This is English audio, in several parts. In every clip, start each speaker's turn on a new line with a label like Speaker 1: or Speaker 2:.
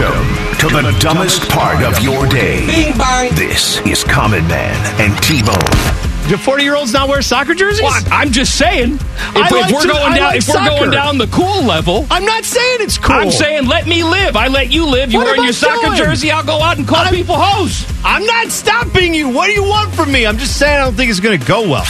Speaker 1: to the dumbest part of your day.
Speaker 2: Bing bang.
Speaker 1: This is Common Man and T-Bone.
Speaker 3: Do 40 year olds not wear soccer jerseys?
Speaker 4: Well, I'm just saying, if,
Speaker 3: I
Speaker 4: if
Speaker 3: like
Speaker 4: we're
Speaker 3: to-
Speaker 4: going
Speaker 3: I
Speaker 4: down,
Speaker 3: like
Speaker 4: if we're
Speaker 3: soccer.
Speaker 4: going down the cool level,
Speaker 3: I'm not saying it's cool.
Speaker 4: I'm saying let me live. I let you live. You
Speaker 3: What
Speaker 4: wearing
Speaker 3: am I
Speaker 4: your soccer
Speaker 3: doing?
Speaker 4: jersey, I'll go out and call people hoes.
Speaker 3: I'm not stopping you. What do you want from me? I'm just saying I don't think it's going to go well.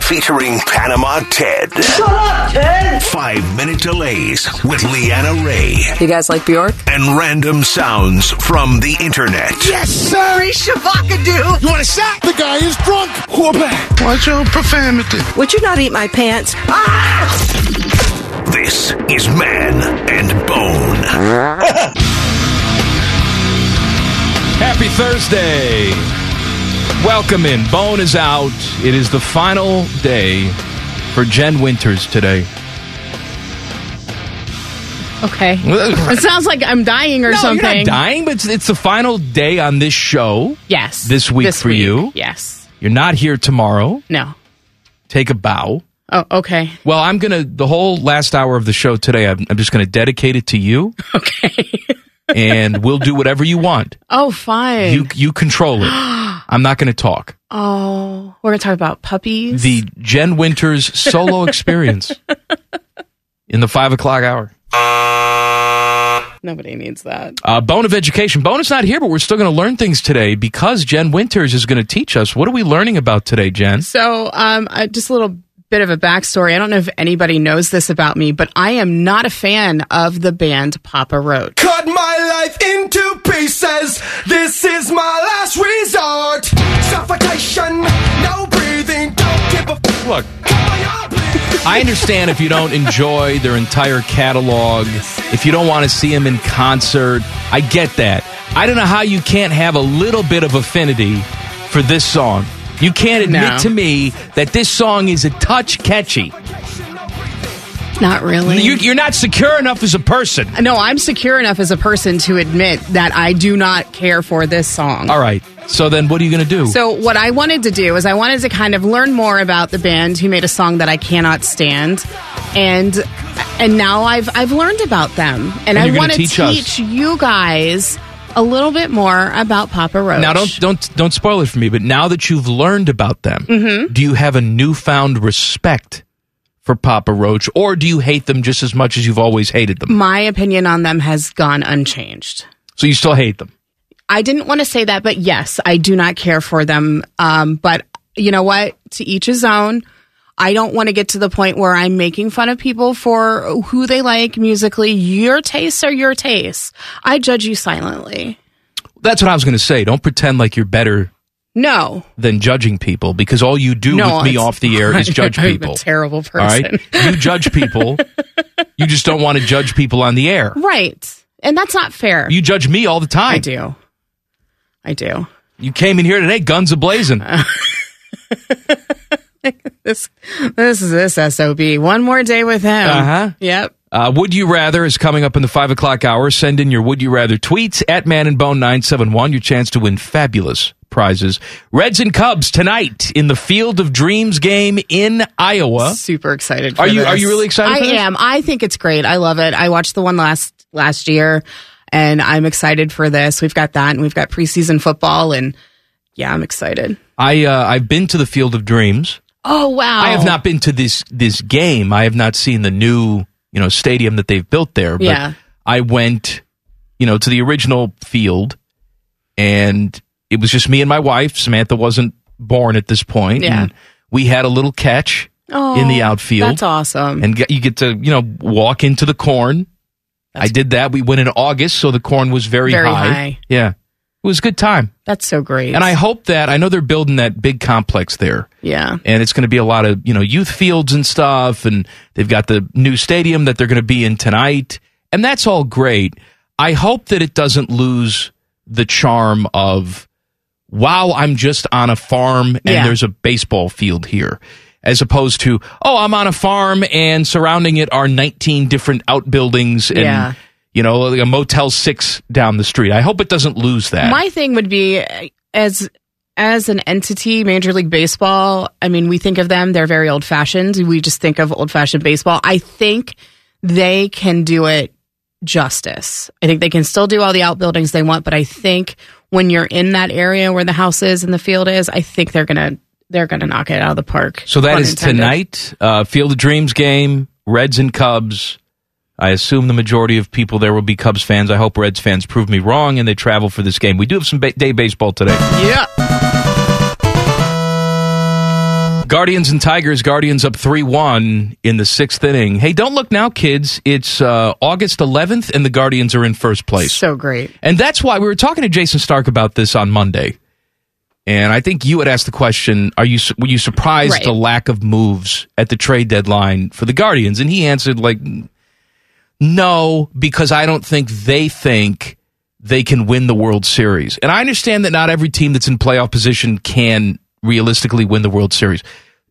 Speaker 1: Featuring Panama Ted. Shut up, Ted! Five minute delays with Leanna Ray
Speaker 5: You guys like Bjork?
Speaker 1: and random sounds from the internet.
Speaker 3: Yes, sir. You want a sack? The guy is drunk. Quarterback.
Speaker 6: Watch your profanity.
Speaker 5: Would you not eat my pants?
Speaker 1: This is Man and Bone.
Speaker 4: Happy Thursday. Welcome in. Bone is out. It is the final day for Jen Winters today.
Speaker 7: Okay. It sounds like I'm dying or
Speaker 4: no,
Speaker 7: something.
Speaker 4: You're not dying, but it's, it's the final day on this show.
Speaker 7: Yes.
Speaker 4: This week for you?
Speaker 7: Yes.
Speaker 4: You're not here tomorrow.
Speaker 7: No.
Speaker 4: Take a bow.
Speaker 7: Oh, okay.
Speaker 4: Well, I'm going to, the whole last hour of the show today, I'm, I'm just going to dedicate it to you
Speaker 7: Okay.
Speaker 4: and we'll do whatever you want.
Speaker 7: oh, fine.
Speaker 4: You, you control it. I'm not going to talk.
Speaker 7: oh, we're going to talk about puppies.
Speaker 4: The Jen Winters solo experience in the five o'clock hour.
Speaker 7: Nobody needs that.
Speaker 4: Uh, Bone of Education. Bone is not here, but we're still going to learn things today because Jen Winters is going to teach us. What are we learning about today, Jen?
Speaker 7: So, um, I, just a little bit of a backstory. I don't know if anybody knows this about me, but I am not a fan of the band Papa Roach.
Speaker 2: Cut my life into pieces. This is my last resort. Suffocation, no breathing. Don't give a f-
Speaker 4: Look,
Speaker 2: why y'all bleed.
Speaker 4: I understand if you don't enjoy their entire catalog, if you don't want to see them in concert. I get that. I don't know how you can't have a little bit of affinity for this song. You can't admit
Speaker 7: No.
Speaker 4: to me that this song is a touch catchy.
Speaker 7: Not really.
Speaker 4: You, you're not secure enough as a person.
Speaker 7: no, I'm secure enough as a person to admit that I do not care for this song.
Speaker 4: All right. So then what are you going to do?
Speaker 7: So what I wanted to do is I wanted to kind of learn more about the band who made a song that I cannot stand, and and now I've I've learned about them, and, I
Speaker 4: you're gonna
Speaker 7: want to
Speaker 4: teach
Speaker 7: teach,
Speaker 4: us.
Speaker 7: you guys a little bit more about Papa Roach.
Speaker 4: Now don't don't don't spoil it for me, but now that you've learned about them,
Speaker 7: Mm-hmm.
Speaker 4: do you have a newfound respect for Papa Roach or do you hate them just as much as you've always hated them?
Speaker 7: My opinion on them has gone unchanged.
Speaker 4: So you still hate them.
Speaker 7: I didn't want to say that, but yes, I do not care for them. Um, but you know what? To each his own. I don't want to get to the point where I'm making fun of people for who they like musically. Your tastes are your tastes. I judge you silently.
Speaker 4: That's what I was going to say. Don't pretend like you're better
Speaker 7: No,
Speaker 4: than judging people because all you do
Speaker 7: no.
Speaker 4: with me
Speaker 7: it's-
Speaker 4: off the air is judge
Speaker 7: I'm
Speaker 4: people.
Speaker 7: A terrible
Speaker 4: all right?
Speaker 7: person.
Speaker 4: You judge people. you just don't want to judge people on the air.
Speaker 7: Right, and that's not fair.
Speaker 4: You judge me all the time.
Speaker 7: I do. I do.
Speaker 4: You came in here today guns ablazing.
Speaker 7: This this is this sob. One more day with him.
Speaker 4: Uh-huh.
Speaker 7: Yep.
Speaker 4: Uh, would you rather is coming up in the five o'clock hour. Send in your would you rather tweets at Man and Bone nine seven one. Your chance to win fabulous prizes. Reds and Cubs tonight in the Field of Dreams game in Iowa.
Speaker 7: super excited. For
Speaker 4: Oh. Are you-
Speaker 7: this.
Speaker 4: are you really excited
Speaker 7: I
Speaker 4: for this?
Speaker 7: am. I think it's great. I love it. I watched the one last last year, and I'm excited for this. We've got that, and we've got preseason football, and yeah, I'm excited.
Speaker 4: I uh, I've been to the Field of Dreams.
Speaker 7: Oh wow!
Speaker 4: I have not been to this this game. I have not seen the new you know stadium that they've built there. But
Speaker 7: Yeah.
Speaker 4: I went you know to the original field, and it was just me and my wife. Samantha wasn't born at this point.
Speaker 7: Yeah.
Speaker 4: and we had a little catch
Speaker 7: Oh,
Speaker 4: in the outfield.
Speaker 7: That's awesome.
Speaker 4: and get, you get to you know walk into the corn. I did that. We went in August, so the corn was very,
Speaker 7: Very
Speaker 4: high.
Speaker 7: high.
Speaker 4: Yeah, it was a good time.
Speaker 7: that's so great.
Speaker 4: And I hope that I know they're building that big complex there,
Speaker 7: yeah.
Speaker 4: and it's going to be a lot of you know youth fields and stuff, and they've got the new stadium that they're going to be in tonight, and that's all great. I hope that it doesn't lose the charm of wow, I'm just on a farm and
Speaker 7: Yeah.
Speaker 4: there's a baseball field here. As opposed to, oh, I'm on a farm and surrounding it are 19 different outbuildings and,
Speaker 7: Yeah.
Speaker 4: you know, like a Motel 6 down the street. I hope it doesn't lose that.
Speaker 7: My thing would be uh, as as an entity, Major League Baseball. I mean, we think of them; they're very old fashioned. We just think of old fashioned baseball. I think they can do it justice. I think they can still do all the outbuildings they want, but I think when you're in that area where the house is and the field is, I think they're gonna they're gonna knock it out of the park.
Speaker 4: So that
Speaker 7: Pun
Speaker 4: is
Speaker 7: intended.
Speaker 4: tonight. Uh, Field of Dreams game, Reds and Cubs. I assume the majority of people there will be Cubs fans. I hope Reds fans prove me wrong and they travel for this game. We do have some ba- day baseball today.
Speaker 7: Yeah.
Speaker 4: Guardians and Tigers. Guardians up 3 1 in the sixth inning. Hey, don't look now, kids. It's uh, August 11th and the Guardians are in first place.
Speaker 7: So great.
Speaker 4: And that's why we were talking to Jason Stark about this on Monday. And I think you had asked the question, are you su- were you surprised
Speaker 7: Right.
Speaker 4: the lack of moves at the trade deadline for the Guardians? And he answered like no, because I don't think they think they can win the World Series. And I understand that not every team that's in playoff position can realistically win the World Series.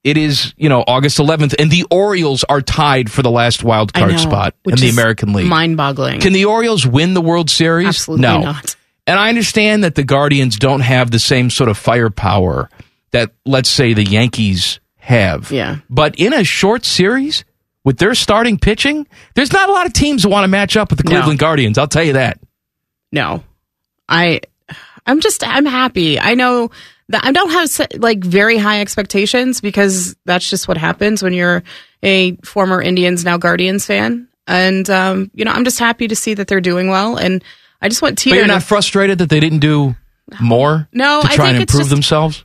Speaker 4: It is, you know, August 11th and the Orioles are tied for the last wild
Speaker 7: I
Speaker 4: card
Speaker 7: know,
Speaker 4: spot in
Speaker 7: which
Speaker 4: the
Speaker 7: is
Speaker 4: American League.
Speaker 7: Mind-boggling.
Speaker 4: Can the Orioles win the World Series?
Speaker 7: Absolutely
Speaker 4: no.
Speaker 7: not.
Speaker 4: And I understand that the Guardians don't have the same sort of firepower that, let's say, the Yankees have.
Speaker 7: Yeah.
Speaker 4: But in a short series with their starting pitching, there's not a lot of teams that want to match up with the
Speaker 7: No.
Speaker 4: Cleveland Guardians. I'll tell you that.
Speaker 7: no i i'm just i'm happy i know that i don't have se- like very high expectations because that's just what happens when you're a former indians now guardians fan and um you know i'm just happy to see that they're doing well and i just want
Speaker 4: But
Speaker 7: Teeter
Speaker 4: you're not
Speaker 7: to,
Speaker 4: frustrated that they didn't do more
Speaker 7: No,
Speaker 4: to
Speaker 7: I
Speaker 4: try
Speaker 7: think
Speaker 4: and
Speaker 7: it's just-
Speaker 4: improve themselves?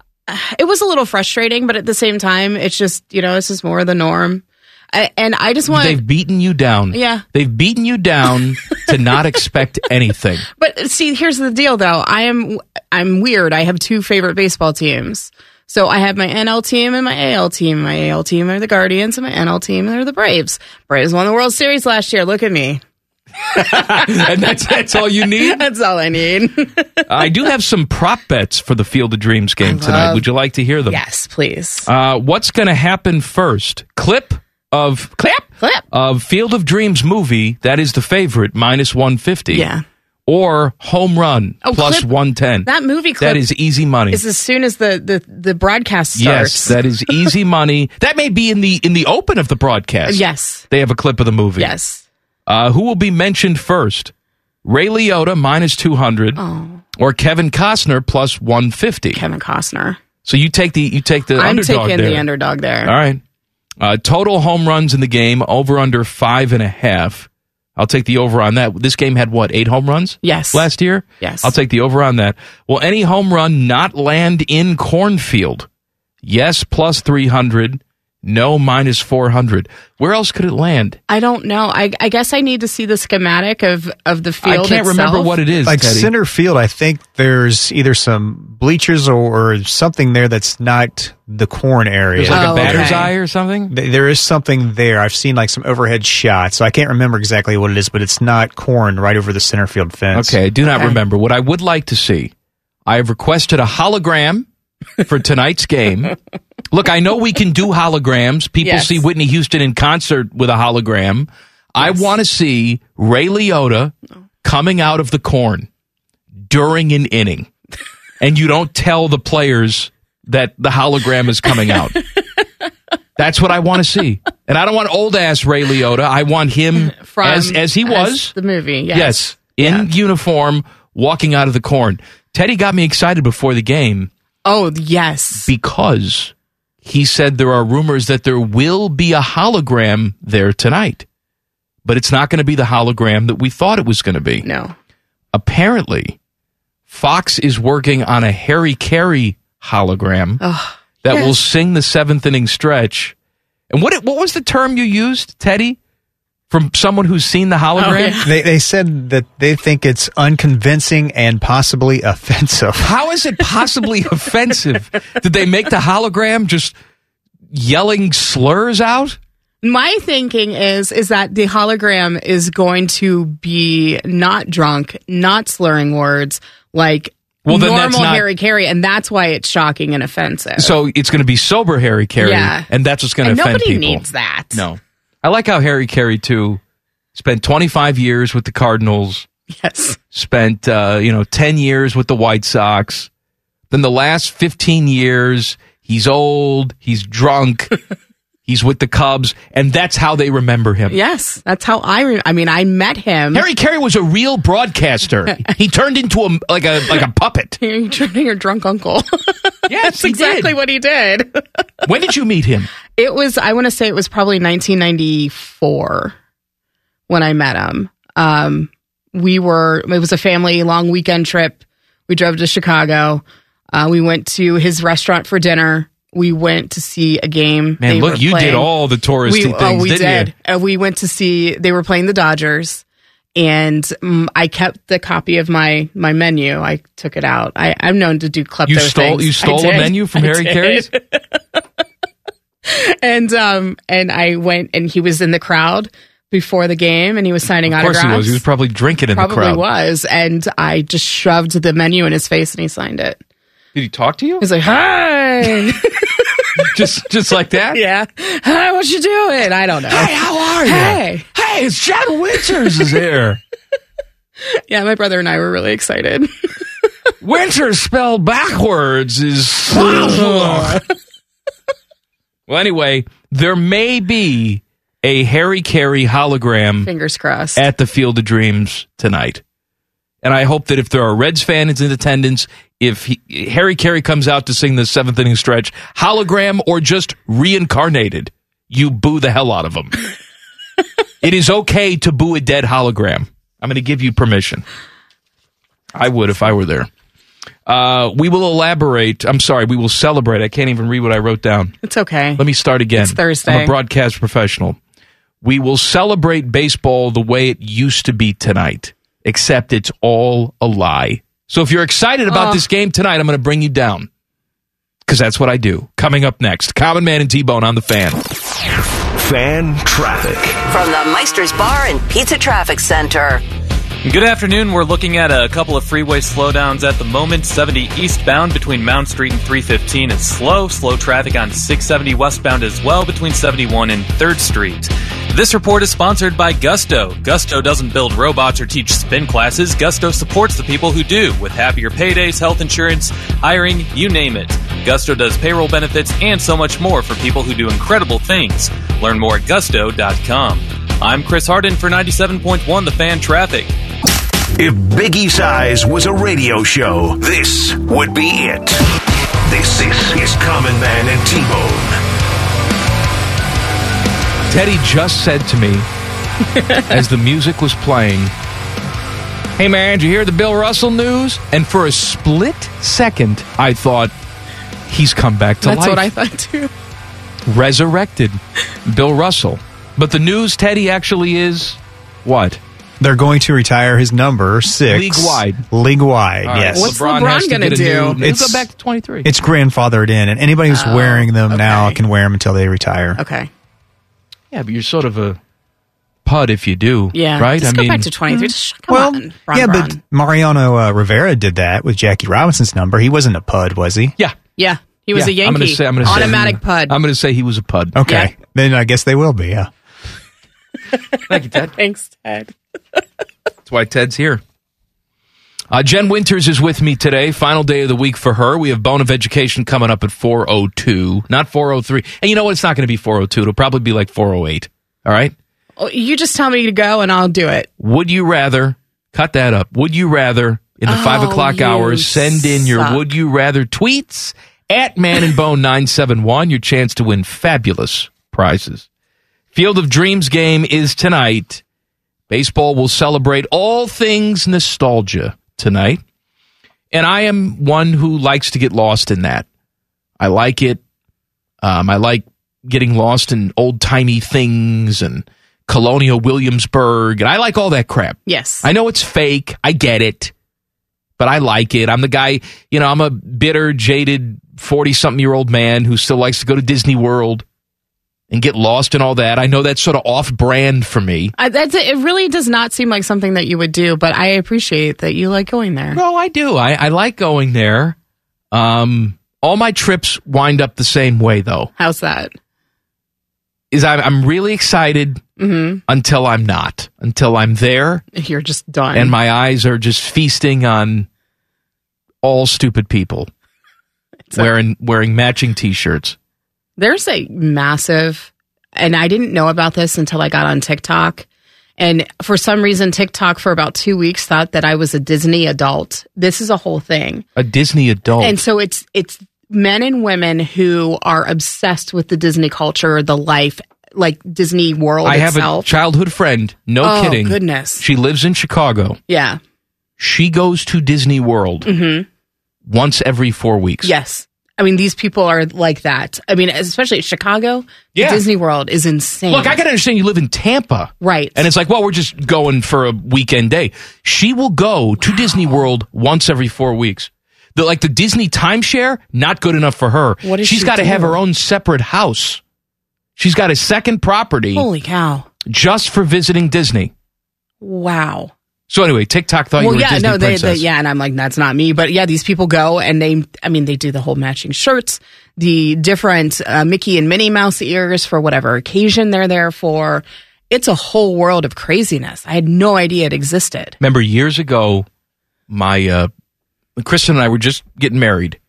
Speaker 7: it was a little frustrating but at the same time it's just you know it's just more the norm I, and i just want
Speaker 4: They've beaten you down.
Speaker 7: Yeah.
Speaker 4: They've beaten you down to not expect anything.
Speaker 7: But uh, see, here's the deal, though. I am I'm weird. I have two favorite baseball teams. So I have my NL team and my AL team. My AL team are the Guardians, and my NL team are the Braves. Braves won the World Series last year. Look at me.
Speaker 4: and that's, that's all you need?
Speaker 7: That's all I need.
Speaker 4: I do have some prop bets for the Field of Dreams game tonight. Would you like to hear them?
Speaker 7: yes, please.
Speaker 4: Uh, what's going to happen first? Clip of clip
Speaker 7: Clip.
Speaker 4: of Field of Dreams movie that is the favorite minus one fifty.
Speaker 7: Yeah.
Speaker 4: Or home run
Speaker 7: Oh,
Speaker 4: plus
Speaker 7: clip-
Speaker 4: one ten.
Speaker 7: That movie clip
Speaker 4: That is easy money.
Speaker 7: is as soon as the the the broadcast
Speaker 4: yes,
Speaker 7: starts.
Speaker 4: that is easy money. That may be in the in the open of the broadcast.
Speaker 7: yes.
Speaker 4: They have a clip of the movie.
Speaker 7: Yes.
Speaker 4: Uh, who will be mentioned first? Ray Liotta minus two hundred. Oh. Or Kevin Costner plus one fifty.
Speaker 7: Kevin Costner.
Speaker 4: so you take the you take the
Speaker 7: I'm
Speaker 4: underdog
Speaker 7: taking
Speaker 4: there.
Speaker 7: the underdog there.
Speaker 4: All right. Uh, total home runs in the game over under five and a half. I'll take the over on that. This game had what eight home runs?
Speaker 7: Yes.
Speaker 4: Last year.
Speaker 7: Yes.
Speaker 4: I'll take the over on that. Will any home run not land in cornfield? Yes, plus three hundred. No, minus four hundred. Where else could it land?
Speaker 7: I don't know. I, I guess I need to see the schematic of of the
Speaker 4: I
Speaker 7: field.
Speaker 4: can't remember
Speaker 7: itself.
Speaker 4: what it is.
Speaker 6: like
Speaker 4: Teddy.
Speaker 6: center field, I think there's either some bleachers or, or something there that's not the corn area.
Speaker 4: There's like
Speaker 7: Oh,
Speaker 4: a batter's
Speaker 7: okay.
Speaker 4: eye or something.
Speaker 6: Th- there is something there. I've seen like some overhead shots, so I can't remember exactly what it is, but it's not corn right over the center field fence.
Speaker 4: Okay, I do not
Speaker 7: Okay.
Speaker 4: remember. What I would like to see, I have requested a hologram for tonight's game. Look, I know we can do holograms. People
Speaker 7: Yes.
Speaker 4: see Whitney Houston in concert with a hologram. I want to see Ray Liotta coming out of the corn during an inning, and you don't tell the players that the hologram is coming out. That's what I want to see, and I don't want old ass Ray Liotta. I want him
Speaker 7: from
Speaker 4: as as he was
Speaker 7: the movie. Yes.
Speaker 4: Yes, in uniform, walking out of the corn. Teddy got me excited before the game
Speaker 7: Oh yes.
Speaker 4: because he said there are rumors that there will be a hologram there tonight, but it's not going to be the hologram that we thought it was going to be.
Speaker 7: no.
Speaker 4: Apparently, Fox is working on a Harry Carey hologram that will
Speaker 7: yes.
Speaker 4: sing the seventh inning stretch. And what it- what was the term you used, Teddy, from someone who's seen the
Speaker 7: Oh,
Speaker 4: hologram?
Speaker 6: They, they said that they think it's unconvincing and possibly offensive.
Speaker 4: How is it possibly offensive? Did they make the hologram just yelling slurs out?
Speaker 7: My thinking is is that the hologram is going to be not drunk, not slurring words like
Speaker 4: Well, then that's
Speaker 7: normal
Speaker 4: not-
Speaker 7: Harry Carey, and that's why it's shocking and offensive.
Speaker 4: So it's going to be sober Harry Carey,
Speaker 7: Yeah.
Speaker 4: and that's what's going to
Speaker 7: and
Speaker 4: offend
Speaker 7: nobody
Speaker 4: people.
Speaker 7: needs that.
Speaker 4: No, I like how Harry Carey too spent 25 years with the Cardinals,
Speaker 7: Yes.
Speaker 4: spent uh, you know 10 years with the White Sox, then the last 15 years he's old, he's drunk. He's with the Cubs, and that's how they remember him.
Speaker 7: Yes, that's how I. Re- I mean, I met him.
Speaker 4: Harry Carey was a real broadcaster. he turned into a like a like a puppet.
Speaker 7: You're turning your drunk uncle.
Speaker 4: Yes,
Speaker 7: that's exactly what he did.
Speaker 4: When did you meet him?
Speaker 7: It was. I want to say it was probably 1994 when I met him. Um, we were. It was a family long weekend trip. We drove to Chicago. Uh, we went to his restaurant for dinner. We went to see a game.
Speaker 4: Man,
Speaker 7: They
Speaker 4: look,
Speaker 7: were
Speaker 4: you did
Speaker 7: playing.
Speaker 4: all the touristy
Speaker 7: we,
Speaker 4: things,
Speaker 7: oh, we
Speaker 4: didn't
Speaker 7: did.
Speaker 4: you?
Speaker 7: Uh, we went to see. They were playing the Dodgers, and mm, I kept the copy of my my menu. I took it out. I, I'm known to do klepto
Speaker 4: You stole
Speaker 7: things.
Speaker 4: you
Speaker 7: I
Speaker 4: stole a
Speaker 7: did.
Speaker 4: menu from
Speaker 7: I
Speaker 4: Harry
Speaker 7: did.
Speaker 4: Carey's.
Speaker 7: and um and I went and he was in the crowd before the game and he was signing
Speaker 4: Of course
Speaker 7: autographs.
Speaker 4: he was. He was probably drinking in the
Speaker 7: probably
Speaker 4: crowd.
Speaker 7: was, and I just shoved the menu in his face and he signed it.
Speaker 4: Did he talk to you?
Speaker 7: He's like, "Hi,
Speaker 4: just just like that?
Speaker 7: yeah, hi, what you doing?" I don't know.
Speaker 4: Hey, how are you?
Speaker 7: Hey.
Speaker 4: hey, it's John Winters is here.
Speaker 7: Yeah, my brother and I were really excited.
Speaker 4: Winters spelled backwards is. well, anyway, there may be a Harry Carey hologram
Speaker 7: Fingers crossed.
Speaker 4: at the Field of Dreams tonight. And I hope that if there are Reds fans in attendance, if he, Harry Carey comes out to sing the seventh inning stretch, hologram or just reincarnated, you boo the hell out of him. it is okay to boo a dead hologram. I'm going to give you permission. I would if I were there. Uh, we will elaborate. I'm sorry. We will celebrate. I can't even read what I wrote down.
Speaker 7: It's okay.
Speaker 4: Let me start again.
Speaker 7: It's Thursday.
Speaker 4: I'm a broadcast professional. We will celebrate baseball the way it used to be tonight, except it's all a lie. So if you're excited about
Speaker 7: Oh.
Speaker 4: this game tonight, I'm going to bring you down because that's what I do. Coming up next, Common Man and T Bone on the fan.
Speaker 1: Fan traffic.
Speaker 5: From the Meister's Bar and Pizza Traffic Center.
Speaker 8: Good afternoon. We're looking at a couple of freeway slowdowns at the moment. 70 eastbound between Mound Street and 315 is slow. Slow traffic on 670 westbound as well between 71 and 3rd Street. This report is sponsored by Gusto. Gusto doesn't build robots or teach spin classes. Gusto supports the people who do with happier paydays, health insurance, hiring, you name it. Gusto does payroll benefits and so much more for people who do incredible things. Learn more at gusto.com. I'm Chris Harden for 97.1 The Fan Traffic.
Speaker 1: If Biggie's Eyes was a radio show, this would be it. This is, is Common Man and T Bone.
Speaker 4: Teddy just said to me as the music was playing, Hey man, did you hear the Bill Russell news? And for a split second, I thought, He's come back to
Speaker 7: That's
Speaker 4: life.
Speaker 7: what I thought too.
Speaker 4: resurrected Bill Russell. But the news, Teddy, actually is what?
Speaker 6: They're going to retire his number six
Speaker 4: League-wide.
Speaker 6: League wide,
Speaker 4: All right,
Speaker 6: yes.
Speaker 7: What's LeBron
Speaker 4: has to
Speaker 7: gonna
Speaker 4: get a
Speaker 7: do?
Speaker 4: new-
Speaker 6: It's-
Speaker 4: He'll go back to twenty three.
Speaker 6: It's grandfathered in, and anybody who's wearing them now
Speaker 7: Oh, okay.
Speaker 6: can wear them until they retire.
Speaker 7: Okay.
Speaker 4: Yeah, but you're sort of a pud if you do.
Speaker 7: Yeah.
Speaker 4: right.
Speaker 7: Just
Speaker 4: I
Speaker 7: go
Speaker 4: mean, mm-hmm.
Speaker 7: back to 23. Just come
Speaker 6: well,
Speaker 7: on. Bron,
Speaker 6: yeah,
Speaker 7: Bron.
Speaker 6: but Mariano uh, Rivera did that with Jackie Robinson's number. He wasn't a pud, was he?
Speaker 4: yeah.
Speaker 7: yeah, he was
Speaker 4: yeah.
Speaker 7: a Yankee.
Speaker 4: I'm gonna say, I'm gonna say-
Speaker 7: Automatic pud.
Speaker 4: I'm going to say he was a pud.
Speaker 6: Okay, then I guess they will be. Yeah.
Speaker 4: Thank you, Ted.
Speaker 7: Thanks, Ted.
Speaker 4: That's why Ted's here. Uh, Jen Winters is with me today. Final day of the week for her. We have Bone of Education coming up at 4.02, not 4.03. And you know what? It's not going to be 4.02. It'll probably be like 4.08. All right?
Speaker 7: Oh, You just tell me to go and I'll do it.
Speaker 4: Would you rather cut that up? Would you rather in the five
Speaker 7: Oh,
Speaker 4: o'clock
Speaker 7: you
Speaker 4: hours send in your
Speaker 7: suck.
Speaker 4: would you rather tweets at Man and Bone nine seven one? Your chance to win fabulous prizes. Field of Dreams game is tonight. Baseball will celebrate all things nostalgia tonight, and I am one who likes to get lost in that. I like it. Um, I like getting lost in old timey things and colonial Williamsburg, and I like all that crap.
Speaker 7: Yes.
Speaker 4: I know it's fake. I get it. But I like it. I'm the guy, you know, I'm a bitter, jaded 40 something year old man who still likes to go to Disney World and get lost in all that. I know that's sort of off brand for me.
Speaker 7: I, that's it. It really does not seem like something that you would do, but I appreciate that you like going there.
Speaker 4: No, I do. I, I like going there. Um, all my trips wind up the same way, though,
Speaker 7: How's that?
Speaker 4: is I'm, I'm really excited until I'm not, until I'm there.
Speaker 7: You're just done.
Speaker 4: and my eyes are just feasting on all stupid people wearing wearing matching t-shirts.
Speaker 7: There's a massive and I didn't know about this until I got on TikTok. And for some reason, TikTok for about two weeks thought that I was a Disney adult. This is a whole thing.
Speaker 4: A Disney adult.
Speaker 7: And so it's it's men and women who are obsessed with the Disney culture, the life, like Disney World
Speaker 4: I have
Speaker 7: itself.
Speaker 4: a childhood friend. No
Speaker 7: Oh,
Speaker 4: kidding.
Speaker 7: goodness.
Speaker 4: She lives in Chicago.
Speaker 7: yeah.
Speaker 4: She goes to Disney World
Speaker 7: hmm
Speaker 4: once every four weeks.
Speaker 7: Yes. I mean, these people are like that. I mean, especially Chicago,
Speaker 4: Yeah.
Speaker 7: the Disney World is insane.
Speaker 4: Look, I can understand you live in Tampa.
Speaker 7: Right.
Speaker 4: And it's like, well, we're just going for a weekend day. She will go to Disney World once every four weeks. The, like the Disney timeshare, not good enough for her.
Speaker 7: What does
Speaker 4: She's
Speaker 7: she
Speaker 4: got to
Speaker 7: do?
Speaker 4: have her own separate house. She's got a second property
Speaker 7: Holy cow.
Speaker 4: just for visiting Disney.
Speaker 7: Wow.
Speaker 4: So anyway, TikTok thought Oh, you
Speaker 7: well,
Speaker 4: were a
Speaker 7: yeah,
Speaker 4: Disney
Speaker 7: no, they,
Speaker 4: princess.
Speaker 7: they, yeah, and I'm like, that's not me. But yeah, these people go and they, I mean, they do the whole matching shirts, the different uh, Mickey and Minnie Mouse ears for whatever occasion they're there for. It's a whole world of craziness. I had no idea it existed.
Speaker 4: Remember years ago, my uh, Kristen and I were just getting married,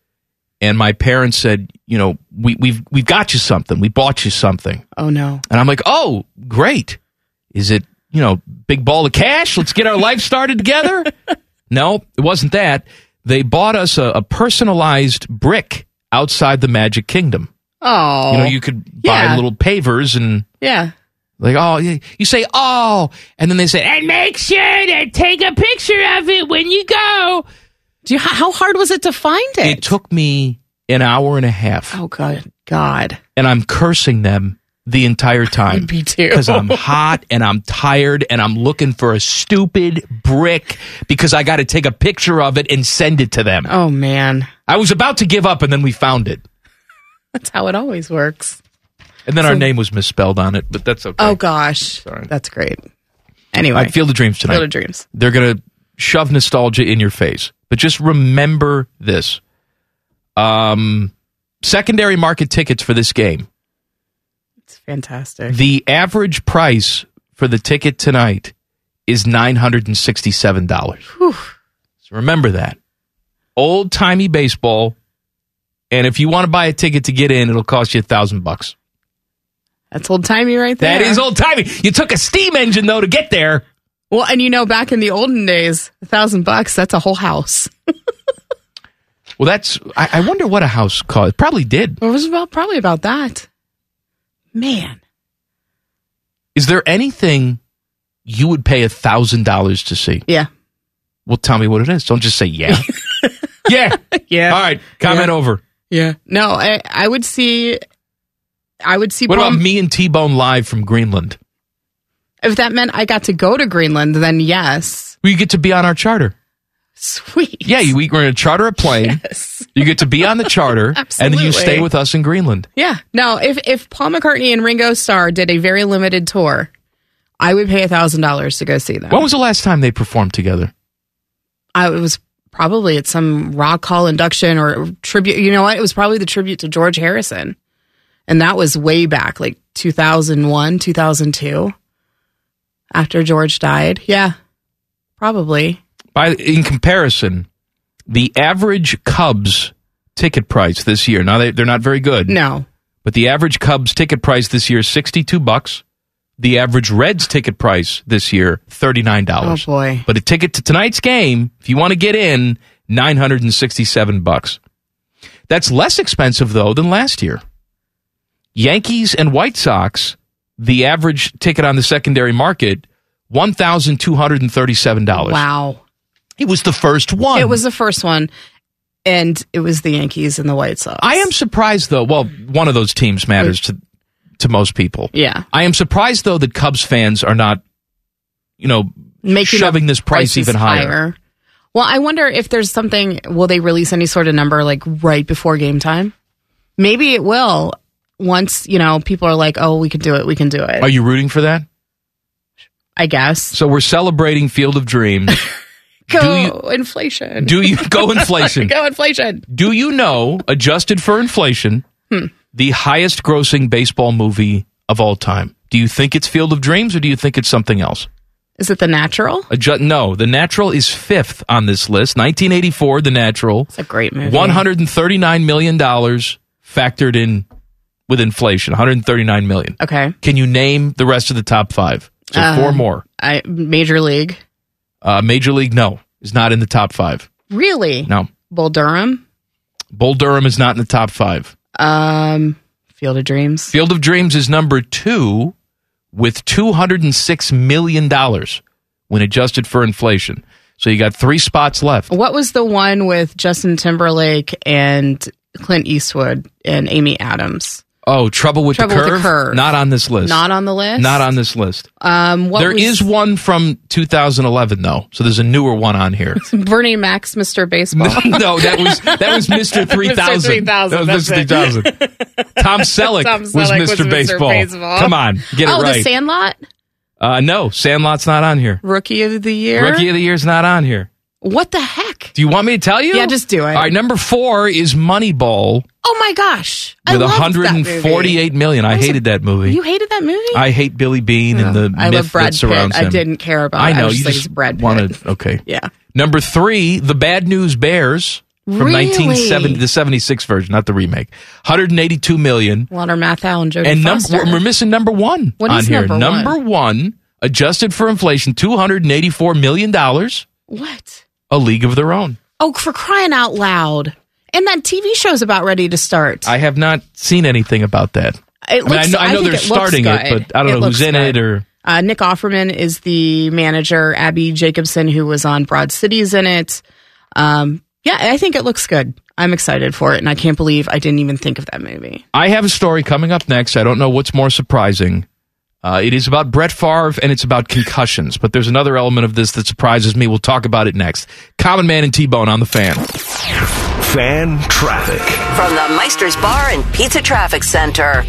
Speaker 4: and my parents said, "You know, we, we've we've got you something. We bought you something."
Speaker 7: Oh no.
Speaker 4: And I'm like, "Oh, great! Is it you know big ball of cash? Let's get our life started together." no, it wasn't that. They bought us a, a personalized brick outside the Magic Kingdom.
Speaker 7: Oh.
Speaker 4: You know, you could buy
Speaker 7: Yeah.
Speaker 4: little pavers and
Speaker 7: Yeah.
Speaker 4: like, oh, yeah. you say, oh, and then they say, and make sure to take a picture of it when you go.
Speaker 7: Do you, how- how hard was it to find it?
Speaker 4: It took me an hour and a half,
Speaker 7: oh God, God.
Speaker 4: and I'm cursing them the entire time.
Speaker 7: Me too.
Speaker 4: Because I'm hot and I'm tired and I'm looking for a stupid brick because I got to take a picture of it and send it to them.
Speaker 7: Oh man,
Speaker 4: I was about to give up and then we found it.
Speaker 7: that's how it always works.
Speaker 4: And then our name was misspelled on it, but that's okay.
Speaker 7: Oh gosh, that's great. Anyway,
Speaker 4: I feel the dreams tonight.
Speaker 7: Field of dreams.
Speaker 4: They're going to shove nostalgia in your face. But just remember this. Um, secondary market tickets for this game.
Speaker 7: It's fantastic.
Speaker 4: The average price for the ticket tonight is $967. So remember that. Old timey baseball. And if you want to buy a ticket to get in, it'll cost you a thousand bucks.
Speaker 7: That's old timey right there.
Speaker 4: That is old timey. You took a steam engine though to get there.
Speaker 7: Well, and you know, back in the olden days, a thousand bucks, that's a whole house.
Speaker 4: Well, that's. I, I wonder what a house cost. Probably did.
Speaker 7: It was about probably about that. Man.
Speaker 4: Is there anything you would pay a thousand dollars to see?
Speaker 7: Yeah.
Speaker 4: Well, tell me what it is. Don't just say yeah. yeah.
Speaker 7: Yeah.
Speaker 4: All right. Comment over.
Speaker 7: Yeah. No, I, I would see I would see
Speaker 4: What about
Speaker 7: Brum-
Speaker 4: me and T Bone live from Greenland?
Speaker 7: if that meant I got to go to Greenland, then yes.
Speaker 4: You get to be on our charter.
Speaker 7: Sweet.
Speaker 4: Yeah, you, we're going to charter a plane.
Speaker 7: Yes.
Speaker 4: You get to be on the charter, and then you
Speaker 7: Absolutely.
Speaker 4: stay with us in Greenland.
Speaker 7: Yeah. No, if if Paul McCartney and Ringo Starr did a very limited tour, I would pay a thousand dollars to go see them.
Speaker 4: When was the last time they performed together?
Speaker 7: I it was probably at some rock hall induction or tribute. You know what? It was probably the tribute to George Harrison, and that was way back, like two thousand one, two thousand two, after George died. Yeah, probably.
Speaker 4: By in comparison, the average Cubs ticket price this year. Now they, they're not very good.
Speaker 7: No,
Speaker 4: But the average Cubs ticket price this year is 62 bucks. The average Reds ticket price this year $39.
Speaker 7: oh boy,
Speaker 4: But a ticket to tonight's game, if you want to get in, 967 bucks. That's less expensive though than last year. Yankees and White Sox, the average ticket on the secondary market $1,237.
Speaker 7: wow!
Speaker 4: It was the first one.
Speaker 7: It was the first one, and it was the Yankees and the White Sox.
Speaker 4: I am surprised though. Well, one of those teams matters to to most people.
Speaker 7: Yeah.
Speaker 4: I am surprised though that Cubs fans are not, you know,
Speaker 7: making
Speaker 4: shoving
Speaker 7: up
Speaker 4: this price
Speaker 7: prices
Speaker 4: even higher.
Speaker 7: Well, I wonder if there's something. Will they release any sort of number like right before game time? Maybe it will. Once you know, people are like, "Oh, we can do it. We can do it."
Speaker 4: Are you rooting for that?
Speaker 7: I guess.
Speaker 4: So we're celebrating Field of Dreams.
Speaker 7: Go inflation.
Speaker 4: Do you go inflation?
Speaker 7: Go inflation.
Speaker 4: Do you know, adjusted for inflation, the highest grossing baseball movie of all time? Do you think it's Field of Dreams or do you think it's something else?
Speaker 7: Is it the natural?
Speaker 4: Adju- no, The Natural is fifth on this list. 1984, The Natural.
Speaker 7: It's a great movie.
Speaker 4: $139 million factored in with inflation, 139 million.
Speaker 7: Okay.
Speaker 4: Can you name the rest of the top five? So
Speaker 7: Uh,
Speaker 4: four more.
Speaker 7: I Major League.
Speaker 4: Uh, Major League, no, is not in the top five.
Speaker 7: Really?
Speaker 4: No.
Speaker 7: Bull Durham.
Speaker 4: Bull Durham is not in the top five.
Speaker 7: Um, Field of Dreams.
Speaker 4: Field of Dreams is number two with $206 million when adjusted for inflation. So you got three spots left.
Speaker 7: What was the one with Justin Timberlake and Clint Eastwood and Amy Adams?
Speaker 4: Oh, Trouble with,
Speaker 7: Trouble
Speaker 4: the,
Speaker 7: with
Speaker 4: curve?
Speaker 7: the Curve.
Speaker 4: Not on this list.
Speaker 7: Not on the list.
Speaker 4: Not on this list.
Speaker 7: Um, what
Speaker 4: There is
Speaker 7: was
Speaker 4: one from 2011 though, so there's a newer one on here.
Speaker 7: Bernie Mac's Mr. Baseball?
Speaker 4: no, that was that was Mr. 3000.
Speaker 7: 3000,
Speaker 4: That was
Speaker 7: that's it.
Speaker 4: Mr. 3000. Tom Selleck,
Speaker 7: Tom
Speaker 4: was
Speaker 7: Selleck
Speaker 4: Mr.
Speaker 7: was Mr.
Speaker 4: Baseball.
Speaker 7: Baseball.
Speaker 4: Come on, get it
Speaker 7: oh,
Speaker 4: right.
Speaker 7: The Sandlot,
Speaker 4: uh, no, Sandlot's not on here.
Speaker 7: Rookie of the Year.
Speaker 4: Rookie of the Year's not on here.
Speaker 7: What the heck?
Speaker 4: Do you want me to tell you?
Speaker 7: Yeah, just do it.
Speaker 4: All right, number four is Moneyball
Speaker 7: Oh my gosh! I
Speaker 4: with
Speaker 7: loved that
Speaker 4: 148
Speaker 7: movie.
Speaker 4: million. I
Speaker 7: was a-
Speaker 4: hated that movie.
Speaker 7: You hated that movie?
Speaker 4: I hate Billy Bean and the
Speaker 7: I
Speaker 4: myth
Speaker 7: love Brad
Speaker 4: that
Speaker 7: Pitt.
Speaker 4: surrounds him.
Speaker 7: I didn't care about.
Speaker 4: I
Speaker 7: it.
Speaker 4: know
Speaker 7: I was
Speaker 4: you
Speaker 7: like,
Speaker 4: just
Speaker 7: it's Brad Pitt.
Speaker 4: wanna- okay.
Speaker 7: Yeah.
Speaker 4: Number three, the Bad News Bears from
Speaker 7: Really?
Speaker 4: 1970, the 76 version, not the remake. 182 million.
Speaker 7: Walter Matthau and Jodie
Speaker 4: and num-
Speaker 7: Foster.
Speaker 4: we're, we're missing number one
Speaker 7: What
Speaker 4: on
Speaker 7: is
Speaker 4: here.
Speaker 7: number one?
Speaker 4: one, adjusted for inflation, 284 million dollars.
Speaker 7: what?
Speaker 4: A League of Their Own.
Speaker 7: Oh, for crying out loud! And that TV show's about ready to start.
Speaker 4: I have not seen anything about that.
Speaker 7: It
Speaker 4: I mean, I
Speaker 7: looks-
Speaker 4: know, I
Speaker 7: I
Speaker 4: know
Speaker 7: think
Speaker 4: they're
Speaker 7: it looks
Speaker 4: starting it,
Speaker 7: good.
Speaker 4: but I don't
Speaker 7: It
Speaker 4: know
Speaker 7: looks
Speaker 4: who's in it
Speaker 7: good.
Speaker 4: or.
Speaker 7: Uh, Nick Offerman is the manager. Abby Jacobson, who was on Broad Cities in it. Um, yeah, I think it looks good. I'm excited for it, and I can't believe I didn't even think of that movie.
Speaker 4: I have a story coming up next. I don't know what's more surprising. Uh, it is about Brett Favre and it's about concussions, but there's another element of this that surprises me. We'll talk about it next. Common Man and T Bone on the fan.
Speaker 1: Fan traffic.
Speaker 5: From the Meister's Bar and Pizza Traffic Center.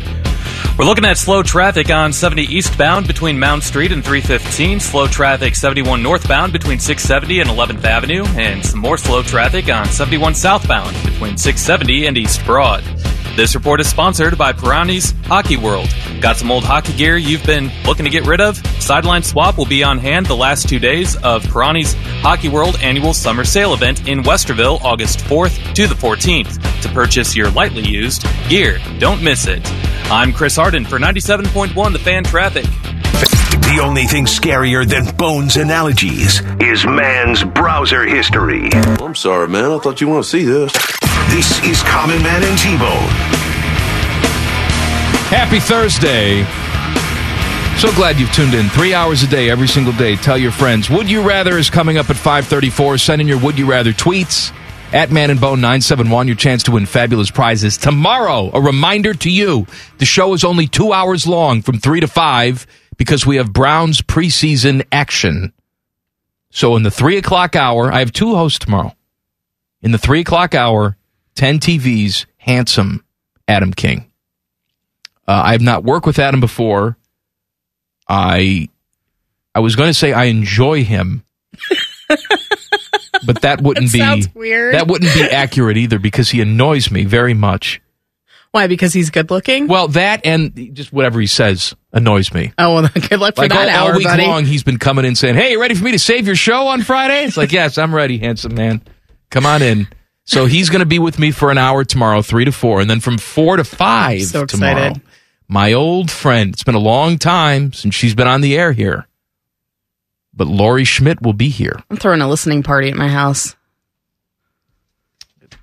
Speaker 8: We're looking at slow traffic on 70 eastbound between Mound Street and 315, slow traffic 71 northbound between 670 and 11th Avenue, and some more slow traffic on 71 southbound between 670 and East Broad. This report is sponsored by Pirani's Hockey World. Got some old hockey gear you've been looking to get rid of? Sideline Swap will be on hand the last two days of Pirani's Hockey World annual summer sale event in Westerville, August 4th to the 14th, to purchase your lightly used gear. Don't miss it. I'm Chris Harden for 97.1 The Fan Traffic.
Speaker 1: The only thing scarier than Bones analogies is man's browser history.
Speaker 9: I'm sorry, man. I thought you want to see this.
Speaker 1: This is Common Man and T-Bone.
Speaker 4: Happy Thursday. So glad you've tuned in. Three hours a day, every single day. Tell your friends. Would You Rather is coming up at 534. Send in your Would You Rather tweets at Man and Bone 971. Your chance to win fabulous prizes tomorrow. A reminder to you the show is only two hours long from 3 to 5 because we have Browns preseason action. So in the 3 o'clock hour, I have two hosts tomorrow. In the 3 o'clock hour, 10 TV's handsome Adam King. Uh, I have not worked with Adam before. I I was going to say I enjoy him, but that wouldn't
Speaker 7: That sounds
Speaker 4: be
Speaker 7: weird.
Speaker 4: That wouldn't be accurate either because he annoys me very much.
Speaker 7: Why? Because he's good looking.
Speaker 4: Well, that and just whatever he says annoys me.
Speaker 7: oh well, good luck for
Speaker 4: Like
Speaker 7: that
Speaker 4: all, all
Speaker 7: hour,
Speaker 4: week
Speaker 7: buddy.
Speaker 4: long, he's been coming in saying, "Hey, you ready for me to save your show on Friday?" It's like, "Yes, I'm ready, handsome man. Come on in." So he's going to be with me for an hour tomorrow, three to four, and then from four to five
Speaker 7: so
Speaker 4: tomorrow.
Speaker 7: excited.
Speaker 4: My old friend. It's been a long time since she's been on the air here, but Lori Schmidt will be here.
Speaker 7: I'm throwing a listening party at my house.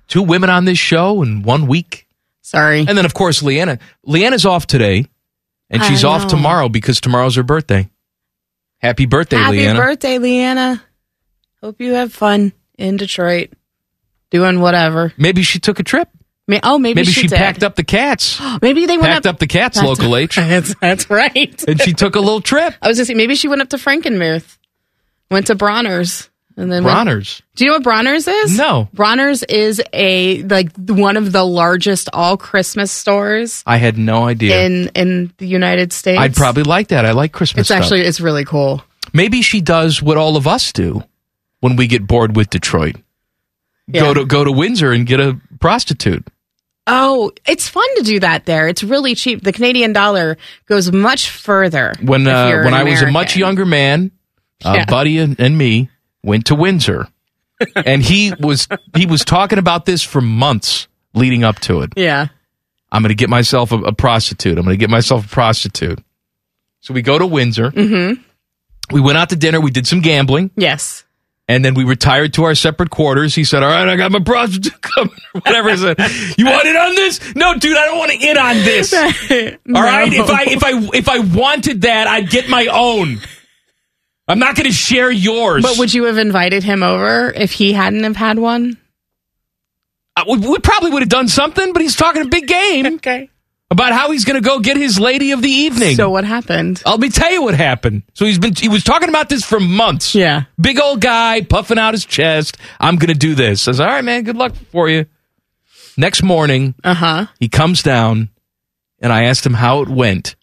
Speaker 4: Two women on this show in one week,
Speaker 7: Sorry.
Speaker 4: and then of course Leanna. Leanna's off today, and
Speaker 7: I
Speaker 4: she's off
Speaker 7: know.
Speaker 4: tomorrow because tomorrow's her birthday. Happy birthday,
Speaker 7: Happy
Speaker 4: Leanna!
Speaker 7: birthday, Leanna. Hope you have fun in Detroit doing whatever.
Speaker 4: Maybe she took a trip.
Speaker 7: May- oh, maybe,
Speaker 4: Maybe
Speaker 7: she,
Speaker 4: she,
Speaker 7: did.
Speaker 4: packed up the cats.
Speaker 7: Maybe they went
Speaker 4: packed up the cats,
Speaker 7: packed
Speaker 4: local
Speaker 7: up-
Speaker 4: H,
Speaker 7: That's, that's right.
Speaker 4: and she took a little trip.
Speaker 7: I was gonna say maybe she went up to Frankenmuth, went to Bronner's, and then went-
Speaker 4: Bronner's.
Speaker 7: do you know what Bronner's is?
Speaker 4: No.
Speaker 7: Bronner's is a like one of the largest all Christmas stores
Speaker 4: I had no idea.
Speaker 7: in in the United States.
Speaker 4: I'd probably like that. I like Christmas.
Speaker 7: It's
Speaker 4: stuff.
Speaker 7: actually it's really cool.
Speaker 4: maybe she does what all of us do when we get bored with Detroit. Go
Speaker 7: Yeah.
Speaker 4: to go to Windsor and get a prostitute.
Speaker 7: Oh, it's fun to do that there. It's really cheap. The Canadian dollar goes much further if
Speaker 4: When uh,
Speaker 7: you're
Speaker 4: when
Speaker 7: an
Speaker 4: I was a much
Speaker 7: American.
Speaker 4: younger man, a
Speaker 7: Yeah.
Speaker 4: buddy and, and me went to Windsor, and he was he was talking about this for months leading up to it.
Speaker 7: Yeah.
Speaker 4: I'm going to get myself a, a prostitute. I'm going to get myself a prostitute. So we go to Windsor.
Speaker 7: Mm-hmm.
Speaker 4: We went out to dinner. We did some gambling.
Speaker 7: Yes.
Speaker 4: And then we retired to our separate quarters. He said, All right, I got my prostitute coming, or whatever. I said, You want in on this? No, dude, I don't want to in on this. All right, If I if I if I wanted that, I'd get my own. I'm not going to share yours.
Speaker 7: But would you have invited him over if he hadn't have had one?
Speaker 4: I- Uh, we, we probably would have done something, but he's talking a big game. okay. About how he's going to go get his lady of the evening.
Speaker 7: So what happened?
Speaker 4: I'll be tell you what happened. So he's been he was talking about this for months.
Speaker 7: Yeah.
Speaker 4: Big old guy puffing out his chest. I'm going to do this. Says, "All right, man. Good luck for you." Next morning,
Speaker 7: uh-huh.
Speaker 4: He comes down and I asked him how it went.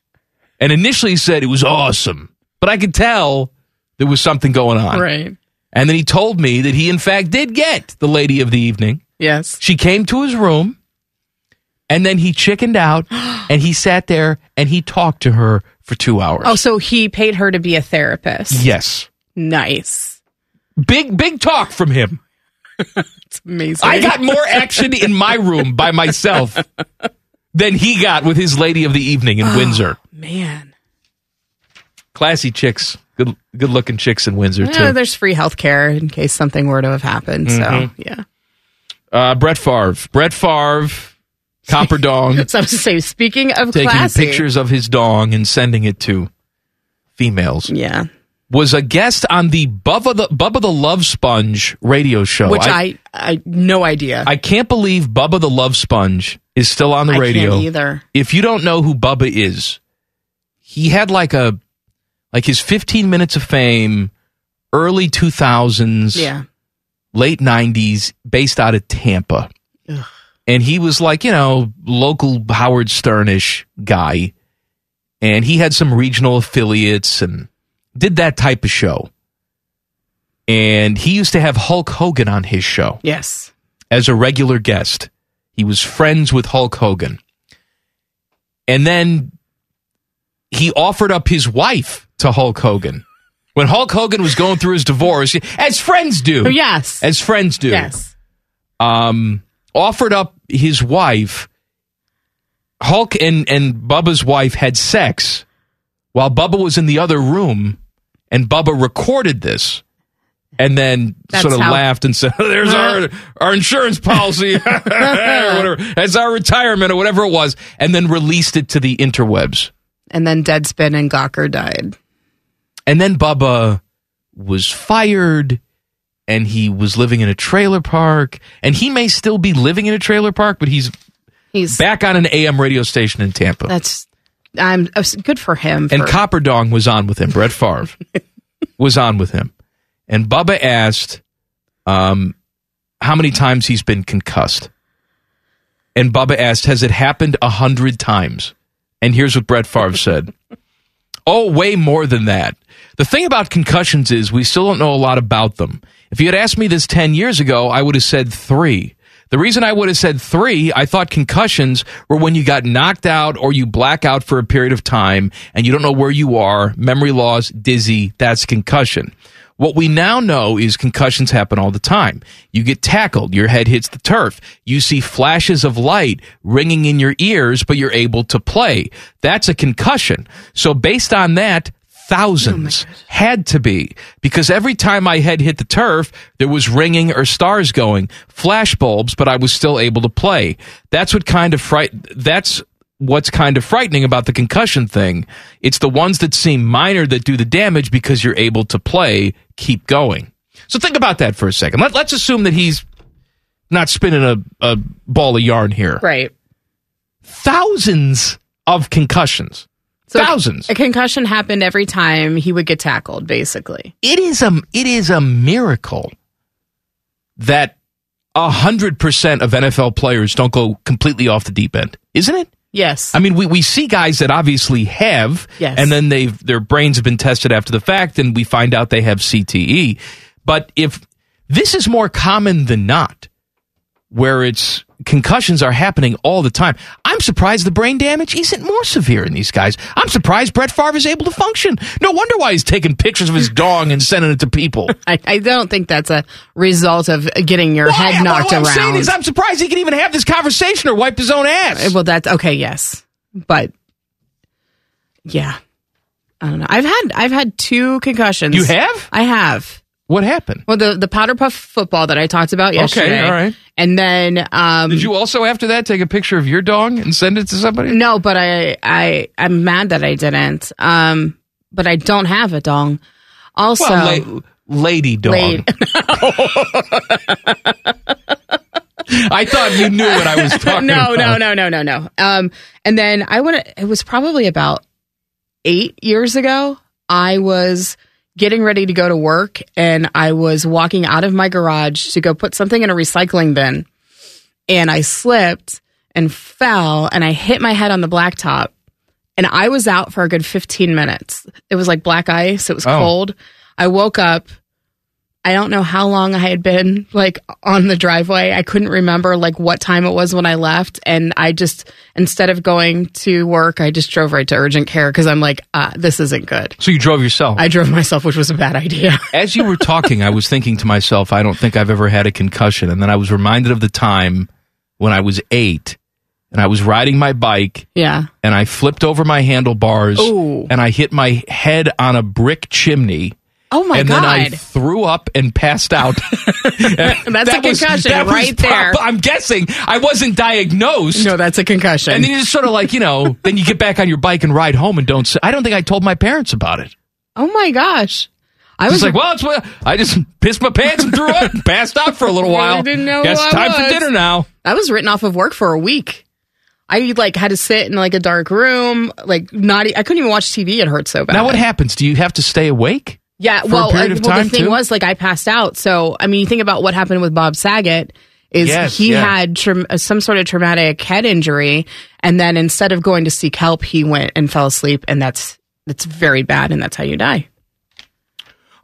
Speaker 4: And initially he said it was awesome, but I could tell there was something going on.
Speaker 7: Right.
Speaker 4: And then he told me that he, in fact, did get the lady of the evening.
Speaker 7: Yes.
Speaker 4: She came to his room, and then he chickened out, and he sat there and he talked to her for two hours.
Speaker 7: Oh, so he paid her to be a therapist.
Speaker 4: Yes.
Speaker 7: Nice.
Speaker 4: Big, big talk from him.
Speaker 7: It's amazing.
Speaker 4: I got more action in my room by myself than he got with his lady of the evening
Speaker 7: Ah.
Speaker 4: in Windsor.
Speaker 7: Man.
Speaker 4: Classy chicks, good, good looking chicks in Windsor
Speaker 7: Yeah,
Speaker 4: too.
Speaker 7: there's free health care in case something were to have happened.
Speaker 4: Mhm.
Speaker 7: So, yeah.
Speaker 4: Uh, Brett Favre, Brett Favre, Copper Dong,
Speaker 7: So I was to say, speaking of
Speaker 4: taking
Speaker 7: classy,
Speaker 4: pictures of his dong and sending it to females.
Speaker 7: Yeah,
Speaker 4: was a guest on the Bubba the Bubba the Love Sponge radio show,
Speaker 7: which I, I no idea.
Speaker 4: I can't believe Bubba the Love Sponge is still on the
Speaker 7: I can't
Speaker 4: radio.
Speaker 7: either.
Speaker 4: If you don't know who Bubba is, he had like a like his 15 minutes of fame, early 2000s,
Speaker 7: Yeah.
Speaker 4: late 90s, based out of Tampa.
Speaker 7: Ugh.
Speaker 4: And he was like, you know, local Howard Sternish guy. And he had some regional affiliates and did that type of show. And he used to have Hulk Hogan on his show
Speaker 7: Yes.
Speaker 4: as a regular guest. He was friends with Hulk Hogan. And then he offered up his wife to Hulk Hogan. When Hulk Hogan was going through his divorce, as friends do.
Speaker 7: Oh, yes.
Speaker 4: As friends do.
Speaker 7: Yes.
Speaker 4: Um, offered up his wife. Hulk and, and Bubba's wife had sex while Bubba was in the other room, and Bubba recorded this. And then
Speaker 10: That's
Speaker 4: sort of
Speaker 10: how-
Speaker 4: laughed and said, "There's our our insurance policy, or whatever. That's our retirement, or whatever it was." And then released it to the interwebs.
Speaker 7: And then Deadspin and Gawker died.
Speaker 4: And then Bubba was fired and he was living in a trailer park. And he may still be living in a trailer park, but he's
Speaker 7: he's
Speaker 4: back on an AM radio station in Tampa.
Speaker 7: That's I'm uh, good for him.
Speaker 4: and
Speaker 7: for-
Speaker 4: Copper Dong was on with him. Brett Favre was on with him. And Bubba asked um, how many times he's been concussed. And Bubba asked, has it happened a hundred times? And here's what Brett Favre said. Oh, way more than that. The thing about concussions is we still don't know a lot about them. If you had asked me this 10 years ago, I would have said three. The reason I would have said three, I thought concussions were when you got knocked out or you black out for a period of time and you don't know where you are, memory loss, dizzy, that's concussion. What we now know is concussions happen all the time. You get tackled, your head hits the turf, you see flashes of light ringing in your ears, but you're able to play. That's a concussion. So, based on that, thousands had to be because every time my head hit the turf there was ringing or stars going flash bulbs but i was still able to play that's what kind of fright that's what's kind of frightening about the concussion thing it's the ones that seem minor that do the damage because you're able to play keep going so think about that for a second Let, let's assume that he's not spinning a, a ball of yarn here
Speaker 7: right
Speaker 4: thousands of concussions thousands
Speaker 7: a concussion happened every time he would get tackled. Basically,
Speaker 4: it is a it is a miracle that hundred percent of NFL players don't go completely off the deep end, isn't it?
Speaker 7: yes.
Speaker 4: I mean, we, we see guys that obviously have,
Speaker 7: Yes.
Speaker 4: and then they have their brains have been tested after the fact, and we find out they have E. CTE. But if this is more common than not, where it's concussions are happening all the time. I'm surprised the brain damage isn't more severe in these guys. I'm surprised Brett Favre is able to function. No wonder why he's taking pictures of his dong and sending it to people.
Speaker 7: I, I don't think that's a result of getting your
Speaker 4: Why?
Speaker 7: head
Speaker 4: What
Speaker 7: knocked
Speaker 4: I'm
Speaker 7: around.
Speaker 4: saying is I'm surprised he can even have this conversation or wipe his own ass.
Speaker 7: well, that's okay. Yes, but yeah, I don't know. I've had I've had two concussions.
Speaker 4: You have?
Speaker 7: I have.
Speaker 4: What happened?
Speaker 7: Well, the the powder puff football that I talked about yesterday.
Speaker 4: all right.
Speaker 7: And then um,
Speaker 4: Did you also after that take a picture of your dong and send it to somebody?
Speaker 7: No, but I I I'm mad that I didn't. Um, but I don't have a dong. Also,
Speaker 4: well, la- lady dong.
Speaker 7: Lady-
Speaker 4: I thought you knew what I was talking
Speaker 7: no,
Speaker 4: about.
Speaker 7: no, no, no, no, no. Um, and then I went. It was probably about eight years ago. I was getting ready to go to work, and I was walking out of my garage to go put something in a recycling bin, and I slipped and fell, and I hit my head on the blacktop, and I was out for a good fifteen minutes. It was like black ice. It was
Speaker 10: Oh.
Speaker 7: cold. I woke up. I don't know how long I had been like on the driveway. I couldn't remember like what time it was when I left. And I just, instead of going to work, I just drove right to urgent care because I'm like, uh, this isn't good.
Speaker 4: So you drove yourself.
Speaker 7: I drove myself, which was a bad idea.
Speaker 4: As you were talking, I was thinking to myself, I don't think I've ever had a concussion. And then I was reminded of the time when I was eight and I was riding my bike
Speaker 7: Yeah.
Speaker 4: and I flipped over my handlebars
Speaker 7: Ooh.
Speaker 4: and I hit my head on a brick chimney.
Speaker 7: Oh my
Speaker 4: and then I
Speaker 7: God.
Speaker 4: threw up and passed out. that's
Speaker 7: That's a concussion right there.
Speaker 4: I'm guessing I wasn't diagnosed.
Speaker 7: No, that's a concussion.
Speaker 4: And then you just sort of like, you know, then you get back on your bike and ride home and don't. s- I don't think I told my parents about it.
Speaker 7: Oh my gosh. I
Speaker 4: I was
Speaker 7: was
Speaker 4: like, well, it's what I just pissed my pants and threw up, and passed out for a little
Speaker 7: Really
Speaker 4: while.
Speaker 7: didn't know
Speaker 4: Guess
Speaker 7: who I
Speaker 4: it's time for
Speaker 7: was.
Speaker 4: dinner now.
Speaker 7: I was written off of work for a week. I like had to sit in like a dark room, like not, e, I couldn't even watch TV. It hurt so bad.
Speaker 4: Now, what happens? Do you have to stay awake?
Speaker 7: Yeah,
Speaker 4: for a
Speaker 7: well,
Speaker 4: period
Speaker 7: uh,
Speaker 4: of
Speaker 7: well,
Speaker 4: time,
Speaker 7: the thing
Speaker 4: too?
Speaker 7: was like I passed out. So I mean, you think about what happened with Bob Saget is
Speaker 4: Yes,
Speaker 7: he
Speaker 4: yeah.
Speaker 7: had tra- uh, some sort of traumatic head injury, and then instead of going to seek help, he went and fell asleep, and that's that's very bad, and that's how you die.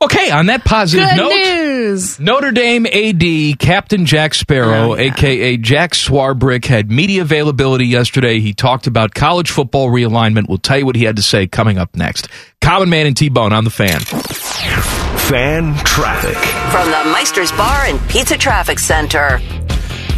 Speaker 4: Okay, on that positive
Speaker 7: Good
Speaker 4: note,
Speaker 7: news.
Speaker 4: Notre Dame AD Captain Jack Sparrow, aka Jack Swarbrick, had media availability yesterday. He talked about college football realignment. We'll tell you what he had to say coming up next. Common Man and T Bone on the fan.
Speaker 1: Fan traffic.
Speaker 5: From the Meister's Bar and Pizza Traffic Center.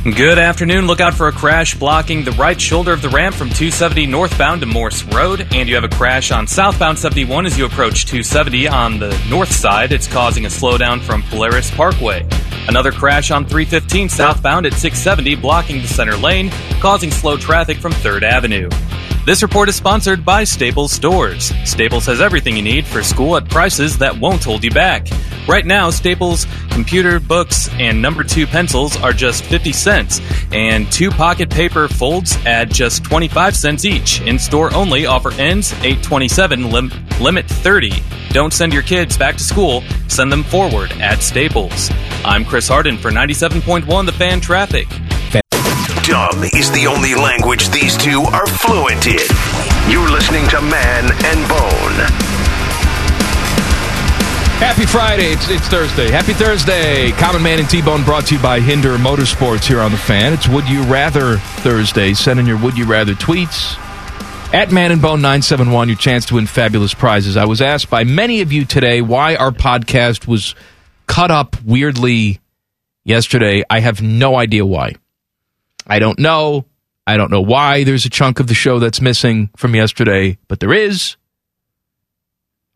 Speaker 8: Good afternoon. Look out for a crash blocking the right shoulder of the ramp from 270 northbound to Morse Road. And you have a crash on southbound 71 as you approach 270 on the north side. It's causing a slowdown from Polaris Parkway. Another crash on 315 southbound at 670 blocking the center lane, causing slow traffic from 3rd Avenue. This report is sponsored by Staples Stores. Staples has everything you need for school at prices that won't hold you back. Right now, Staples computer books and number two pencils are just 50 cents, and two pocket paper folds at just 25 cents each. In store only, offer ends 827, lim- limit 30. Don't send your kids back to school, send them forward at Staples. I'm Chris Harden for 97.1 The Fan Traffic.
Speaker 1: Dumb is the only language these two are fluent in. You're listening to Man and Bone.
Speaker 4: Happy Friday. It's, it's Thursday. Happy Thursday. Common Man and T Bone brought to you by Hinder Motorsports here on The Fan. It's Would You Rather Thursday. Send in your Would You Rather tweets. At Man and Bone 971, your chance to win fabulous prizes. I was asked by many of you today why our podcast was cut up weirdly yesterday. I have no idea why. I don't know. I don't know why there's a chunk of the show that's missing from yesterday, but there is.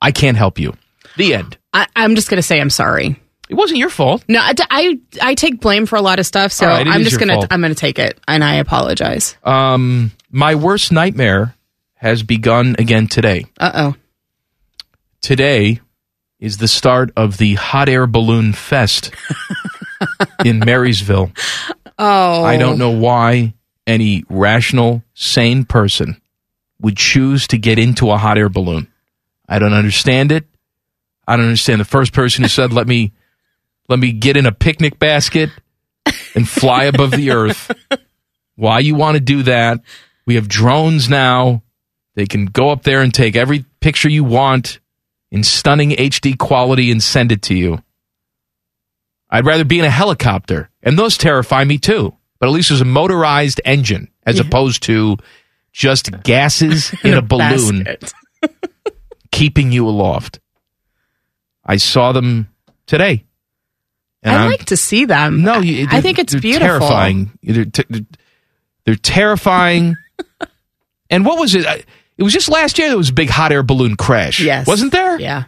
Speaker 4: I can't help you. The end.
Speaker 7: I, I'm just gonna say I'm sorry.
Speaker 4: It wasn't your fault.
Speaker 7: No, I, I, I take blame for a lot of stuff, so
Speaker 4: All right, it
Speaker 7: I'm
Speaker 4: is
Speaker 7: just
Speaker 4: your
Speaker 7: gonna
Speaker 4: fault.
Speaker 7: I'm gonna take it, and I apologize.
Speaker 4: Um, my worst nightmare has begun again today.
Speaker 7: Uh oh.
Speaker 4: Today is the start of the hot air balloon fest in Marysville.
Speaker 7: Oh,
Speaker 4: I don't know why any rational, sane person would choose to get into a hot air balloon. I don't understand it. I don't understand the first person who said, "Let me, let me get in a picnic basket and fly above the earth." Why you want to do that? We have drones now. They can go up there and take every picture you want in stunning HD quality and send it to you. I'd rather be in a helicopter, and those terrify me too. but at least there's a motorized engine as opposed to just gases in a balloon keeping you aloft. I saw them today.
Speaker 7: I'd like to see them.
Speaker 4: No, you,
Speaker 7: I think it's
Speaker 4: they're
Speaker 7: beautiful.
Speaker 4: Terrifying. They're, te- they're- they're terrifying. and what was it? I- It was just last year. There was a big hot air balloon crash.
Speaker 7: Yes.
Speaker 4: wasn't there?
Speaker 7: Yeah.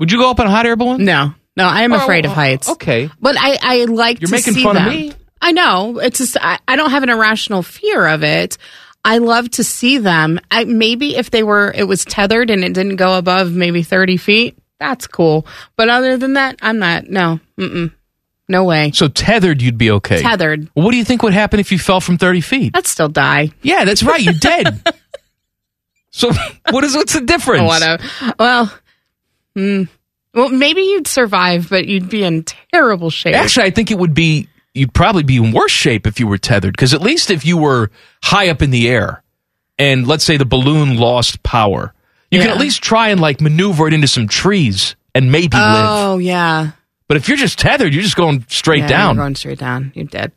Speaker 4: Would you go up in a hot air balloon?
Speaker 7: No. No, I am
Speaker 4: Oh,
Speaker 7: afraid of heights.
Speaker 4: Okay.
Speaker 7: But I, I like
Speaker 4: You're
Speaker 7: to
Speaker 4: making
Speaker 7: see
Speaker 4: fun of
Speaker 7: them.
Speaker 4: me?
Speaker 7: I know. It's just I, I don't have an irrational fear of it. I love to see them. I maybe if they were it was tethered and it didn't go above maybe thirty feet, that's cool. But other than that, I'm not no. Mm-mm. No way.
Speaker 4: So tethered, you'd be okay.
Speaker 7: Tethered.
Speaker 4: What do you think would happen if you fell from thirty feet?
Speaker 7: I'd still die.
Speaker 4: yeah, that's right. You're dead. so what is what's the difference?
Speaker 7: I wanna well mm, well maybe you'd survive, but you'd be in terrible shape.
Speaker 4: Actually, I think it would be you'd probably be in worse shape if you were tethered because at least if you were high up in the air and let's say the balloon lost power, you can
Speaker 7: Yeah.
Speaker 4: at least try and like maneuver it into some trees and maybe live.
Speaker 7: oh yeah.
Speaker 4: But if you're just tethered, you're just going straight
Speaker 7: Yeah,
Speaker 4: down.
Speaker 7: You're going straight down. You're dead.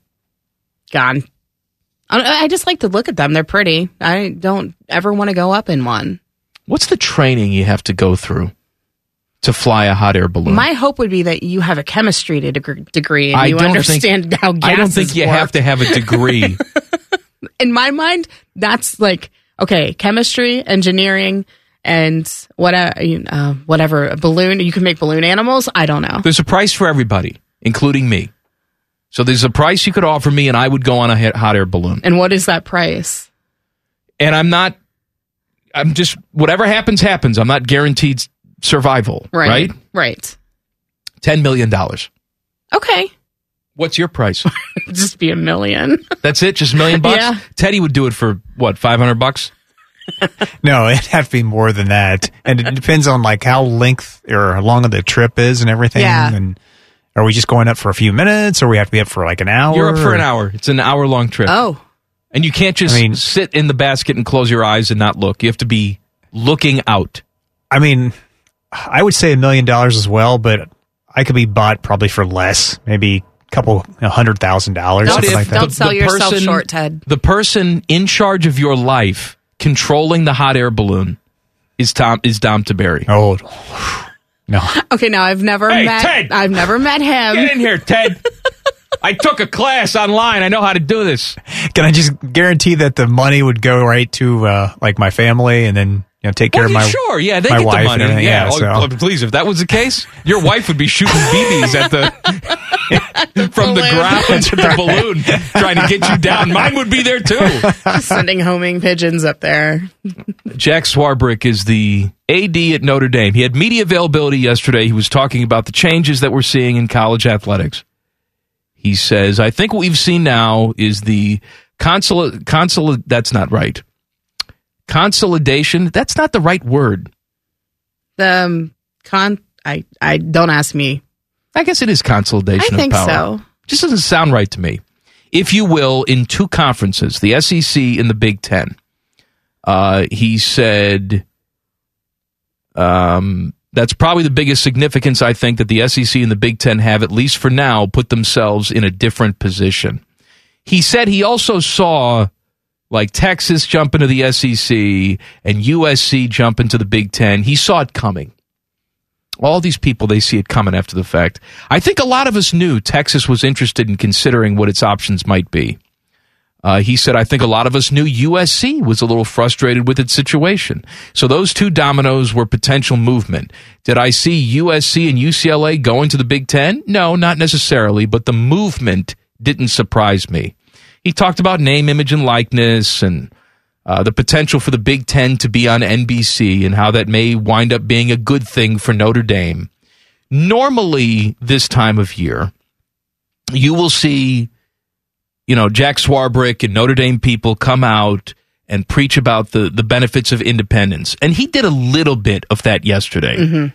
Speaker 7: Gone. I, I just like to look at them. They're pretty. I don't ever want to go up in one.
Speaker 4: What's the training you have to go through to fly a hot air balloon?
Speaker 7: My hope would be that you have a chemistry de- deg- degree and
Speaker 4: I
Speaker 7: you
Speaker 4: don't
Speaker 7: understand
Speaker 4: think,
Speaker 7: how gases
Speaker 4: I don't think you
Speaker 7: work.
Speaker 4: have to have a degree.
Speaker 7: In my mind, that's like okay, chemistry, engineering, and whatever, uh, whatever a balloon. You can make balloon animals. I don't know.
Speaker 4: there's a price for everybody, including me. So there's a price you could offer me, and I would go on a hit- hot air balloon.
Speaker 7: And what is that price?
Speaker 4: and I'm not. I'm just whatever happens, happens. I'm not guaranteed survival.
Speaker 7: Right. Right.
Speaker 4: Ten million dollars.
Speaker 7: Okay.
Speaker 4: What's your price?
Speaker 7: Just be a million.
Speaker 4: That's it. Just a million bucks.
Speaker 7: Yeah.
Speaker 4: Teddy would do it for what? Five hundred bucks.
Speaker 6: No, it'd have to be more than that, and it depends on like how length or how long of the trip is and everything.
Speaker 7: Yeah.
Speaker 6: And are we just going up for a few minutes, or we have to be up for like an hour?
Speaker 4: You're up for an
Speaker 6: or-
Speaker 4: hour. It's an hour long trip,
Speaker 7: Oh.
Speaker 4: and you can't just
Speaker 6: I mean-
Speaker 4: sit in the basket and close your eyes and not look. You have to be looking out.
Speaker 6: I mean, I would say a million dollars as well, but I could be bought probably for less, maybe a couple you know, hundred thousand dollars,
Speaker 7: Don't-
Speaker 6: something like that.
Speaker 7: don't- sell yourself short, Ted.
Speaker 4: The person in charge of your life, controlling the hot air balloon, is Tom is Dom Taberry.
Speaker 6: Oh no,
Speaker 7: Okay, now I've never
Speaker 4: Hey,
Speaker 7: met.
Speaker 4: Ted!
Speaker 7: I've never met
Speaker 4: Get
Speaker 7: him.
Speaker 4: in here, Ted. I took a class online. I know how to do this.
Speaker 6: can I just guarantee that the money would go right to uh, like my family and then you know take care
Speaker 4: Well,
Speaker 6: of
Speaker 4: yeah,
Speaker 6: my
Speaker 4: sure, yeah, they
Speaker 6: my
Speaker 4: get
Speaker 6: wife
Speaker 4: the
Speaker 6: and
Speaker 4: money.
Speaker 6: everything,
Speaker 4: yeah,
Speaker 6: yeah,
Speaker 4: oh,
Speaker 6: so-
Speaker 4: oh, please, if that was the case, your wife would be shooting BBs at the from the
Speaker 7: balloon.
Speaker 4: ground to the balloon, trying to get you down. Mine would be there too.
Speaker 7: Sending homing pigeons up there.
Speaker 4: Jack Swarbrick is the AD at Notre Dame. He had media availability yesterday. He was talking about the changes that we're seeing in college athletics. He says, I think what we've seen now is the consolid, consolid, that's not right. Consolidation, that's not the right word.
Speaker 7: The um, con. I. I don't ask me.
Speaker 4: I guess it is consolidation
Speaker 7: I
Speaker 4: of
Speaker 7: think
Speaker 4: power.
Speaker 7: so.
Speaker 4: Just doesn't sound right to me. If you will, in two conferences, the SEC and the Big Ten, uh, he said um, that's probably the biggest significance I think that the SEC and the Big Ten have, at least for now, put themselves in a different position. He said he also saw like Texas jump into the SEC and USC jump into the Big Ten. He saw it coming. All these people, they see it coming after the fact. I think a lot of us knew Texas was interested in considering what its options might be. Uh, he said, I think a lot of us knew USC was a little frustrated with its situation. So those two dominoes were potential movement. Did I see USC and UCLA going to the Big Ten? No, not necessarily, but the movement didn't surprise me. He talked about name, image, and likeness and uh, the potential for the Big Ten to be on NBC and how that may wind up being a good thing for Notre Dame. Normally, this time of year, you will see you know, Jack Swarbrick and Notre Dame people come out and preach about the, the benefits of independence. And he did a little bit of that yesterday.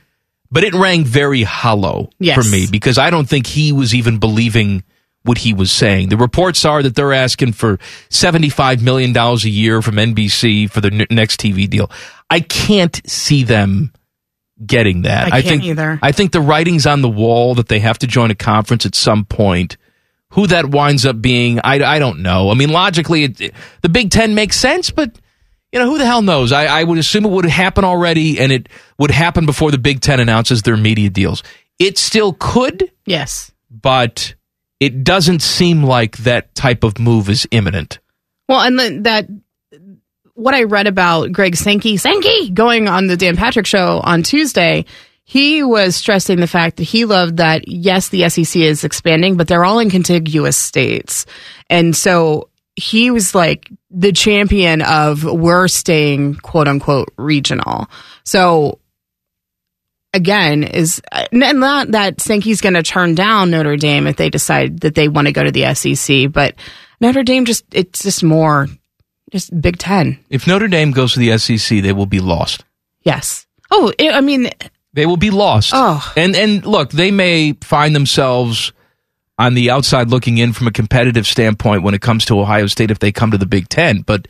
Speaker 4: But it rang very hollow
Speaker 7: Yes.
Speaker 4: for me because I don't think he was even believing what he was saying. The reports are that they're asking for $75 million a year from NBC for the n- next TV deal. I can't see them getting that.
Speaker 7: I can't
Speaker 4: think
Speaker 7: either.
Speaker 4: I think the writing's on the wall that they have to join a conference at some point Who that winds up being, I, I don't know. I mean, logically, it, it- the Big Ten makes sense, but you know who the hell knows? I, I would assume it would happen already, and it would happen before the Big Ten announces their media deals. It still could,
Speaker 7: Yes.
Speaker 4: but it doesn't seem like that type of move is imminent.
Speaker 7: Well, and the, that what I read about Greg Sankey, Sankey going on the Dan Patrick show on Tuesday, he was stressing the fact that he loved that yes, the SEC is expanding, but they're all in contiguous states, and so he was like the champion of we're staying quote unquote regional. So again is uh, and not that Sankey's going to turn down Notre Dame if they decide that they want to go to the SEC, but Notre Dame just it's just more just Big Ten.
Speaker 4: If Notre Dame goes to the SEC, they will be lost.
Speaker 7: Yes. Oh, i I mean,
Speaker 4: They will be lost.
Speaker 7: Oh.
Speaker 4: And and look, they may find themselves on the outside looking in from a competitive standpoint when it comes to Ohio State if they come to the Big 10, but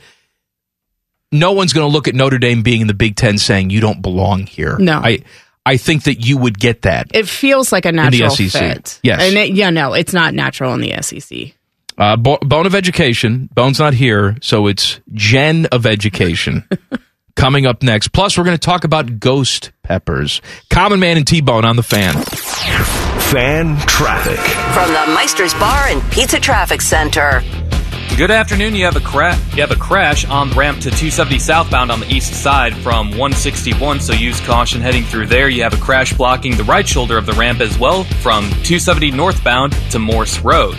Speaker 4: no one's going to look at Notre Dame being in the Big 10 saying you don't belong here.
Speaker 7: No.
Speaker 4: I I think that you would get that.
Speaker 7: it feels like a
Speaker 4: the
Speaker 7: natural
Speaker 4: SEC.
Speaker 7: fit.
Speaker 4: Yes.
Speaker 7: And it, yeah, no, it's not natural in the E SEC.
Speaker 4: Uh, Bo- Bone of Education. Bone's not here, so it's Gen of Education coming up next. Plus, we're going to talk about ghost peppers. Common Man and T Bone on the fan.
Speaker 1: Fan traffic.
Speaker 5: From the Meister's Bar and Pizza Traffic Center.
Speaker 8: Good afternoon. You have a cra- you have a crash on the ramp to 270 southbound on the east side from 161, so use caution heading through there. You have a crash blocking the right shoulder of the ramp as well from 270 northbound to Morse Road.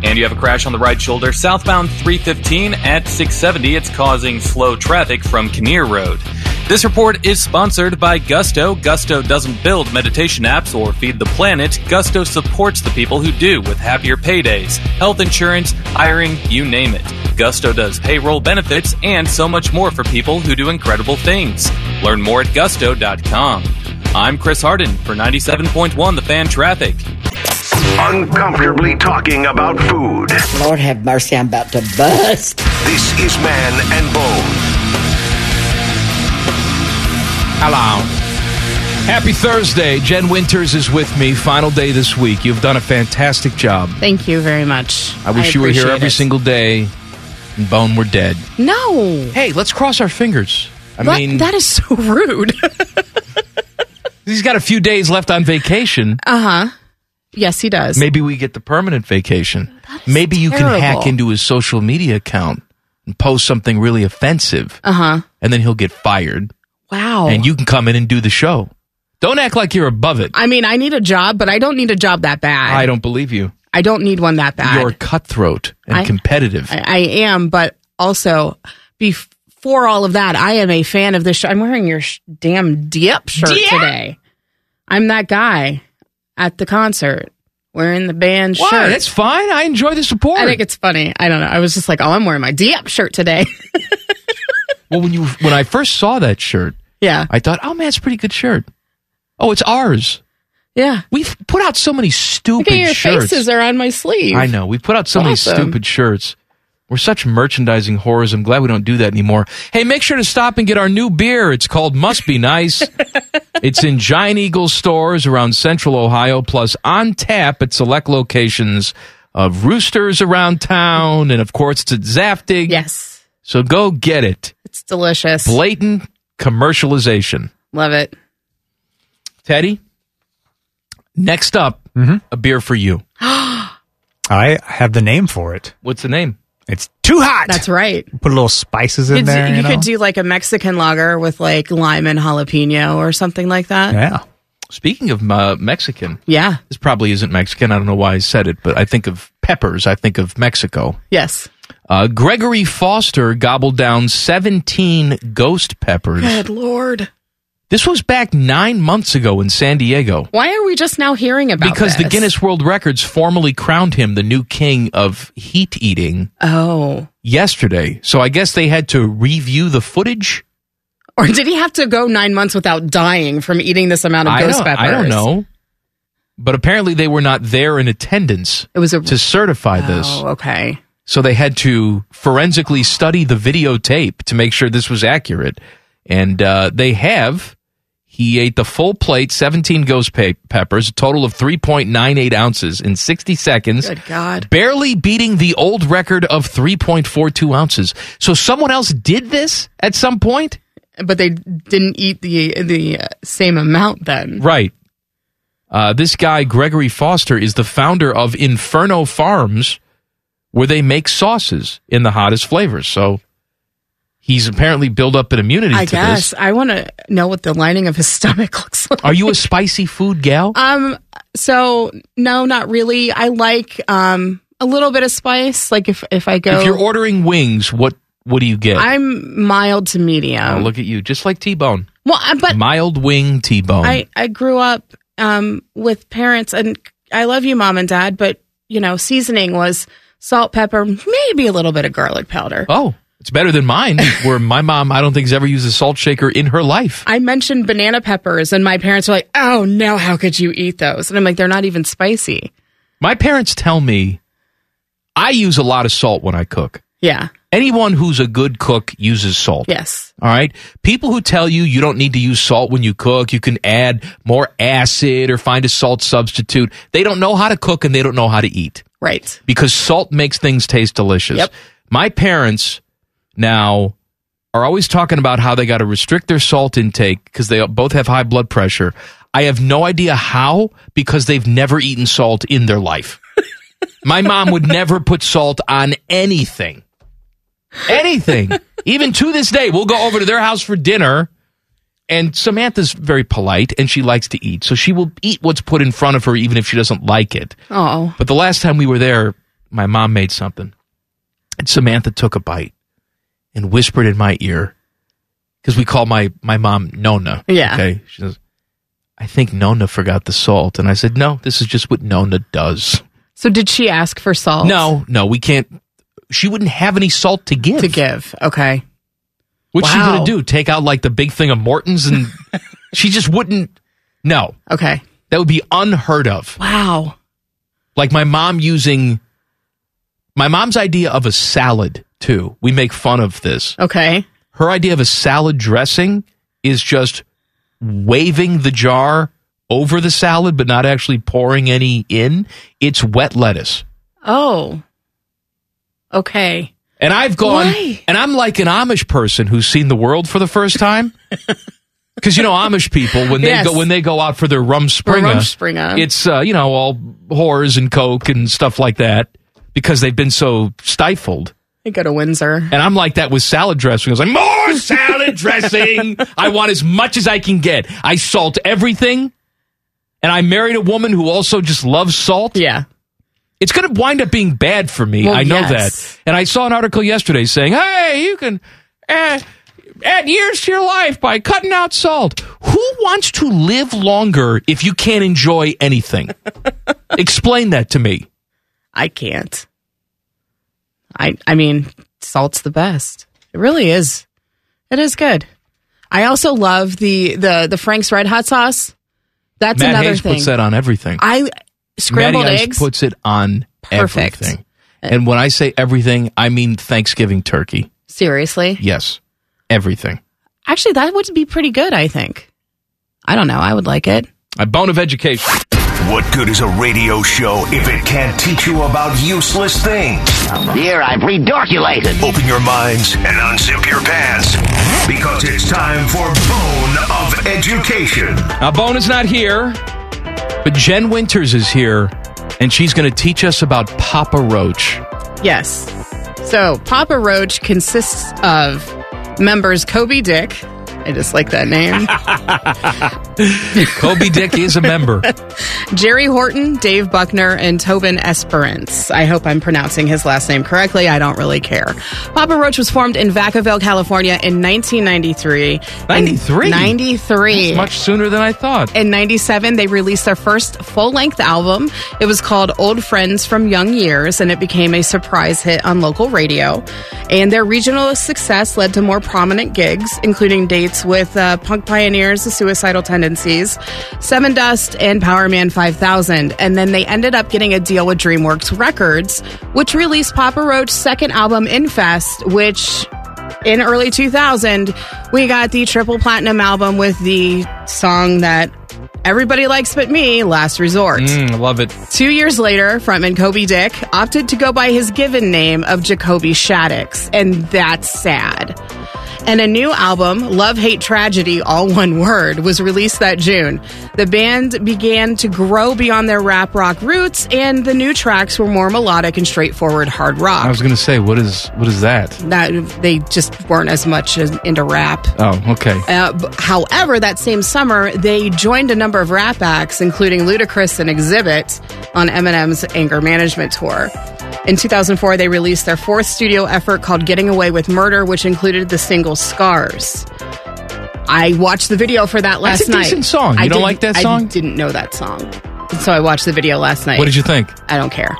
Speaker 8: And you have a crash on the right shoulder southbound 315 at 670. It's causing slow traffic from Kinnear Road. This report is sponsored by Gusto. Gusto doesn't build meditation apps or feed the planet. Gusto supports the people who do with happier paydays, health insurance, hiring, you name it. Gusto does payroll benefits and so much more for people who do incredible things. Learn more at gusto.com. I'm Chris Harden for 97.1 The Fan Traffic.
Speaker 1: Uncomfortably talking about food.
Speaker 10: Lord have mercy, I'm about to bust.
Speaker 1: This is Man and Bone.
Speaker 4: Hello. Happy Thursday. Jen Winters is with me. Final day this week. You've done a fantastic job.
Speaker 7: Thank you very much.
Speaker 4: I wish you were here
Speaker 7: appreciate
Speaker 4: every
Speaker 7: it.
Speaker 4: single day. And Bone were dead.
Speaker 7: No.
Speaker 4: Hey, let's cross our fingers. I
Speaker 7: That-
Speaker 4: mean,
Speaker 7: that is so rude.
Speaker 4: he's got a few days left on vacation.
Speaker 7: Uh huh. Yes, he does.
Speaker 4: Maybe we get the permanent vacation. Maybe you can hack
Speaker 7: terrible.
Speaker 4: into his social media account and post something really offensive,
Speaker 7: Uh huh.
Speaker 4: and then he'll get fired,
Speaker 7: Wow.
Speaker 4: and you can come in and do the show. Don't act like you're above it.
Speaker 7: I mean, I need a job, but I don't need a job that bad.
Speaker 4: I don't believe you.
Speaker 7: I don't need one that bad.
Speaker 4: You're cutthroat and
Speaker 7: I-
Speaker 4: competitive.
Speaker 7: I, I am, but also before all of that, I am a fan of this show. I'm wearing your sh- damn Dip shirt today. I'm that guy at the concert wearing the band
Speaker 4: Why?
Speaker 7: shirt.
Speaker 4: That's fine. I enjoy the support.
Speaker 7: I think it's funny. I don't know. I was just like, oh, I'm wearing my Dip shirt today.
Speaker 4: well, when you when I first saw that shirt,
Speaker 7: yeah.
Speaker 4: I thought, "Oh man, it's a pretty good shirt." Oh, it's ours.
Speaker 7: Yeah.
Speaker 4: We've put out so many stupid
Speaker 7: Look at your
Speaker 4: shirts.
Speaker 7: faces are on my sleeve.
Speaker 4: I know. We put out so many
Speaker 7: Awesome.
Speaker 4: stupid shirts. We're such merchandising horrors. I'm glad we don't do that anymore. Hey, make sure to stop and get our new beer. It's called Must Be Nice. it's in Giant Eagle stores around Central Ohio, plus on tap at select locations of Roosters around town, and of course, it's at Zaftig.
Speaker 7: Yes.
Speaker 4: So go get it.
Speaker 7: It's delicious.
Speaker 4: Blatant commercialization.
Speaker 7: Love it.
Speaker 4: Teddy, next up, a beer for you.
Speaker 6: I have the name for it.
Speaker 4: What's the name?
Speaker 6: It's too hot.
Speaker 7: That's right.
Speaker 6: Put a little spices in
Speaker 7: Could-
Speaker 6: there.
Speaker 7: you,
Speaker 6: You, know?
Speaker 7: could do like a Mexican lager with like lime and jalapeno or something like that.
Speaker 6: yeah.
Speaker 4: Speaking of uh, Mexican,
Speaker 7: yeah.
Speaker 4: this probably isn't Mexican. I don't know why I said it, but I think of peppers. I think of Mexico.
Speaker 7: Yes.
Speaker 4: Uh, Gregory Foster gobbled down 17 ghost peppers.
Speaker 7: Good lord.
Speaker 4: This was back nine months ago in San Diego
Speaker 7: Why are we just now hearing about
Speaker 4: because the
Speaker 7: this?
Speaker 4: Guinness World Records formally crowned him the new king of heat eating
Speaker 7: Oh.
Speaker 4: yesterday. So I guess they had to review the footage.
Speaker 7: Or did he have to go nine months without dying from eating this amount of
Speaker 4: I
Speaker 7: ghost
Speaker 4: don't,
Speaker 7: peppers?
Speaker 4: I don't know. But apparently they were not there in attendance
Speaker 7: It was a.
Speaker 4: to certify this.
Speaker 7: oh, okay.
Speaker 4: So they had to forensically study the videotape to make sure this was accurate. And uh, they have He ate the full plate, 17 ghost pe- peppers, a total of 3.98 ounces in 60 seconds.
Speaker 7: Good God.
Speaker 4: Barely beating the old record of 3.42 ounces. So someone else did this at some point?
Speaker 7: But they didn't eat the the uh, same amount then.
Speaker 4: Right. Uh, this guy, Gregory Foster, is the founder of Inferno Farms, where they make sauces in the hottest flavors. So he's apparently built up an immunity
Speaker 7: I
Speaker 4: to
Speaker 7: guess
Speaker 4: this.
Speaker 7: I want to know what the lining of his stomach looks like.
Speaker 4: Are you a spicy food gal?
Speaker 7: Um. So no, not really. I like um a little bit of spice. Like if if I go,
Speaker 4: If you're ordering wings, what what do you get?
Speaker 7: I'm mild to
Speaker 4: Oh,
Speaker 7: medium.
Speaker 4: look at you, just like T-bone,
Speaker 7: well, I- but
Speaker 4: mild wing T-bone.
Speaker 7: I I grew up um with parents, and I love you, mom and dad, but you know, seasoning was salt, pepper, maybe a little bit of garlic powder.
Speaker 4: oh, it's better than mine. where my mom, I don't think has ever used a salt shaker in her life.
Speaker 7: I mentioned banana peppers, and my parents were like, "Oh no, how could you eat those?" And I'm like, "They're not even spicy."
Speaker 4: My parents tell me I use a lot of salt when I cook.
Speaker 7: Yeah.
Speaker 4: Anyone who's a good cook uses salt.
Speaker 7: Yes.
Speaker 4: All right. People who tell you you don't need to use salt when you cook, you can add more acid or find a salt substitute. They don't know how to cook and they don't know how to eat.
Speaker 7: Right.
Speaker 4: Because salt makes things taste delicious.
Speaker 7: Yep.
Speaker 4: My parents now are always talking about how they got to restrict their salt intake because they both have high blood pressure. I have no idea how because they've never eaten salt in their life. My mom would never put salt on anything. Anything. Even to this day, we'll go over to their house for dinner. And Samantha's very polite and she likes to eat. So she will eat what's put in front of her, even if she doesn't like it.
Speaker 7: Oh.
Speaker 4: But the last time we were there, my mom made something. And Samantha took a bite and whispered in my ear, because we call my, my mom Nona.
Speaker 11: Yeah.
Speaker 4: Okay. She says, I think Nona forgot the salt. And I said, No, this is just what Nona does.
Speaker 7: So did she ask for salt?
Speaker 4: No, no, we can't. She wouldn't have any salt to give. To
Speaker 7: give, okay.
Speaker 4: What's she
Speaker 7: Wow.
Speaker 4: gonna do? Take out like the big thing of Morton's, and she just wouldn't. No.
Speaker 7: Okay.
Speaker 4: That would be unheard of.
Speaker 7: Wow.
Speaker 4: Like my mom using my mom's idea of a salad too. We make fun of this.
Speaker 7: Okay.
Speaker 4: Her idea of a salad dressing is just waving the jar over the salad, but not actually pouring any in. It's wet lettuce.
Speaker 7: Oh. Okay.
Speaker 4: And I've gone,
Speaker 7: Why?
Speaker 4: and I'm like an Amish person who's seen the world for the first time. Because you know Amish people when they
Speaker 7: Yes.
Speaker 4: go when they go out for their rum
Speaker 7: rumspringa.
Speaker 4: it's uh, you know all whores and coke and stuff like that because they've been so stifled.
Speaker 7: I go to Windsor.
Speaker 4: And I'm like that with salad dressing. I was like more salad dressing. I want as much as I can get. I salt everything, and I married a woman who also just loves salt.
Speaker 7: Yeah.
Speaker 4: It's going to wind up being bad for me.
Speaker 11: Well,
Speaker 4: I know
Speaker 11: yes.
Speaker 4: that. And I saw an article yesterday saying, hey, you can add, add years to your life by cutting out salt. Who wants to live longer if you can't enjoy anything? Explain that to me.
Speaker 7: I can't. I I mean, salt's the best. It really is. It is good. I also love the the the Frank's Red Hot sauce. That's
Speaker 4: Matt
Speaker 7: another
Speaker 4: Hayes
Speaker 7: thing.
Speaker 4: puts that on everything.
Speaker 7: I scrambled
Speaker 4: Matty Ice
Speaker 7: eggs.
Speaker 4: puts it on
Speaker 7: Perfect. Uh,
Speaker 4: everything. And when I say everything, I mean Thanksgiving turkey.
Speaker 7: Seriously,
Speaker 4: Yes, everything.
Speaker 7: actually, that would be pretty good. I think. I don't know. I would like it.
Speaker 4: A bone of education.
Speaker 1: What good is a radio show if it can't teach you about useless things?
Speaker 10: Here, I've redorculated.
Speaker 1: Open your minds and unzip your pants because it's time for Bone of Education.
Speaker 4: Now, Bone is not here, but Jen Winters is here, and she's going to teach us about Papa Roach.
Speaker 7: Yes. So Papa Roach consists of members Kobe Dick. I just like that name.
Speaker 4: Kobe Dick is a member.
Speaker 7: Jerry Horton, Dave Buckner, and Tobin Esperance. I hope I'm pronouncing his last name correctly. I don't really care. Papa Roach was formed in Vacaville, California in 1993.
Speaker 4: 93?
Speaker 7: 93.
Speaker 4: That's much sooner than I thought.
Speaker 7: In 97, they released their first full length album. It was called Old Friends from Young Years, and it became a surprise hit on local radio. And their regional success led to more prominent gigs, including dates with uh, Punk Pioneers, The Suicidal Tendencies, Seven Dust, and Power Man 5000. And then they ended up getting a deal with DreamWorks Records, which released Papa Roach's second album, Infest, which in early 2000, we got the triple platinum album with the song that everybody likes but me, Last Resort.
Speaker 4: Mm, I love it.
Speaker 7: Two years later, frontman Kobe Dick opted to go by his given name of Jacoby Shaddix, and that's sad. And a new album, Love Hate Tragedy, all one word, was released that June. The band began to grow beyond their rap rock roots, and the new tracks were more melodic and straightforward hard rock.
Speaker 4: I was going to say, what is what is that?
Speaker 7: that they just weren't as much as into rap.
Speaker 4: Oh, okay.
Speaker 7: Uh, b- however, that same summer, they joined a number of rap acts, including Ludacris and Exhibit, on Eminem's anger management tour. In 2004, they released their fourth studio effort called Getting Away with Murder, which included the single Scars. I watched the video for that last
Speaker 4: That's a
Speaker 7: night.
Speaker 4: decent song. You
Speaker 7: I
Speaker 4: don't
Speaker 7: didn't-
Speaker 4: like that
Speaker 7: I
Speaker 4: song?
Speaker 7: didn't know that song. So I watched the video last night.
Speaker 4: What did you think?
Speaker 7: I don't care.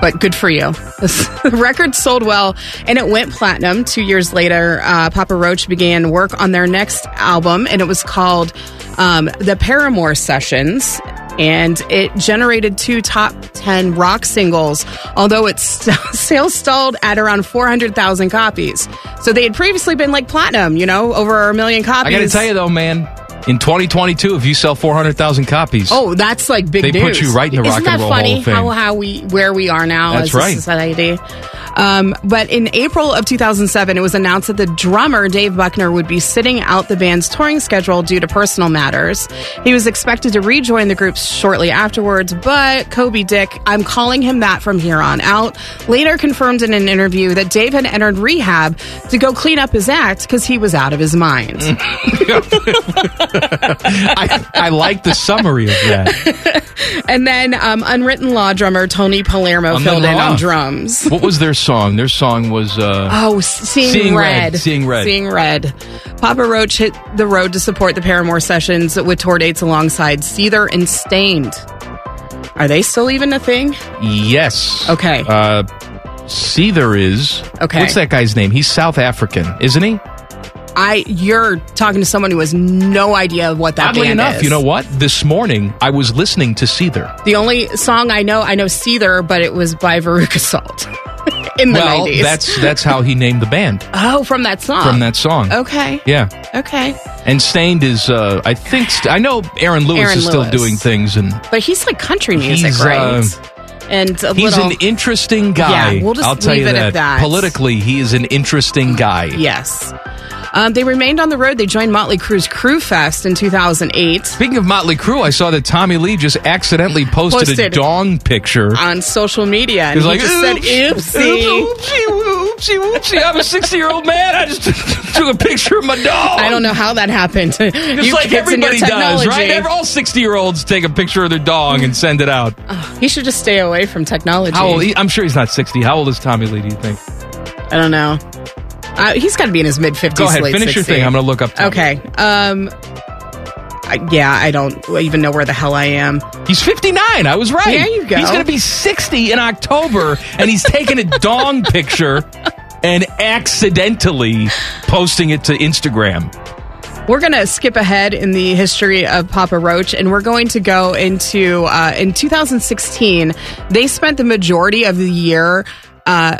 Speaker 7: But good for you. the record sold well and it went platinum. Two years later, uh, Papa Roach began work on their next album and it was called um, The Paramore Sessions. And it generated two top 10 rock singles, although its sales stalled at around 400,000 copies. So they had previously been like platinum, you know, over a million copies.
Speaker 4: I got to tell you though, man, in 2022, if you sell 400,000 copies,
Speaker 7: Oh, that's like big
Speaker 4: They
Speaker 7: news.
Speaker 4: put you right in the Rock
Speaker 7: Isn't
Speaker 4: and
Speaker 7: that
Speaker 4: Roll
Speaker 7: funny
Speaker 4: Hall of Fame.
Speaker 7: How, how we where we are now
Speaker 4: That's
Speaker 7: as a
Speaker 4: right.
Speaker 7: society. Um, but in April of 2007, it was announced that the drummer Dave Buckner would be sitting out the band's touring schedule due to personal matters. He was expected to rejoin the group shortly afterwards, but Kobe Dick, I'm calling him that from here on out, later confirmed in an interview that Dave had entered rehab to go clean up his act because he was out of his mind.
Speaker 4: I, I like the summary of that.
Speaker 7: And then um, unwritten law drummer Tony Palermo
Speaker 4: On the
Speaker 7: filled in
Speaker 4: law.
Speaker 7: on drums.
Speaker 4: What was their song? Their song was uh,
Speaker 7: Oh, seeing,
Speaker 4: Seeing
Speaker 7: red.
Speaker 4: Red, Seeing Red.
Speaker 7: Seeing red. Papa Roach hit the road to support the Paramore sessions with tour dates alongside Seether and Stained. Are they still even a thing?
Speaker 4: Yes.
Speaker 7: Okay.
Speaker 4: Uh, Seether is
Speaker 7: Okay.
Speaker 4: What's that guy's name? He's South African, isn't he?
Speaker 7: I you're talking to someone who has no idea of what that
Speaker 4: Oddly
Speaker 7: band
Speaker 4: enough,
Speaker 7: is.
Speaker 4: you know what? This morning I was listening to Seether.
Speaker 7: The only song I know, I know Seether, but it was by Veruca Salt in the
Speaker 4: well,
Speaker 7: 90s.
Speaker 4: that's that's how he named the band
Speaker 7: oh, from that song.
Speaker 4: from that song.
Speaker 7: Okay.
Speaker 4: Yeah.
Speaker 7: Okay.
Speaker 4: And Stained is, uh, I think, st- I know Aaron Lewis
Speaker 7: Aaron
Speaker 4: is still
Speaker 7: Lewis.
Speaker 4: doing things, and
Speaker 7: But he's like country music,
Speaker 4: He's,
Speaker 7: right?
Speaker 4: uh,
Speaker 7: and a
Speaker 4: he's
Speaker 7: little
Speaker 4: an interesting guy.
Speaker 7: Yeah, we'll just
Speaker 4: I'll tell
Speaker 7: leave
Speaker 4: you
Speaker 7: it
Speaker 4: that.
Speaker 7: at that.
Speaker 4: Politically, he is an interesting guy.
Speaker 7: Yes. Um, they remained on the road. They joined Motley Crue's Crew Fest in 2008
Speaker 4: Speaking of Motley Crue, I saw that Tommy Lee just accidentally posted, a
Speaker 7: Posted.
Speaker 4: dong picture.
Speaker 7: on social media. And
Speaker 4: He's
Speaker 7: he
Speaker 4: like,
Speaker 7: just said,
Speaker 4: "Oops,
Speaker 7: oopsie.
Speaker 4: oopsie, oopsie, oopsie. I'm a 60 year old man. I just took a picture of my dog.
Speaker 7: I don't know how that happened. you
Speaker 4: Just like
Speaker 7: kids and your
Speaker 4: everybody does, right?
Speaker 7: technology.
Speaker 4: Every- All 60 year olds take a picture of their dog and send it out.
Speaker 7: He should just stay away from technology.
Speaker 4: How old? he- I'm sure he's not 60. How old is Tommy Lee, do you think?
Speaker 7: I don't know. Uh, he's got to be in his mid 50s.
Speaker 4: Go ahead,
Speaker 7: late
Speaker 4: finish your
Speaker 7: 60.
Speaker 4: thing. I'm going to look up Tommy.
Speaker 7: Okay. Um, I, yeah, I don't even know where the hell I am.
Speaker 4: He's 59. I was right.
Speaker 7: There you go.
Speaker 4: He's going to be 60 in October, and he's taking a dong picture and accidentally posting it to Instagram.
Speaker 7: We're going to skip ahead in the history of Papa Roach and we're going to go into uh, in 2016. They spent the majority of the year uh,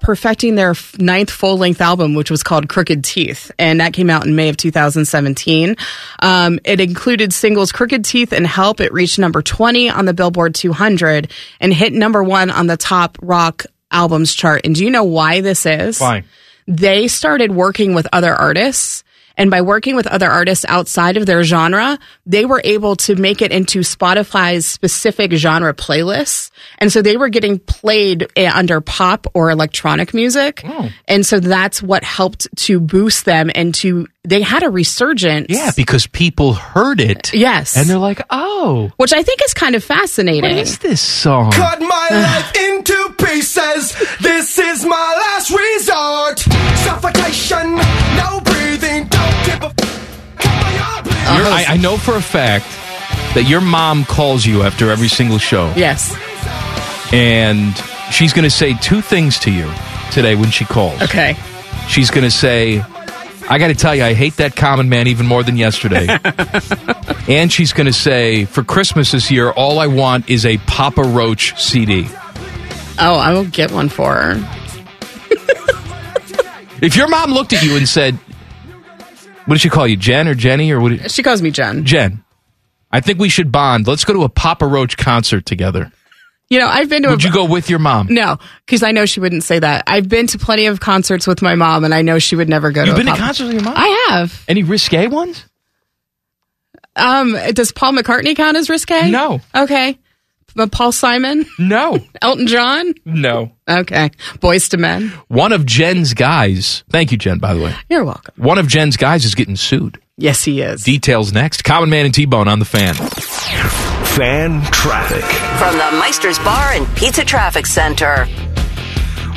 Speaker 7: perfecting their f- ninth full length album, which was called Crooked Teeth. And that came out in May of 2017. Um, it included singles Crooked Teeth and Help. It reached number 20 on the Billboard 200 and hit number one on the top rock albums chart. And do you know why this is?
Speaker 4: Fine.
Speaker 7: they started working with other artists. And by working with other artists outside of their genre, they were able to make it into Spotify's specific genre playlists. And so they were getting played eh, under pop or electronic music.
Speaker 4: Hmm.
Speaker 7: And so that's what helped to boost them and to, they had a resurgence.
Speaker 4: Yeah, because people heard it.
Speaker 7: Yes.
Speaker 4: And they're like, oh,
Speaker 7: Which I think is kind of
Speaker 4: what
Speaker 7: fascinating.
Speaker 4: is this song?
Speaker 2: Cut my life into pieces. This is my last resort. Suffocation, no breathing, don't give a. f- Cut my arm, please.
Speaker 4: Your-
Speaker 10: Uh-huh.
Speaker 4: I, I know for a fact that your mom calls you after every single show,
Speaker 7: Yes.
Speaker 4: and she's going to say two things to you today when she calls.
Speaker 7: Okay.
Speaker 4: She's going to say, I got to tell you, I hate that common man even more than yesterday. and she's going to say, for Christmas this year, all I want is a Papa Roach CD.
Speaker 7: Oh, I will get one for her.
Speaker 4: If your mom looked at you and said, "What did she call you, Jen or Jenny or what?" Did,
Speaker 7: she calls me Jen.
Speaker 4: Jen, I think we should bond. Let's go to a Papa Roach concert together.
Speaker 7: You know, I've been to
Speaker 4: Would
Speaker 7: a
Speaker 4: you go with your mom?
Speaker 7: no, because I know she wouldn't say that. I've been to plenty of concerts with my mom, and I know she would never go.
Speaker 4: You've
Speaker 7: to
Speaker 4: been
Speaker 7: a
Speaker 4: to
Speaker 7: pop-
Speaker 4: concerts with your mom?
Speaker 7: I have.
Speaker 4: Any risque ones?
Speaker 7: Um, does Paul McCartney count as risque?
Speaker 4: No.
Speaker 7: Okay, but Paul Simon,
Speaker 4: No.
Speaker 7: Elton John.
Speaker 4: No.
Speaker 7: Okay, Boys to Men.
Speaker 4: One of Jen's guys. Thank you, Jen. By the way,
Speaker 7: You're welcome.
Speaker 4: one of Jen's guys is getting sued.
Speaker 7: Yes, he is.
Speaker 4: Details next. Common Man and T Bone on the fan.
Speaker 1: Fan traffic.
Speaker 5: From the Meister's Bar and Pizza Traffic Center.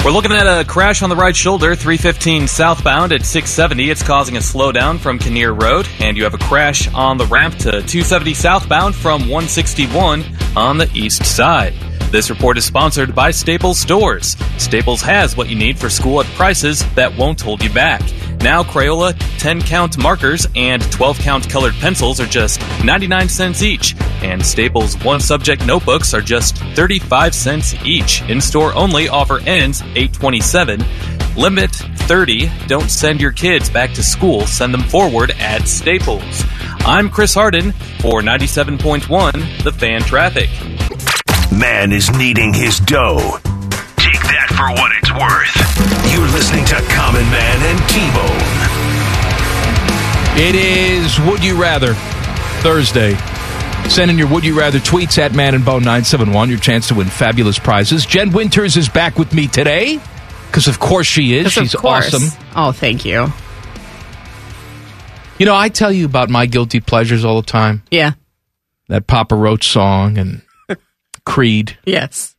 Speaker 8: We're looking at a crash on the right shoulder, 315 southbound at 670. It's causing a slowdown from Kinnear Road, and you have a crash on the ramp to 270 southbound from 161 on the east side. This report is sponsored by Staples Stores. Staples has what you need for school at prices that won't hold you back. Now, Crayola 10 count markers and 12 count colored pencils are just 99 cents each, and Staples one subject notebooks are just 35 cents each. In store only, offer ends 827. Limit 30. Don't send your kids back to school, send them forward at Staples. I'm Chris Harden for 97.1 The Fan Traffic.
Speaker 1: Man is kneading his dough. Take that for what it's worth. You're listening to Common Man and T-Bone.
Speaker 4: It is Would You Rather Thursday. Send in your Would You Rather tweets at Man and Bone 971. Your chance to win fabulous prizes. Jen Winters is back with me today because, of course, she is.
Speaker 7: Yes,
Speaker 4: She's
Speaker 7: of course.
Speaker 4: awesome.
Speaker 7: Oh, thank you.
Speaker 4: You know, I tell you about my guilty pleasures all the time
Speaker 7: Yeah.
Speaker 4: that Papa Roach song and Creed.
Speaker 7: Yes.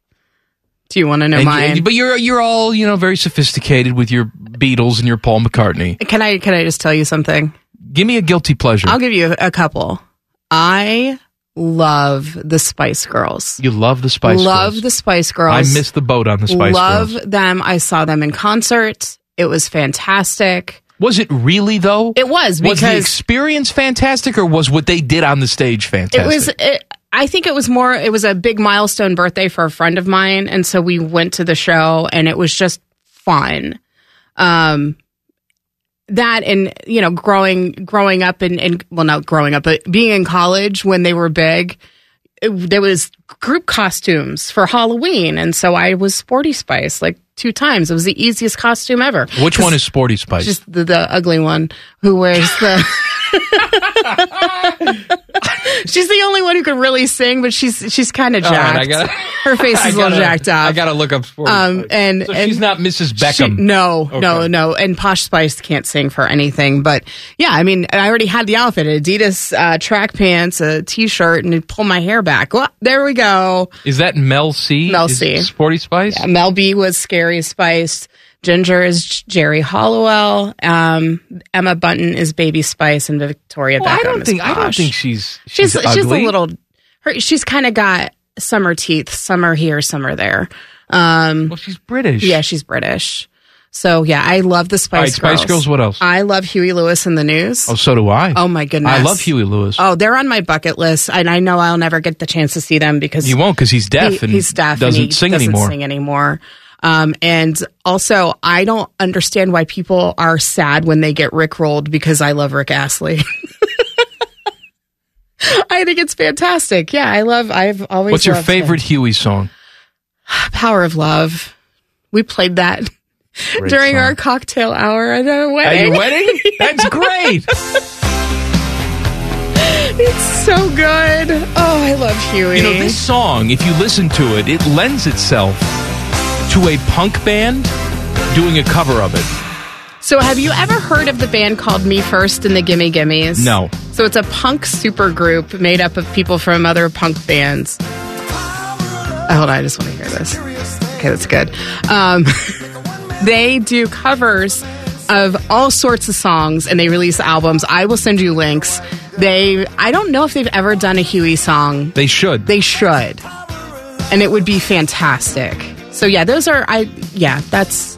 Speaker 7: Do you want to know
Speaker 4: And-
Speaker 7: mine?
Speaker 4: and- but you're you're all you know very sophisticated with your Beatles and your Paul McCartney.
Speaker 7: Can I can I just tell you something?
Speaker 4: Give me a guilty pleasure.
Speaker 7: I'll give you a couple. I love the Spice Girls.
Speaker 4: you love the Spice
Speaker 7: love
Speaker 4: Girls.
Speaker 7: the Spice Girls.
Speaker 4: I missed the boat on the Spice
Speaker 7: love
Speaker 4: Girls.
Speaker 7: them. I saw them in concert. It was fantastic.
Speaker 4: Was it really though?
Speaker 7: It was
Speaker 4: was the
Speaker 7: because
Speaker 4: experience fantastic, or was what they did on the stage fantastic?
Speaker 7: it was. It, I think it was more. It was a big milestone birthday for a friend of mine, and so we went to the show, and it was just fun. Um, that and you know, growing growing up and and well, not growing up, but being in college when they were big, it, there was group costumes for Halloween, and so I was Sporty Spice like two times. It was the easiest costume ever.
Speaker 4: Which one is Sporty Spice?
Speaker 7: Just the, the ugly one who wears the. she's the only one who can really sing, but she's she's kind of
Speaker 4: All right,
Speaker 7: jacked.
Speaker 4: I gotta-
Speaker 7: Her face is
Speaker 4: I
Speaker 7: a little
Speaker 4: gotta-
Speaker 7: jacked up.
Speaker 4: I gotta look up Sporty
Speaker 7: Um,
Speaker 4: Spice.
Speaker 7: and,
Speaker 4: So
Speaker 7: and
Speaker 4: she's not Mrs.
Speaker 7: she-
Speaker 4: Beckham.
Speaker 7: no, no,
Speaker 4: Okay.
Speaker 7: no. And Posh Spice can't sing for anything. But yeah, I mean, I already had the outfit: Adidas uh, track pants, a t-shirt, and pull my hair back. Well, there we go.
Speaker 4: Is that Mel C?
Speaker 7: Mel
Speaker 4: Is
Speaker 7: C.
Speaker 4: it Sporty Spice.
Speaker 7: Mel B was Scary Spice. Ginger is J- Jerry Hollowell. Um, Emma Bunton is Baby Spice, and Victoria
Speaker 4: Well,
Speaker 7: Beckham
Speaker 4: I don't
Speaker 7: is
Speaker 4: think. I don't
Speaker 7: Posh.
Speaker 4: think she's.
Speaker 7: she's
Speaker 4: She's
Speaker 7: she's,
Speaker 4: ugly.
Speaker 7: a little. Her, she's kind of got summer teeth, summer here, summer there. Um,
Speaker 4: Well, she's British.
Speaker 7: yeah, she's British. So yeah, I love the Spice
Speaker 4: All right, Spice Girls, what else?
Speaker 7: I love Huey Lewis in the news.
Speaker 4: Oh,
Speaker 7: Oh,
Speaker 4: so do I.
Speaker 7: my goodness!
Speaker 4: I love Huey Lewis.
Speaker 7: Oh, they're on my bucket list, and I know I'll never get the chance to see them because
Speaker 4: You won't because he's deaf
Speaker 7: he-
Speaker 4: and
Speaker 7: he's deaf
Speaker 4: doesn't
Speaker 7: and he
Speaker 4: sing
Speaker 7: doesn't
Speaker 4: anymore.
Speaker 7: Sing anymore. Um, and also, I don't understand why people are sad when they get rickrolled because I love Rick Astley. I think it's fantastic. Yeah, I love. I've always.
Speaker 4: What's your
Speaker 7: loved him.
Speaker 4: favorite Huey song?
Speaker 7: Power of Love. We played that during
Speaker 4: song.
Speaker 7: our cocktail hour at our
Speaker 4: At
Speaker 7: wedding.
Speaker 4: your wedding? That's great.
Speaker 7: It's so good. Oh, I love Huey.
Speaker 4: You know, this song, if you listen to it, it lends itself to a punk band doing a cover of it.
Speaker 7: so, have you ever heard of the band called Me First and the Gimme Gimmies?
Speaker 4: No.
Speaker 7: So, it's a punk supergroup made up of people from other punk bands. Oh, hold on, I just want to hear this. Okay, that's good. Um, they do covers of all sorts of songs and they release albums. I will send you links. They, I don't know if they've ever done a Huey song.
Speaker 4: They should.
Speaker 7: They should. And it would be fantastic. So yeah, those are I yeah, that's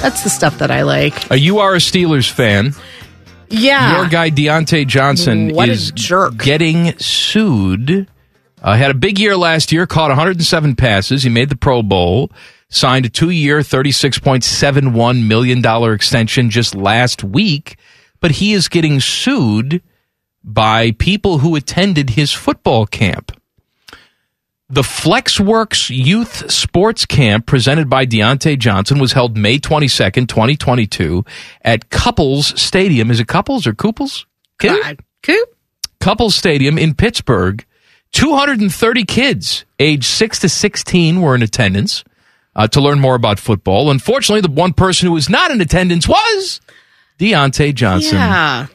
Speaker 7: that's the stuff that I like.
Speaker 4: Uh, you are a Steelers fan.
Speaker 7: Yeah.
Speaker 4: Your guy Deontay Johnson
Speaker 7: Ah. What a
Speaker 4: is
Speaker 7: jerk.
Speaker 4: getting sued. Uh, had a big year last year, caught 107 passes. He made the Pro Bowl. signed a two year, $36.71 million extension just last week, but he is getting sued by people who attended his football camp. The FlexWorks Youth Sports Camp presented by Deontay Johnson was held May 22nd, 2022 at Couples Stadium. Is it Couples or Couples? Coop?
Speaker 7: Coop?
Speaker 4: Couples Stadium in Pittsburgh. 230 kids aged 6 to 16 were in attendance uh, to learn more about football. Unfortunately, the one person who was not in attendance was Deontay Johnson.
Speaker 7: Yeah.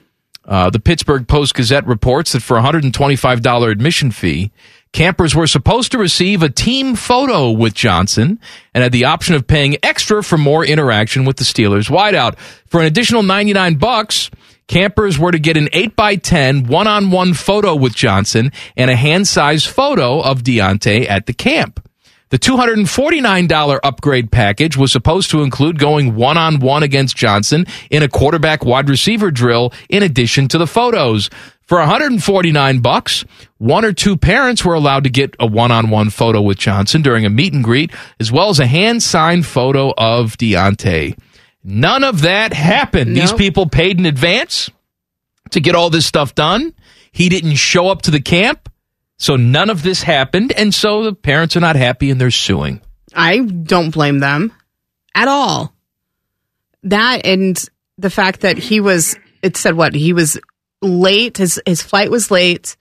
Speaker 4: Uh, the Pittsburgh Post Gazette reports that for a $125 admission fee, campers were supposed to receive a team photo with Johnson and had the option of paying extra for more interaction with the Steelers wideout. For an additional 99 bucks, campers were to get an 8x10 one-on-one photo with Johnson and a hand-sized photo of Deontay at the camp. The $249 upgrade package was supposed to include going one on one against Johnson in a quarterback wide receiver drill in addition to the photos. For 149 bucks, one or two parents were allowed to get a one-on-one photo with Johnson during a meet and greet, as well as a hand-signed photo of Deontay. None of that happened. These people paid in advance to get all this stuff done. He didn't show up to the camp, so none of this happened, and so the parents are not happy and they're suing.
Speaker 7: I don't blame them at all. That and the fact that he was it said what he was late his his flight was late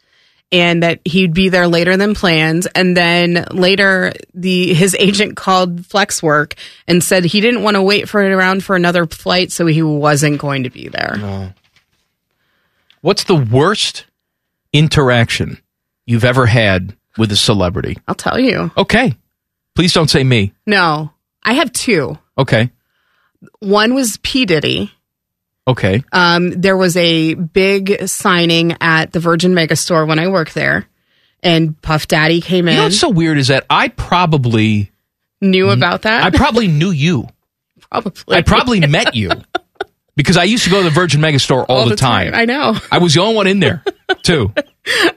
Speaker 7: and that he'd be there later than planned and then later the his agent called Flexwork and said he didn't want to wait for around for another flight so he wasn't going to be there.
Speaker 4: What's the worst interaction you've ever had with a celebrity?
Speaker 7: I'll tell you.
Speaker 4: Okay. Please don't say me.
Speaker 7: No. I have two.
Speaker 4: Okay.
Speaker 7: One was P Diddy.
Speaker 4: Okay.
Speaker 7: Um, there was a big signing at the Virgin Megastore when I worked there, and Puff Daddy came in.
Speaker 4: You know what's so weird is that I probably
Speaker 7: knew about that.
Speaker 4: I probably knew you.
Speaker 7: probably
Speaker 4: I probably met you because I used to go to the Virgin Megastore all, the, time.
Speaker 7: I know.
Speaker 4: I was the only one in there too.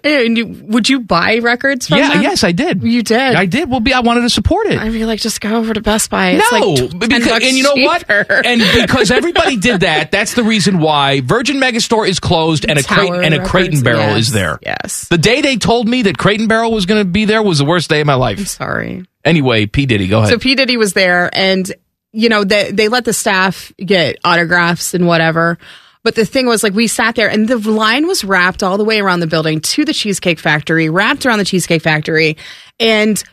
Speaker 7: And you, would you buy records from
Speaker 4: yeah,
Speaker 7: them?
Speaker 4: yes, I did.
Speaker 7: You did.
Speaker 4: I did. Well, be- I wanted to support it.
Speaker 7: I mean, like just go over to Best Buy. It's
Speaker 4: no,
Speaker 7: like tw- 10
Speaker 4: because
Speaker 7: bucks
Speaker 4: and you know what?
Speaker 7: cheaper.
Speaker 4: And because everybody did that, that's the reason why Virgin Megastore is closed and a
Speaker 7: Tower
Speaker 4: crate and a
Speaker 7: Records,
Speaker 4: Crate and Barrel
Speaker 7: yes,
Speaker 4: is there.
Speaker 7: Yes.
Speaker 4: The day they told me that Crate and Barrel was going to be there was the worst day of my life. I'm
Speaker 7: sorry.
Speaker 4: Anyway, P Diddy, go ahead.
Speaker 7: So P Diddy was there, and you know they they let the staff get autographs and whatever. But the thing was, like, we sat there, and the line was wrapped all the way around the building to the Cheesecake Factory, wrapped around the Cheesecake Factory, and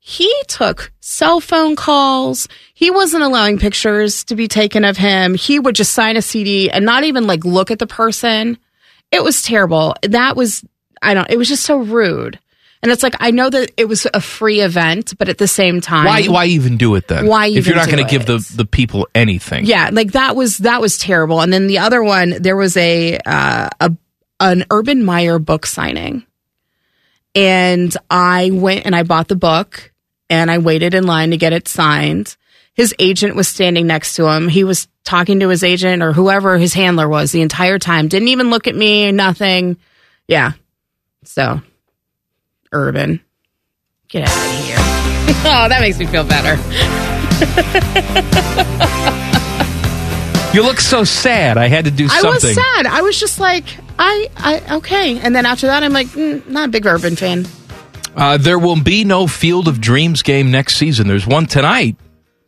Speaker 7: he took cell phone calls. He wasn't allowing pictures to be taken of him. He would just sign a CD and not even like look at the person. It was terrible. That was, I don't, it was just so rude. And it's like, I know that it was a free event, but at the same time.
Speaker 4: why why even do it then?
Speaker 7: Why
Speaker 4: if
Speaker 7: even
Speaker 4: you're
Speaker 7: do
Speaker 4: not gonna give the the people anything?
Speaker 7: Yeah, like that was that was terrible. And then the other one, there was a uh, a an Urban Meyer book signing, and I went and I bought the book and I waited in line to get it signed. His agent was standing next to him. He was talking to his agent or whoever his handler was the entire time. Didn't even look at me. Nothing. Yeah. So, Urban, get out of here. oh, that makes me feel better.
Speaker 4: You look so sad. I had to do
Speaker 7: I
Speaker 4: something.
Speaker 7: was sad. I was just like, I, I, okay. And then after that, I'm like, mm, not a big Urban fan.
Speaker 4: Uh, there will be no Field of Dreams game next season. There's one tonight,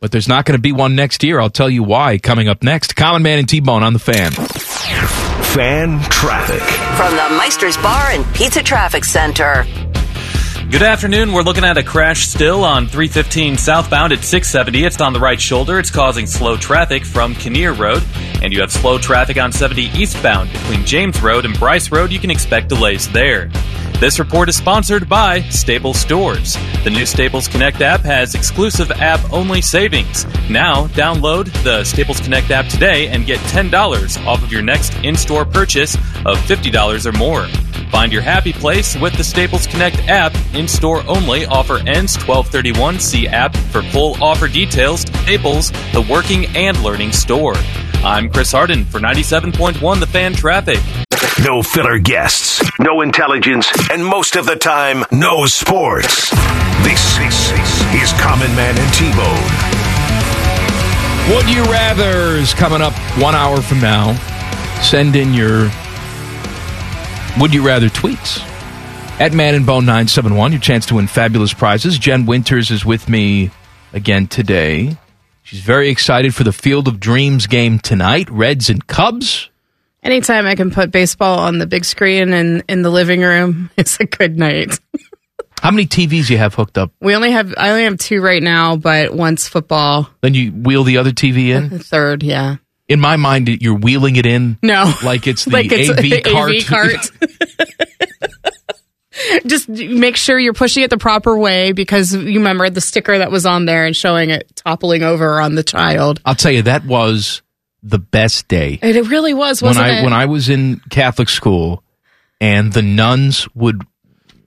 Speaker 4: but there's not going to be one next year. I'll tell you why coming up next. Common Man and T Bone on the fan.
Speaker 1: Fan traffic.
Speaker 5: From the Meister's Bar and Pizza Traffic Center.
Speaker 8: Good afternoon. We're looking at a crash still on 315 southbound at 670. It's on the right shoulder. It's causing slow traffic from Kinnear Road. And you have slow traffic on 70 eastbound between James Road and Bryce Road. You can expect delays there. This report is sponsored by Staples Stores. The new Staples Connect app has exclusive app only savings. Now, download the Staples Connect app today and get $10 off of your next in store purchase of $50 or more. Find your happy place with the Staples Connect app. In store only. Offer ends 1231. See app for full offer details. Staples, the working and learning store. I'm Chris Harden for 97.1 The Fan Traffic.
Speaker 1: No filler guests, no intelligence, and most of the time, no sports. This is, is Common Man and T Bone.
Speaker 4: Would you rather's coming up one hour from now? Send in your would you rather tweets at Man and Bone nine seven one. Your chance to win fabulous prizes. Jen Winters is with me again today. She's very excited for the Field of Dreams game tonight. Reds and Cubs.
Speaker 7: Anytime I can put baseball on the big screen and in the living room, it's a good night.
Speaker 4: How many TVs you have hooked up?
Speaker 7: We only have I only have two right now, but once football,
Speaker 4: Then you wheel the other TV in.
Speaker 7: the third, yeah.
Speaker 4: In my mind, you're wheeling it in.
Speaker 7: No.
Speaker 4: like it's the
Speaker 7: Like it's
Speaker 4: AV
Speaker 7: the
Speaker 4: cart.
Speaker 7: AV cart. Just make sure you're pushing it the proper way because you remember the sticker that was on there and showing it toppling over on the child.
Speaker 4: I'll tell you, that was the best day.
Speaker 7: And It really was, wasn't
Speaker 4: when I
Speaker 7: it?
Speaker 4: when I was in Catholic school, and the nuns would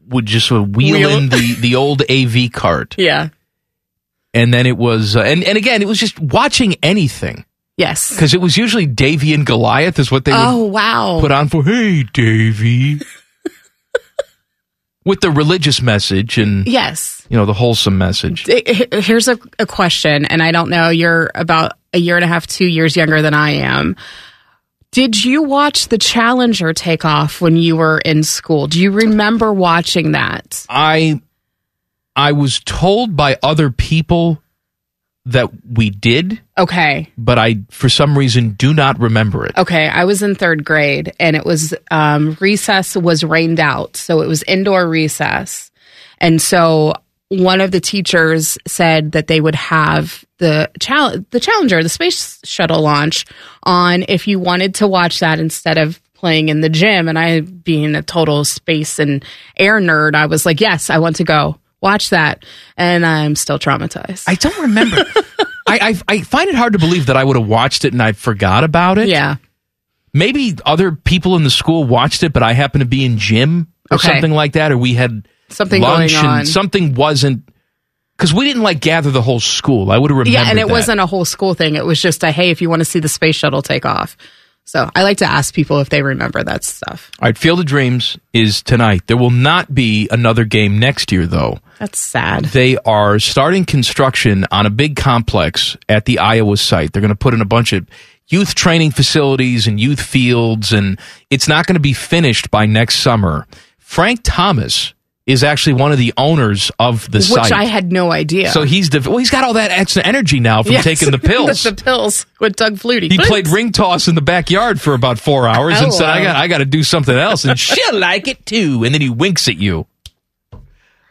Speaker 4: would just sort of wheel,
Speaker 7: Wheel-
Speaker 4: in the the old AV cart,
Speaker 7: yeah.
Speaker 4: and then it was uh, and and again it was just watching anything
Speaker 7: Yes.
Speaker 4: because it was usually Davy and Goliath is what they
Speaker 7: oh
Speaker 4: would
Speaker 7: wow.
Speaker 4: put on for Hey Davy, with the religious message and
Speaker 7: yes.
Speaker 4: you know the wholesome message.
Speaker 7: It- he- here's a, a question, and I don't know. You're about a year and a half, two years younger than I am. Did you watch the Challenger take off when you were in school? Do you remember watching that?
Speaker 4: I I was told by other people that we did,
Speaker 7: Okay.
Speaker 4: but I for some reason do not remember it.
Speaker 7: Okay. I was in third grade, and it was um, recess was rained out. So it was indoor recess. And so one of the teachers said that they would have the chal- the Challenger, the space shuttle launch, on if you wanted to watch that instead of playing in the gym. And I, being a total space and air nerd, I was like, yes, I want to go watch that. And I'm still traumatized.
Speaker 4: I don't remember. I, I I find it hard to believe that I would have watched it and I forgot about it.
Speaker 7: yeah.
Speaker 4: Maybe other people in the school watched it, but I happened to be in gym or
Speaker 7: Okay.
Speaker 4: something like that, or we had
Speaker 7: Something
Speaker 4: lunch
Speaker 7: going on.
Speaker 4: and something wasn't because we didn't like gather the whole school. I would have remembered.
Speaker 7: Yeah, and it
Speaker 4: that.
Speaker 7: wasn't a whole school thing. It was just a hey, if you want to see the space shuttle take off. So I like to ask people if they remember that stuff.
Speaker 4: All right, Field of Dreams is tonight. There will not be another game next year, though.
Speaker 7: That's sad.
Speaker 4: They are starting construction on a big complex at the Iowa site. They're going to put in a bunch of youth training facilities and youth fields, and it's not going to be finished by next summer. Frank Thomas is actually one of the owners of the
Speaker 7: Which
Speaker 4: site.
Speaker 7: I had no idea.
Speaker 4: So he's def- well, he's got all that extra energy now from
Speaker 7: Yes.
Speaker 4: taking the pills.
Speaker 7: the pills with Doug Flutie.
Speaker 4: he played ring toss in the backyard for about four hours and said, "I
Speaker 7: Hello.
Speaker 4: got, I got to do something else." And she'll like it too. And then he winks at you.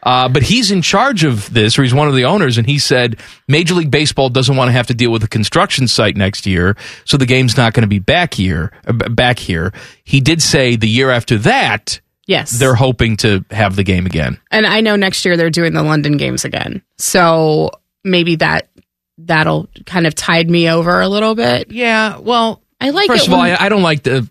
Speaker 4: Uh, but he's in charge of this, or he's one of the owners, and he said Major League Baseball doesn't want to have to deal with a construction site next year, so the game's not going to be back here. uh, b- Back here, he did say the year after that,
Speaker 7: Yes.
Speaker 4: they're hoping to have the game again.
Speaker 7: and I know next year they're doing the London games again. So maybe that that'll kind of tide me over a little bit.
Speaker 4: Yeah, well,
Speaker 7: I like
Speaker 4: First
Speaker 7: it
Speaker 4: of all,
Speaker 7: when-
Speaker 4: I, I don't like the.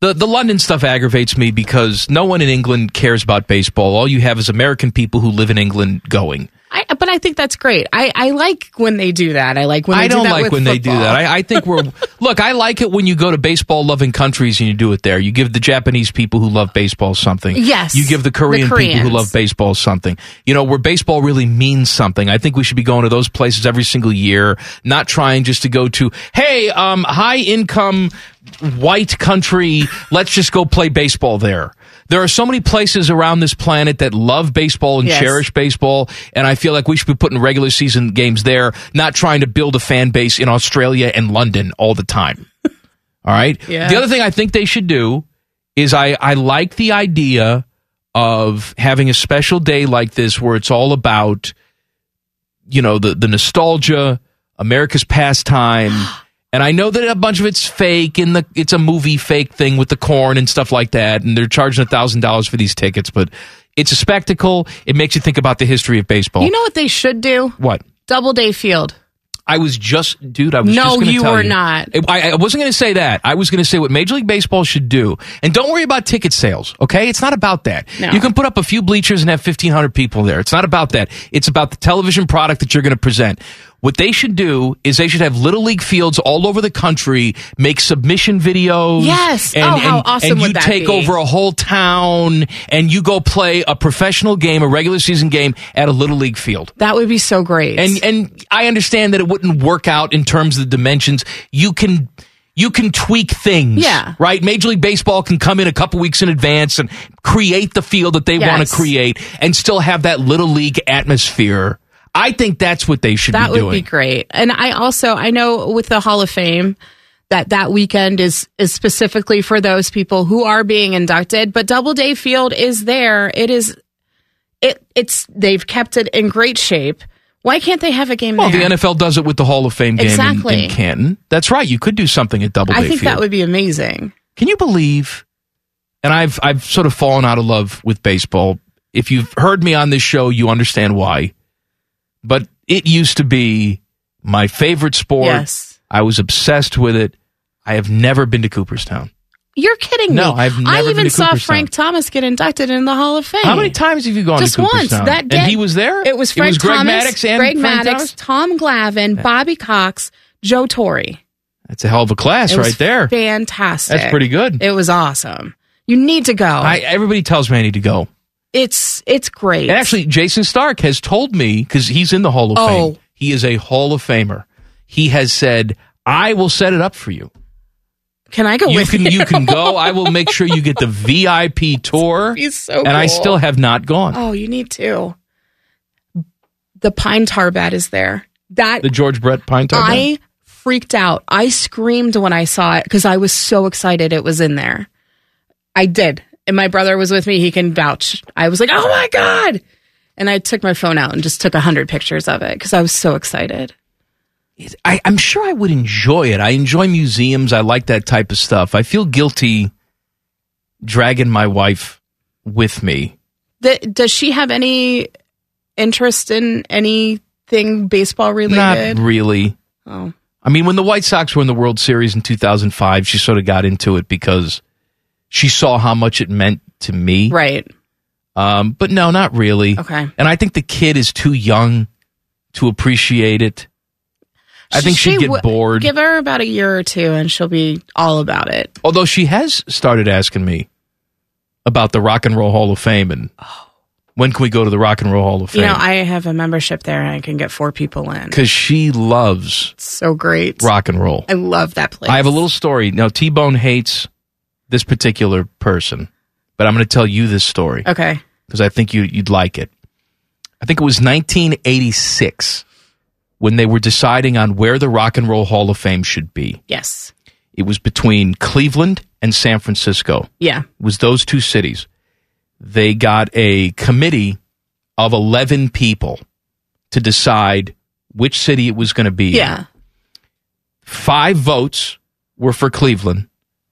Speaker 4: The, the London stuff aggravates me because no one in England cares about baseball. All you have is American people who live in England going.
Speaker 7: I, but I think that's great. I, I like when they do that. I like when they
Speaker 4: I
Speaker 7: do
Speaker 4: don't
Speaker 7: that
Speaker 4: like
Speaker 7: with
Speaker 4: when they do
Speaker 7: football.
Speaker 4: that. I, I think we're look. I like it when you go to baseball loving countries and you do it there. You give the Japanese people who love baseball something.
Speaker 7: Yes,
Speaker 4: You give the
Speaker 7: the
Speaker 4: Korean people who
Speaker 7: Koreans.
Speaker 4: love baseball something. You know where baseball really means something. I think we should be going to those places every single year, not trying just to go to hey, um, high income white country. Let's just go play baseball there. There are so many places around this planet that love baseball and
Speaker 11: Yes.
Speaker 4: cherish baseball, and I feel like we should be putting regular season games there, not trying to build a fan base in Australia and London all the time. all right.
Speaker 11: Yeah.
Speaker 4: The other thing I think they should do is I, I like the idea of having a special day like this where it's all about, you know, the, the nostalgia, America's pastime. And I know that a bunch of it's fake and the it's a movie fake thing with the corn and stuff like that, and they're charging thousand dollars for these tickets, but it's a spectacle. It makes you think about the history of baseball.
Speaker 7: You know what they should do?
Speaker 4: what?
Speaker 7: Double day field.
Speaker 4: I was just, dude. I was
Speaker 7: No,
Speaker 4: Just gonna
Speaker 7: you
Speaker 4: tell
Speaker 7: were not.
Speaker 4: I, I wasn't going to say that. I was going to say what Major League Baseball should do. And don't worry about ticket sales. Okay, it's not about that.
Speaker 11: No.
Speaker 4: You can put up a few bleachers and have fifteen hundred people there. It's not about that. It's about the television product that you're going to present. What they should do is they should have little league fields all over the country make submission videos.
Speaker 7: Yes.
Speaker 4: and,
Speaker 7: Oh, how
Speaker 4: and-
Speaker 7: awesome
Speaker 4: and
Speaker 7: would
Speaker 4: you
Speaker 7: that
Speaker 4: take
Speaker 7: be?
Speaker 4: over a whole town and you go play a professional game, a regular season game at a little league field.
Speaker 7: That would be so great.
Speaker 4: And and I understand that it wouldn't work out in terms of the dimensions. You can you can tweak things.
Speaker 7: Yeah.
Speaker 4: Right? Major League Baseball can come in a couple weeks in advance and create the field that they want
Speaker 7: Yes.
Speaker 4: to create and still have that little league atmosphere. I think that's what they should
Speaker 7: that
Speaker 4: be
Speaker 7: would
Speaker 4: doing.
Speaker 7: be great. And I also I know with the Hall of Fame that that weekend is is specifically for those people who are being inducted, but Doubleday Field is there. It is it it's they've kept it in great shape. Why can't they have a game
Speaker 4: well,
Speaker 7: there?
Speaker 4: the NFL does it with the Hall of Fame game in- in,
Speaker 7: Exactly.
Speaker 4: Canton. That's right. You could do something at Double
Speaker 7: I think
Speaker 4: Field.
Speaker 7: that would be amazing.
Speaker 4: Can you believe? And I've I've sort of fallen out of love with baseball. If you've heard me on this show, you understand why. But it used to be my favorite sport.
Speaker 7: Yes.
Speaker 4: I was obsessed with it. I have never been to Cooperstown.
Speaker 7: You're kidding
Speaker 4: No,
Speaker 7: me.
Speaker 4: I've never
Speaker 7: I
Speaker 4: been
Speaker 7: even
Speaker 4: to
Speaker 7: saw
Speaker 4: Cooperstown.
Speaker 7: Frank Thomas get inducted in the Hall of Fame.
Speaker 4: How many times have you gone
Speaker 7: Just
Speaker 4: to
Speaker 7: once
Speaker 4: Cooperstown?
Speaker 7: that day.
Speaker 4: And he was there.
Speaker 7: It was Frank
Speaker 4: Greg
Speaker 7: Thomas,
Speaker 4: Maddox and
Speaker 7: Greg
Speaker 4: Frank
Speaker 7: Maddox,
Speaker 4: Thomas?
Speaker 7: Tom Glavine, Bobby Cox, Joe Torre.
Speaker 4: That's a hell of a class
Speaker 7: It was
Speaker 4: right there.
Speaker 7: Fantastic.
Speaker 4: That's pretty good.
Speaker 7: It was awesome. You need to go.
Speaker 4: I, everybody tells me I need to go.
Speaker 7: it's it's great.
Speaker 4: And actually, Jason Stark has told me because he's in the Hall of
Speaker 7: Oh.
Speaker 4: Fame. He is a Hall of Famer. He has said, "I will set it up for you.
Speaker 7: can I go
Speaker 4: You
Speaker 7: with
Speaker 4: can
Speaker 7: you?
Speaker 4: you can go. I will make sure you get the VIP tour."
Speaker 7: He's so
Speaker 4: and I
Speaker 7: cool.
Speaker 4: still have not gone.
Speaker 7: Oh, you need to. The pine tar bat is there. That
Speaker 4: The George Brett Pine Tar. Band.
Speaker 7: I freaked out. I screamed when I saw it because I was so excited it was in there. I did. And my brother was with me. He can vouch. I was like, oh my God. And I took my phone out and just took 100 pictures of it because I was so excited.
Speaker 4: I, I'm sure I would enjoy it. I enjoy museums. I like that type of stuff. I feel guilty dragging my wife with me.
Speaker 7: Th- does she have any interest in anything baseball related?
Speaker 4: Not really.
Speaker 7: oh,
Speaker 4: I mean, when the White Sox were in the World Series in 2005, she sort of got into it because she saw how much it meant to me.
Speaker 7: right.
Speaker 4: Um, but no, not really.
Speaker 7: Okay.
Speaker 4: And I think the kid is too young to appreciate it. I think she'd get
Speaker 7: would-
Speaker 4: bored.
Speaker 7: Give her about a year or two and she'll be all about it.
Speaker 4: Although she has started asking me about the Rock and Roll Hall of Fame and when can we go to the Rock and Roll Hall of
Speaker 7: Oh. You know,
Speaker 4: Fame?
Speaker 7: I have a membership there and I can get four people in.
Speaker 4: Because she loves
Speaker 7: So great.
Speaker 4: rock and roll.
Speaker 7: I love that place.
Speaker 4: I have a little story. Now, T Bone hates this particular person, but I'm going to tell you this story.
Speaker 7: Okay.
Speaker 4: because I think you, you'd like it. I think it was 1986 when they were deciding on where the Rock and Roll Hall of Fame should be.
Speaker 7: Yes.
Speaker 4: It was between Cleveland and San Francisco.
Speaker 7: Yeah.
Speaker 4: It was those two cities. They got a committee of 11 people to decide which city it was going to be. in.
Speaker 7: Yeah.
Speaker 4: Five votes were for Cleveland,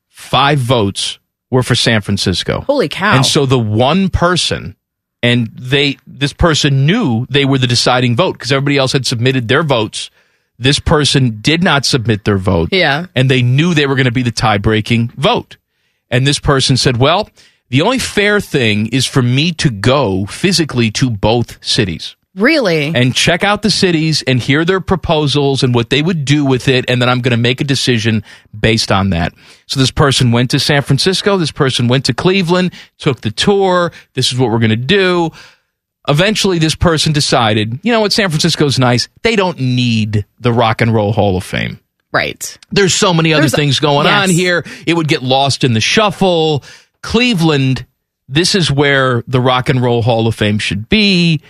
Speaker 4: five votes were for San Francisco.
Speaker 7: Holy cow.
Speaker 4: And so the one person, and they this person knew they were the deciding vote because everybody else had submitted their votes. This person did not submit their vote.
Speaker 7: Yeah.
Speaker 4: And they knew they were going to be the tie breaking vote. And this person said, Well, the only fair thing is for me to go physically to both cities
Speaker 7: really?
Speaker 4: and check out the cities and hear their proposals and what they would do with it. And then I'm going to make a decision based on that. So this person went to San Francisco. This person went to Cleveland, took the tour. This is what we're going to do. Eventually, this person decided, you know what, San Francisco's nice. They don't need the Rock and Roll Hall of Fame.
Speaker 7: right.
Speaker 4: There's so many other
Speaker 7: There's-
Speaker 4: things going
Speaker 7: yes.
Speaker 4: on here. It would get lost in the shuffle. Cleveland, this is where the Rock and Roll Hall of Fame should be.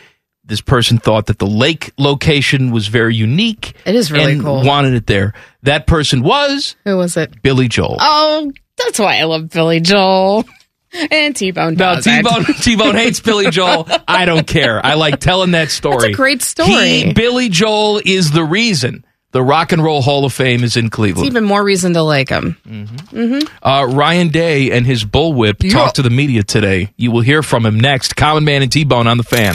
Speaker 4: This person thought that the lake location was very unique.
Speaker 7: It is really
Speaker 4: and
Speaker 7: cool.
Speaker 4: Wanted it there. That person was
Speaker 7: Who was it?
Speaker 4: Billy Joel.
Speaker 7: Oh, that's why I love Billy Joel and T Bone.
Speaker 4: Now T Bone T Bone hates Billy Joel. I don't care. I like telling that story.
Speaker 7: That's a great story.
Speaker 4: He- Billy Joel is the reason the Rock and Roll Hall of Fame is in Cleveland.
Speaker 7: It's even more reason to like him.
Speaker 4: Uh, Ryan Day and his bullwhip talked to the media today. You will hear from him next. Common Man and T Bone on the fan.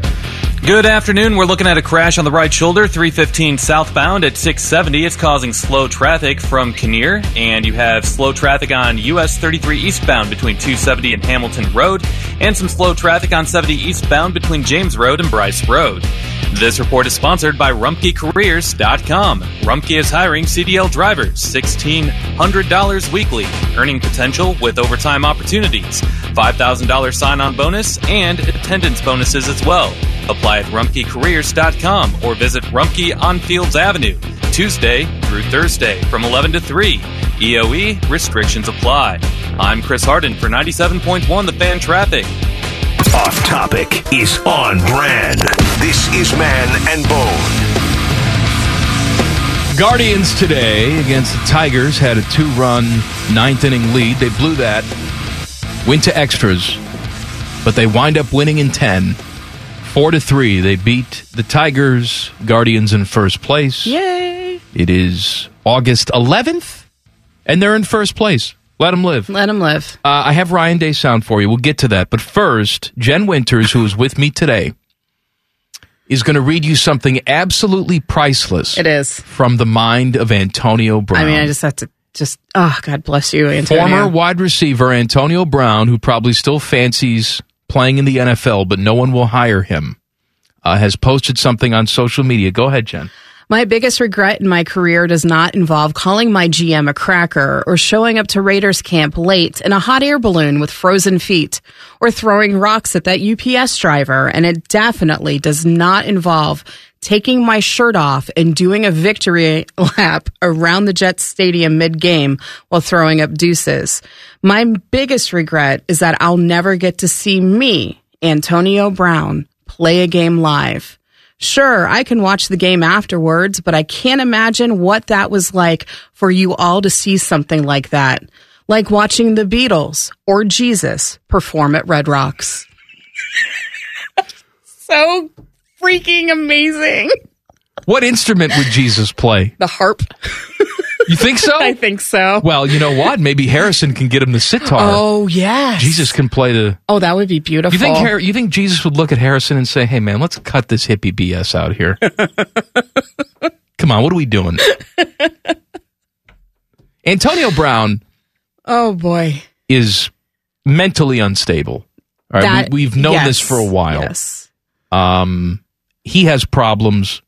Speaker 8: Good afternoon. We're looking at a crash on the right shoulder, 315 southbound at 670. It's causing slow traffic from Kinnear, and you have slow traffic on US 33 eastbound between 270 and Hamilton Road, and some slow traffic on 70 eastbound between James Road and Bryce Road. This report is sponsored by RumpkeCareers.com. Rumpke is hiring CDL drivers, $1,600 weekly, earning potential with overtime opportunities, $5,000 sign on bonus, and attendance bonuses as well. Apply at RumpkeCareers.com or visit Rumpke on Fields Avenue, Tuesday through Thursday from 11 to 3. EOE E restrictions apply. I'm Chris Harden for 97.1 The Fan Traffic.
Speaker 1: Off topic is on brand. This is Man and Bone.
Speaker 4: Guardians today against the Tigers had a two run, ninth inning lead. They blew that, went to extras, but they wind up winning in 10. Four to three, they beat the Tigers, Guardians in first place.
Speaker 7: Yay!
Speaker 4: It is August 11th, and they're in first place. Let them live.
Speaker 7: Let them live.
Speaker 4: Uh, I have Ryan Day sound for you. We'll get to that. But first, Jen Winters, who is with me today, is going to read you something absolutely priceless. It
Speaker 7: is.
Speaker 4: From the mind of Antonio Brown.
Speaker 7: I mean, I just have to just. Oh, God bless you, Antonio.
Speaker 4: Former wide receiver Antonio Brown, who probably still fancies playing in the NFL, but no one will hire him, uh, has posted something on social media. Go ahead, Jen.
Speaker 7: My biggest regret in my career does not involve calling my GM a cracker or showing up to Raiders camp late in a hot air balloon with frozen feet or throwing rocks at that UPS driver. And it definitely does not involve taking my shirt off and doing a victory lap around the Jets stadium mid game while throwing up deuces. My biggest regret is that I'll never get to see me, Antonio Brown, play a game live. Sure, I can watch the game afterwards, but I can't imagine what that was like for you all to see something like that. Like watching the Beatles or Jesus perform at Red Rocks. so freaking amazing.
Speaker 4: What instrument would Jesus play?
Speaker 7: The harp.
Speaker 4: You think so?
Speaker 7: I think so.
Speaker 4: Well, you know what? Maybe Harrison can get him the sitar.
Speaker 7: Oh, yes.
Speaker 4: Jesus can play the.
Speaker 7: Oh, that would be beautiful.
Speaker 4: You think Har- you think Jesus would look at Harrison and say, "Hey, man, let's cut this hippie BS out here. Come on, what are we doing?" Antonio Brown
Speaker 7: oh, boy.
Speaker 4: is mentally unstable. All right,
Speaker 7: That-
Speaker 4: we, have known this
Speaker 7: yes,
Speaker 4: for a while.
Speaker 7: Yes.
Speaker 4: Um, he has problems.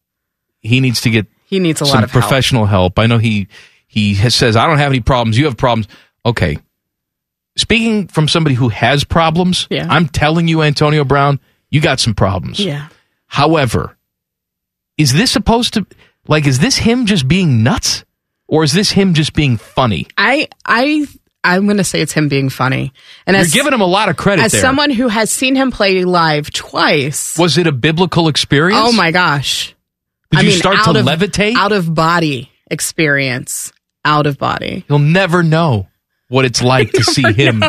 Speaker 4: He needs to get
Speaker 7: He needs a
Speaker 4: some
Speaker 7: lot of help.
Speaker 4: professional help. I know he he has, says I don't have any problems. You have problems. Okay. Speaking from somebody who has problems,
Speaker 7: Yeah.
Speaker 4: I'm telling you, Antonio Brown, you got some problems.
Speaker 7: Yeah.
Speaker 4: However, is this supposed to like is this him just being nuts, or is this him just being funny?
Speaker 7: I, I, I'm going to say it's him being funny. And
Speaker 4: You're
Speaker 7: as,
Speaker 4: giving him a lot of credit
Speaker 7: as
Speaker 4: there.
Speaker 7: someone who has seen him play live twice,
Speaker 4: Was it a biblical experience?
Speaker 7: Oh my gosh!
Speaker 4: Did
Speaker 7: I
Speaker 4: you
Speaker 7: mean,
Speaker 4: start to
Speaker 7: out of-
Speaker 4: levitate?
Speaker 7: Out of body experience. Out of body.
Speaker 4: You'll never know what it's like to see him.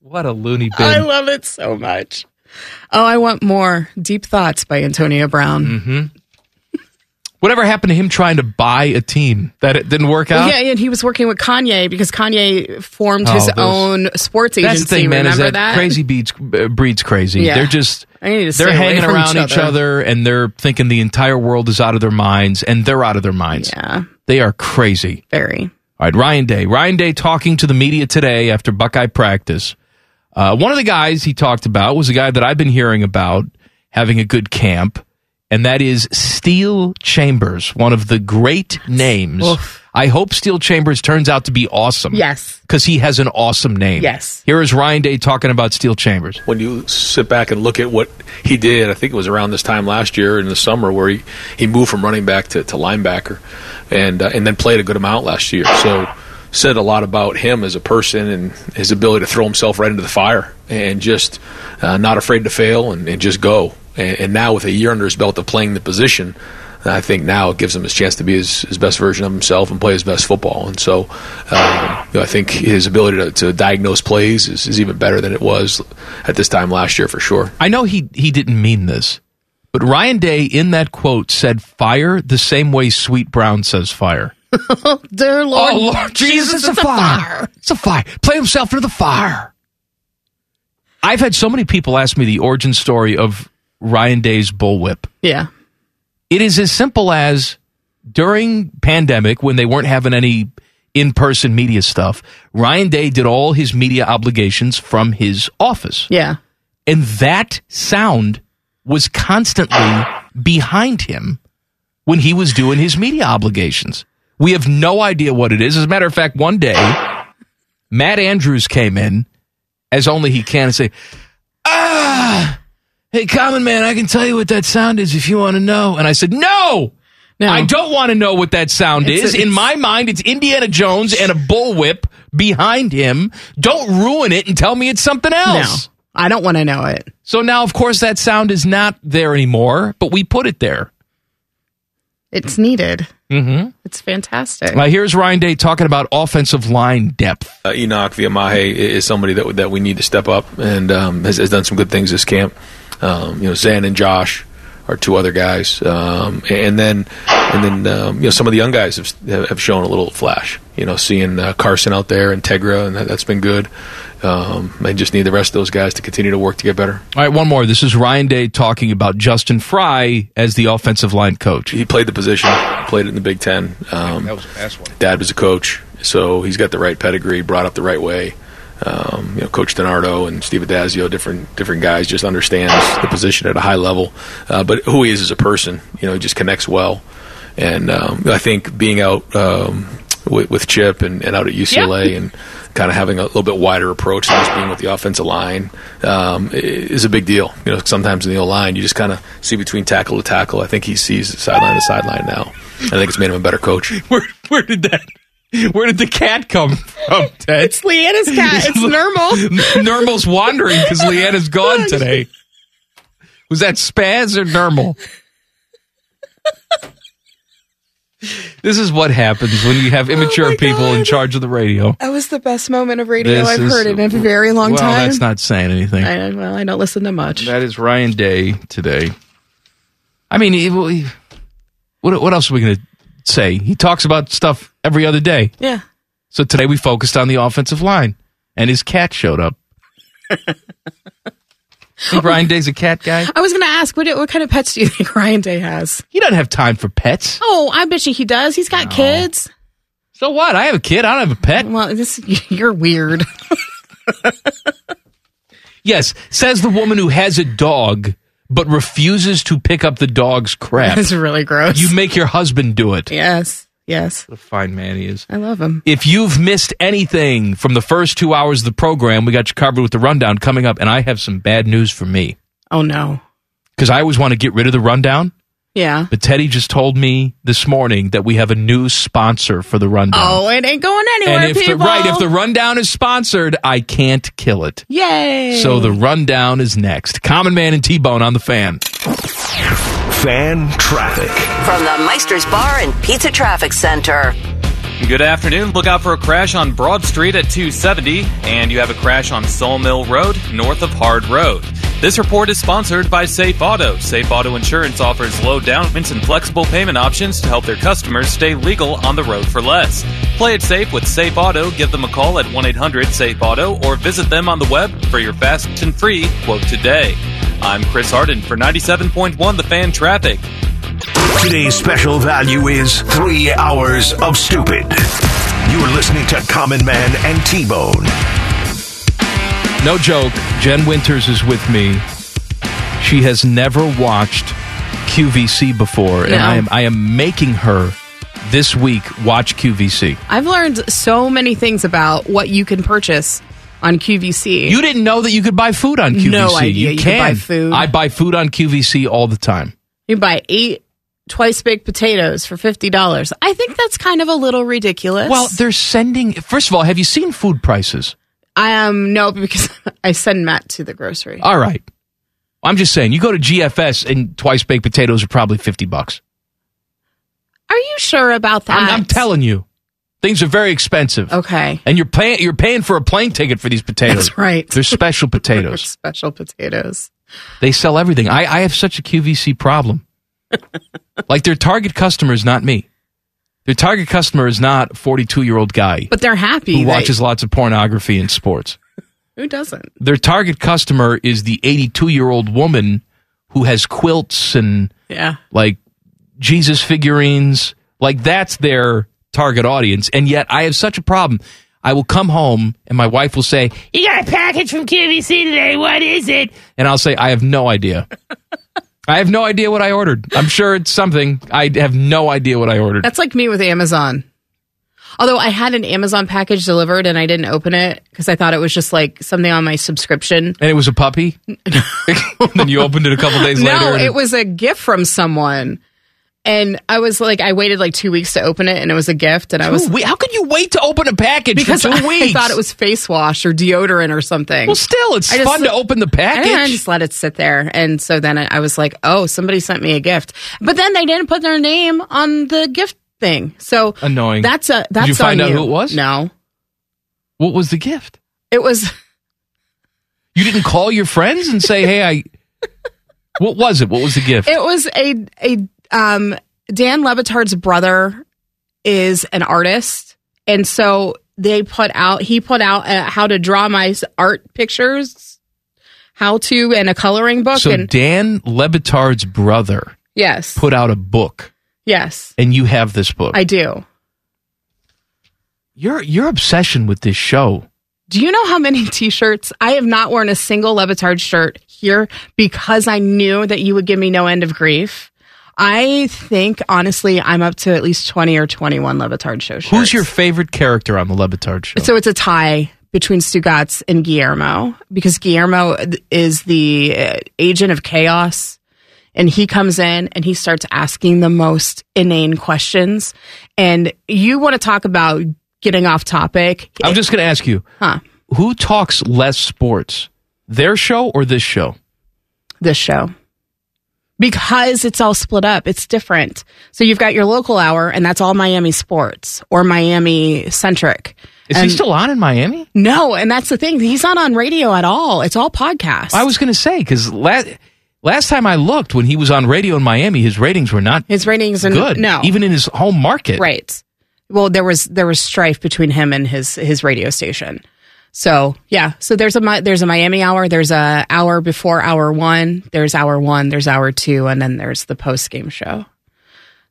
Speaker 4: What a loony bin.
Speaker 7: I love it so much. Oh, I want more deep thoughts by Antonio Brown.
Speaker 4: Mm-hmm. Whatever happened to him trying to buy a team that it didn't work out?
Speaker 7: Yeah, and he was working with Kanye because Kanye formed
Speaker 4: Oh,
Speaker 7: his
Speaker 4: those-
Speaker 7: own sports agency.
Speaker 4: That's the thing, man.
Speaker 7: Remember
Speaker 4: Is that, crazy beats, uh, breeds crazy?
Speaker 7: Yeah.
Speaker 4: They're just
Speaker 7: I need to
Speaker 4: they're
Speaker 7: stay away
Speaker 4: hanging
Speaker 7: from
Speaker 4: around
Speaker 7: each
Speaker 4: each other. and they're thinking the entire world is out of their minds, and they're out of their minds.
Speaker 7: Yeah,
Speaker 4: They are crazy.
Speaker 7: very.
Speaker 4: All right, Ryan Day. Ryan Day talking to the media today after Buckeye practice. Uh, one of the guys he talked about was a guy that I've been hearing about having a good camp, and that is Steel Chambers, one of the great names.
Speaker 7: Oof.
Speaker 4: I hope Steel Chambers turns out to be awesome.
Speaker 7: Yes.
Speaker 4: Because he has an awesome name.
Speaker 7: Yes.
Speaker 4: Here is Ryan Day talking about Steel Chambers.
Speaker 11: when you sit back and look at what he did, I think it was around this time last year in the summer where he, he moved from running back to, to linebacker and uh, and then played a good amount last year. So said a lot about him as a person and his ability to throw himself right into the fire and just uh, not afraid to fail and, and just go. And, and now with a year under his belt of playing the position, I think now it gives him his chance to be his, his best version of himself and play his best football. And so uh, you know, I think his ability to, to diagnose plays is, is even better than it was at this time last year for sure.
Speaker 4: I know he, he didn't mean this, but Ryan Day in that quote said fire the same way Sweet Brown says fire.
Speaker 7: Dear Lord,
Speaker 4: oh, Lord Jesus, it's a fire. It's a fire. Play himself into the fire. I've had so many people ask me the origin story of Ryan Day's bullwhip.
Speaker 7: Yeah.
Speaker 4: It is as simple as during pandemic when they weren't having any in-person media stuff, Ryan Day did all his media obligations from his office.
Speaker 7: Yeah.
Speaker 4: And that sound was constantly behind him when he was doing his media obligations. We have no idea what it is. As a matter of fact, one day Matt Andrews came in as only he can and say, Ah, hey, common man, I can tell you what that sound is if you want to know. And I said, No, I don't want to know what that sound
Speaker 12: It's a-
Speaker 4: is. In
Speaker 12: it's-
Speaker 4: my mind, it's Indiana Jones and a bullwhip behind him. Don't ruin it and tell me it's something else.
Speaker 7: No, I don't want to know it.
Speaker 4: So now, of course, that sound is not there anymore, but we put it there.
Speaker 7: It's needed.
Speaker 4: Mm-hmm.
Speaker 7: It's fantastic.
Speaker 4: Now, here's Ryan Day talking about offensive line depth.
Speaker 11: uh, Enoch Viamahe is somebody that that we need to step up and um, has, has done some good things this camp. Um, you know, Zan and Josh are two other guys, um, and then and then um, you know some of the young guys have have shown a little flash. You know, seeing uh, Carson out there, Integra, and that, that's been good. Um, I just need the rest of those guys to continue to work to get better.
Speaker 4: All right, one more. This is Ryan Day talking about Justin Fry as the offensive line coach.
Speaker 11: He played the position, played it in the Big Ten. Um, that was the last one. Dad was a coach, so he's got the right pedigree, brought up the right way. Um, you know, Coach Donardo and Steve Adazio, different different guys, just understands the position at a high level. Uh, but who he is as a person, you know, he just connects well. And um, I think being out um, with, with Chip and, and out at UCLA and kind of having a little bit wider approach than just being with the offensive line um, i- is a big deal. You know, sometimes in the O line, you just kind of see between tackle to tackle. I think he sees sideline to sideline now. I think it's made him a better coach.
Speaker 4: Where, where did that? Where did the cat come from, Ted? It's
Speaker 7: Leanna's cat. It's normal.
Speaker 4: Normal's wandering because Leanna's gone today. Was that Spaz or Normal? this is what happens when you have immature people in charge of the radio.
Speaker 7: That was the best moment of radio
Speaker 4: This
Speaker 7: I've
Speaker 4: is-
Speaker 7: heard in a very long
Speaker 4: well,
Speaker 7: time.
Speaker 4: that's not saying anything.
Speaker 7: I, well, I don't listen to much.
Speaker 4: That is Ryan Day today. I mean, he- he- what what else are we going to say? He talks about stuff every other day.
Speaker 7: Yeah.
Speaker 4: So today we focused on the offensive line, and his cat showed up. think Ryan Day's a cat guy.
Speaker 7: I was going to ask, what, what kind of pets do you think Ryan Day has?
Speaker 4: He doesn't have time for pets.
Speaker 7: Oh, I bet you he does. He's got kids.
Speaker 4: So what? I have a kid. I don't have a pet.
Speaker 7: Well, this you're weird.
Speaker 4: Yes, says the woman who has a dog but refuses to pick up the dog's crap.
Speaker 7: That's really gross.
Speaker 4: You make your husband do it.
Speaker 7: yes. Yes.
Speaker 4: What a fine man he is.
Speaker 7: I love him.
Speaker 4: If you've missed anything from the first two hours of the program, we got you covered with the rundown coming up, and I have some bad news for me.
Speaker 7: Oh no.
Speaker 4: Because I always want to get rid of the rundown,
Speaker 7: Yeah.
Speaker 4: but Teddy just told me this morning that we have a new sponsor for the rundown.
Speaker 7: Oh, it ain't going anywhere,
Speaker 4: and if
Speaker 7: people.
Speaker 4: the right, if the rundown is sponsored, I can't kill it.
Speaker 7: Yay.
Speaker 4: So the rundown is next. Common Man and T Bone on the fan.
Speaker 1: Fan traffic.
Speaker 5: From the Meister's Bar and Pizza Traffic Center.
Speaker 8: Good afternoon. Look out for a crash on Broad Street at 270, and you have a crash on Sawmill Road, north of Hard Road. This report is sponsored by Safe Auto. Safe Auto Insurance offers low down payments and flexible payment options to help their customers stay legal on the road for less. Play it safe with Safe Auto. Give them a call at 1 800 SAFE AUTO or visit them on the web for your fast and free quote today. I'm Chris Harden for 97.1 The Fan Traffic.
Speaker 1: Today's special value is three hours of stupid. You're listening to Common Man and T Bone.
Speaker 4: No joke, Jen Winters is with me. She has never watched QVC before, and
Speaker 7: No.
Speaker 4: I am I am making her this week watch QVC.
Speaker 7: I've learned so many things about what you can purchase on QVC.
Speaker 4: You didn't know that you could buy food on QVC.
Speaker 7: No idea. You could
Speaker 4: can
Speaker 7: buy food.
Speaker 4: I buy food on QVC all the time.
Speaker 7: You buy eight twice baked potatoes for fifty dollars. I think that's kind of a little ridiculous.
Speaker 4: Well, they're sending. First of all, have you seen food prices?
Speaker 7: I um no because I send Matt to the grocery.
Speaker 4: All right. I'm just saying, you go to GFS and twice baked potatoes are probably 50 bucks.
Speaker 7: Are you sure about that?
Speaker 4: I'm, I'm telling you. Things are very expensive.
Speaker 7: Okay.
Speaker 4: And you're paying you're paying for a plane ticket for these potatoes.
Speaker 7: That's right.
Speaker 4: They're special potatoes.
Speaker 7: Special potatoes.
Speaker 4: they sell everything. I, I have such a QVC problem. like their target customer is not me. Their target customer is not a 42 year old guy
Speaker 7: But they're happy.
Speaker 4: who
Speaker 7: that-
Speaker 4: watches lots of pornography and sports.
Speaker 7: who doesn't?
Speaker 4: Their target customer is the 82 year old woman who has quilts and
Speaker 7: Yeah.
Speaker 4: like Jesus figurines. Like that's their target audience. And yet I have such a problem. I will come home and my wife will say, You got a package from QVC today. What is it? and I'll say, I have no idea. I have no idea what I ordered. I'm sure it's something. I have no idea what I ordered.
Speaker 7: That's like me with Amazon. Although I had an Amazon package delivered and I didn't open it because I thought it was just like something on my subscription.
Speaker 4: and it was a puppy. then you opened it a couple days later.
Speaker 7: No,
Speaker 4: and
Speaker 7: it was a gift from someone. And I was like, I waited like two weeks to open it, and it was a gift. And I
Speaker 4: Two
Speaker 7: was,
Speaker 4: we- how could you wait to open a package for
Speaker 7: Because
Speaker 4: two
Speaker 7: I
Speaker 4: weeks?
Speaker 7: thought it was face wash or deodorant or something.
Speaker 4: Well, still, it's
Speaker 7: I just
Speaker 4: fun to open the package.
Speaker 7: And I just let it sit there, and so then I I was like, oh, somebody sent me a gift. But then they didn't put their name on the gift thing, so
Speaker 4: Annoying.
Speaker 7: That's a that's
Speaker 4: Did you find
Speaker 7: on
Speaker 4: out who it was?
Speaker 7: No.
Speaker 4: What was the gift?
Speaker 7: It was
Speaker 4: You didn't call your friends and say, "Hey, I." What was it? What was the gift?
Speaker 7: It was a a um, Dan Levitard's brother is an artist, and so they put out he put out uh how to draw my s- art pictures, how to and a coloring book,
Speaker 4: so
Speaker 7: and
Speaker 4: Dan Lebitard's brother
Speaker 7: yes,
Speaker 4: put out a book,
Speaker 7: yes,
Speaker 4: and you have this book.
Speaker 7: I do.
Speaker 4: your your obsession with this show.
Speaker 7: Do you know how many T-shirts I have not worn a single Levitard shirt here because I knew that you would give me no end of grief. I think honestly, I'm up to at least twenty or twenty-one Levitard show shirts.
Speaker 4: Who's your favorite character on the Lebitard show?
Speaker 7: So it's a tie between Stugatz and Guillermo because Guillermo is the uh, agent of chaos. And he comes in and he starts asking the most inane questions. And you want to talk about getting off topic.
Speaker 4: I'm just going to ask you,
Speaker 7: Huh.
Speaker 4: who talks less sports, their show or this show?
Speaker 7: This show. Because it's all split up, it's different. So you've got your local hour, and that's all Miami sports or Miami centric.
Speaker 4: Is he still on in Miami?
Speaker 7: No, and that's the thing. He's not on radio at all. It's all podcasts.
Speaker 4: I was going to say because last last time I looked, when he was on radio in Miami, his ratings were not
Speaker 7: His ratings are
Speaker 4: good.
Speaker 7: no.
Speaker 4: even in his home market.
Speaker 7: Right. Well, there was there was strife between him and his his radio station. So yeah, so there's a Mi- there's a Miami hour, there's a hour before hour one, there's hour one, there's hour two, and then there's the post game show.